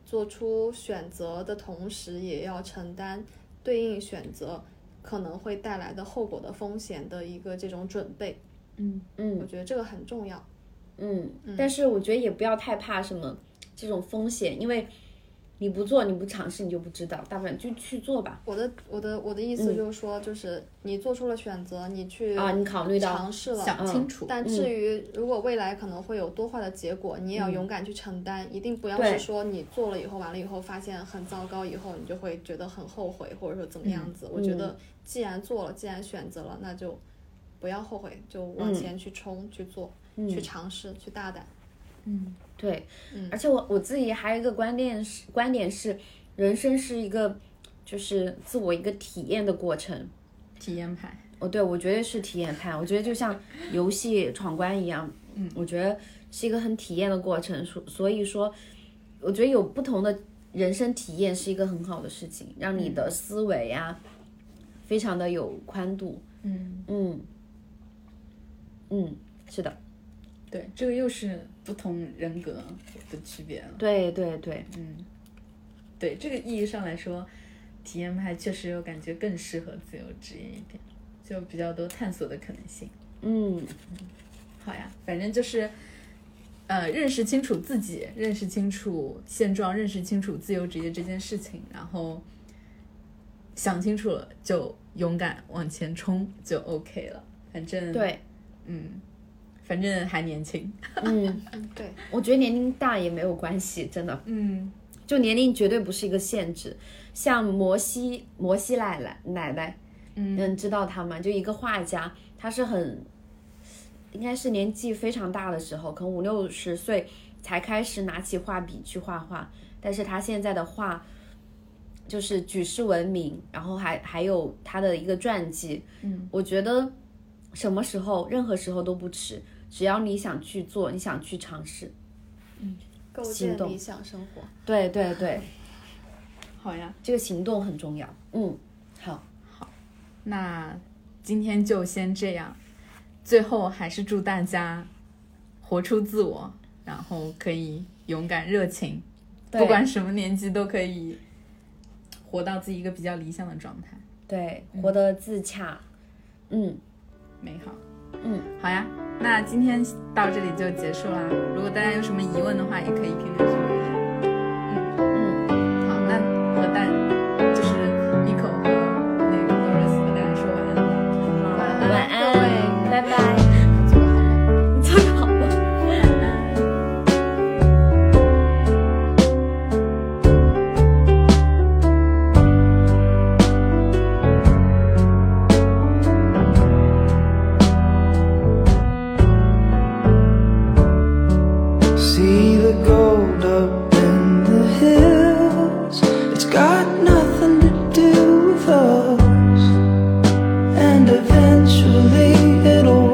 [SPEAKER 3] 做出选择的同时，也要承担对应选择可能会带来的后果的风险的一个这种准备，
[SPEAKER 2] 嗯
[SPEAKER 3] 我觉得这个很重要。
[SPEAKER 2] 嗯，但是我觉得也不要太怕什么这种风险，因为你不做，你不尝试，你就不知道，大不了就去做吧。
[SPEAKER 3] 我的我的我的意思就是说，就是你做出了选择，你去
[SPEAKER 2] 嗯啊，你考虑到嗯
[SPEAKER 3] 尝试了，
[SPEAKER 1] 想清楚，
[SPEAKER 3] 但至于如果未来可能会有多坏的结果，你也
[SPEAKER 2] 嗯
[SPEAKER 3] 要勇敢去承担，一定不要是说你做了以后完了以后发现很糟糕，以后你就会觉得很后悔，或者说怎么样子。我觉
[SPEAKER 2] 嗯
[SPEAKER 3] 得既然做了，既然选择了，那就不要后悔，就
[SPEAKER 2] 嗯
[SPEAKER 3] 往前去冲、去做、去尝试、去大胆。
[SPEAKER 2] 对，而且我我自己还有一个观点是，观点是，人生是一个就是自我一个体验的过程。
[SPEAKER 1] 体验派，
[SPEAKER 2] 哦，对，我觉得是体验派。我觉得就像游戏闯关一样，嗯，我觉得是一个很体验的过程。所所以说，我觉得有不同的人生体验是一个很好的事情，让你的思维啊，非常的有宽度。嗯嗯嗯，是的，
[SPEAKER 1] 对，这个又是不同人格的区别了。
[SPEAKER 2] 对对对，
[SPEAKER 1] 对，这个意义上来说，体验派确实我感觉更适合自由职业一点，就比较多探索的可能性。
[SPEAKER 2] 嗯
[SPEAKER 1] 好呀，反正就是，呃，认识清楚自己，认识清楚现状，认识清楚自由职业这件事情，然后想清楚了就勇敢往前冲就 OK 了。反正，
[SPEAKER 2] 对。
[SPEAKER 1] 嗯，反正还年轻。
[SPEAKER 2] 嗯，
[SPEAKER 3] 嗯，对，
[SPEAKER 2] 我觉得年龄大也没有关系，真的，
[SPEAKER 1] 嗯，
[SPEAKER 2] 就年龄绝对不是一个限制。像摩西摩西奶奶奶奶，嗯，知道她吗？就一个画家，她是很，应该是年纪非常大的时候，可能五六十岁才开始拿起画笔去画画，但是她现在的画。就是举世闻名，然后还还有她的一个传记，嗯，我觉得什么时候、任何时候都不迟，只要你想去做，你想去尝试，
[SPEAKER 3] 构
[SPEAKER 2] 行
[SPEAKER 3] 建
[SPEAKER 2] 动
[SPEAKER 3] 理想生活。
[SPEAKER 2] 对对对，
[SPEAKER 1] 好呀，
[SPEAKER 2] 这个行动很重要。嗯，好，
[SPEAKER 1] 那今天就先这样。最后还是祝大家活出自我，然后可以勇敢热情，
[SPEAKER 2] 对
[SPEAKER 1] 不管什么年纪都可以活到自己一个比较理想的状态，
[SPEAKER 2] 对，活得自洽。嗯，
[SPEAKER 1] 美好。
[SPEAKER 2] 嗯，
[SPEAKER 1] 好呀，那今天到这里就结束啦。如果大家有什么疑问的话，也可以评论区留言。
[SPEAKER 2] 嗯，
[SPEAKER 1] 好，那和大就是 Nico 和那个 Doris 和大家说晚安。
[SPEAKER 2] 好，
[SPEAKER 3] 安
[SPEAKER 2] 晚安，
[SPEAKER 3] 各位
[SPEAKER 2] 拜拜。你做得好吗？
[SPEAKER 6] See the gold up in the hills. It's got nothing to do with us. And eventually it'll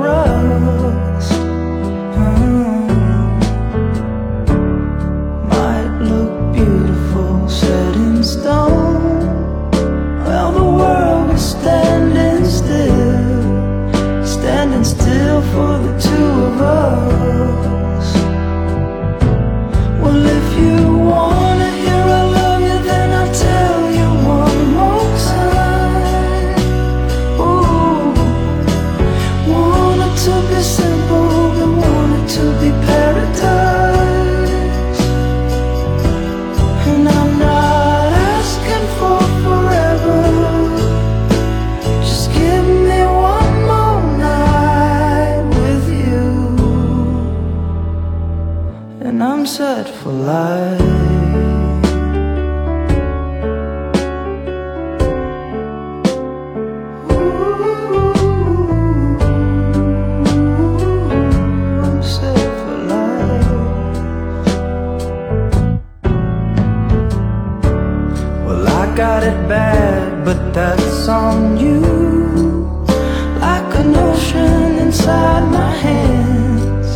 [SPEAKER 6] Hmm. and I'm set for life. Ooh, I'm set for life. Well, I got it bad, but that's on you. Like an ocean inside my hands,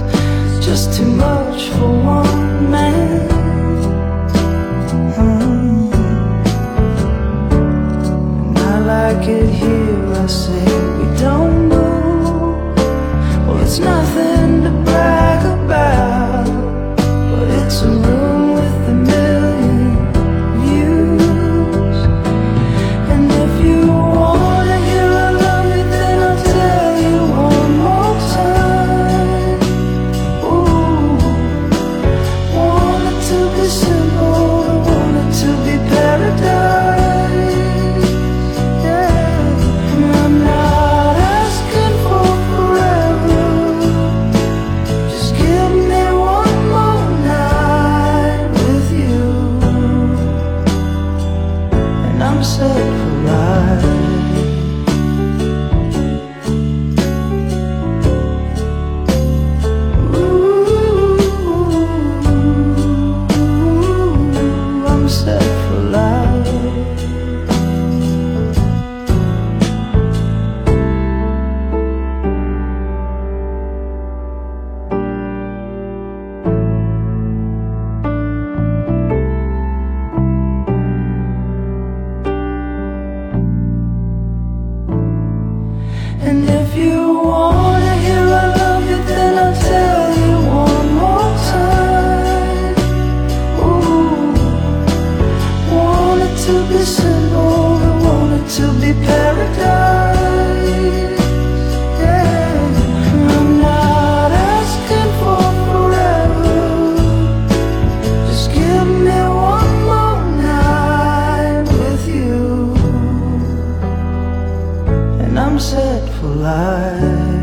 [SPEAKER 6] just too much for one man. Mm. And I like it here, I say we don't know. Well, it's nothing to brag about, but it's a room with a million views. And if you wanna hear I love you, then I'll tell you one more time. Ooh, want it to be simple, want it to be paradise. Yeah, and I'm not asking for forever. Just give me one more night with you and I'm set for life. Ooh, I'm set for life. And if you wanna hear I love you, then I'll tell you one more time. Ooh, want it to be simple, I want it to be paradise. Yeah, I'm not asking for forever. Just give me one more night with you and I'm set for life.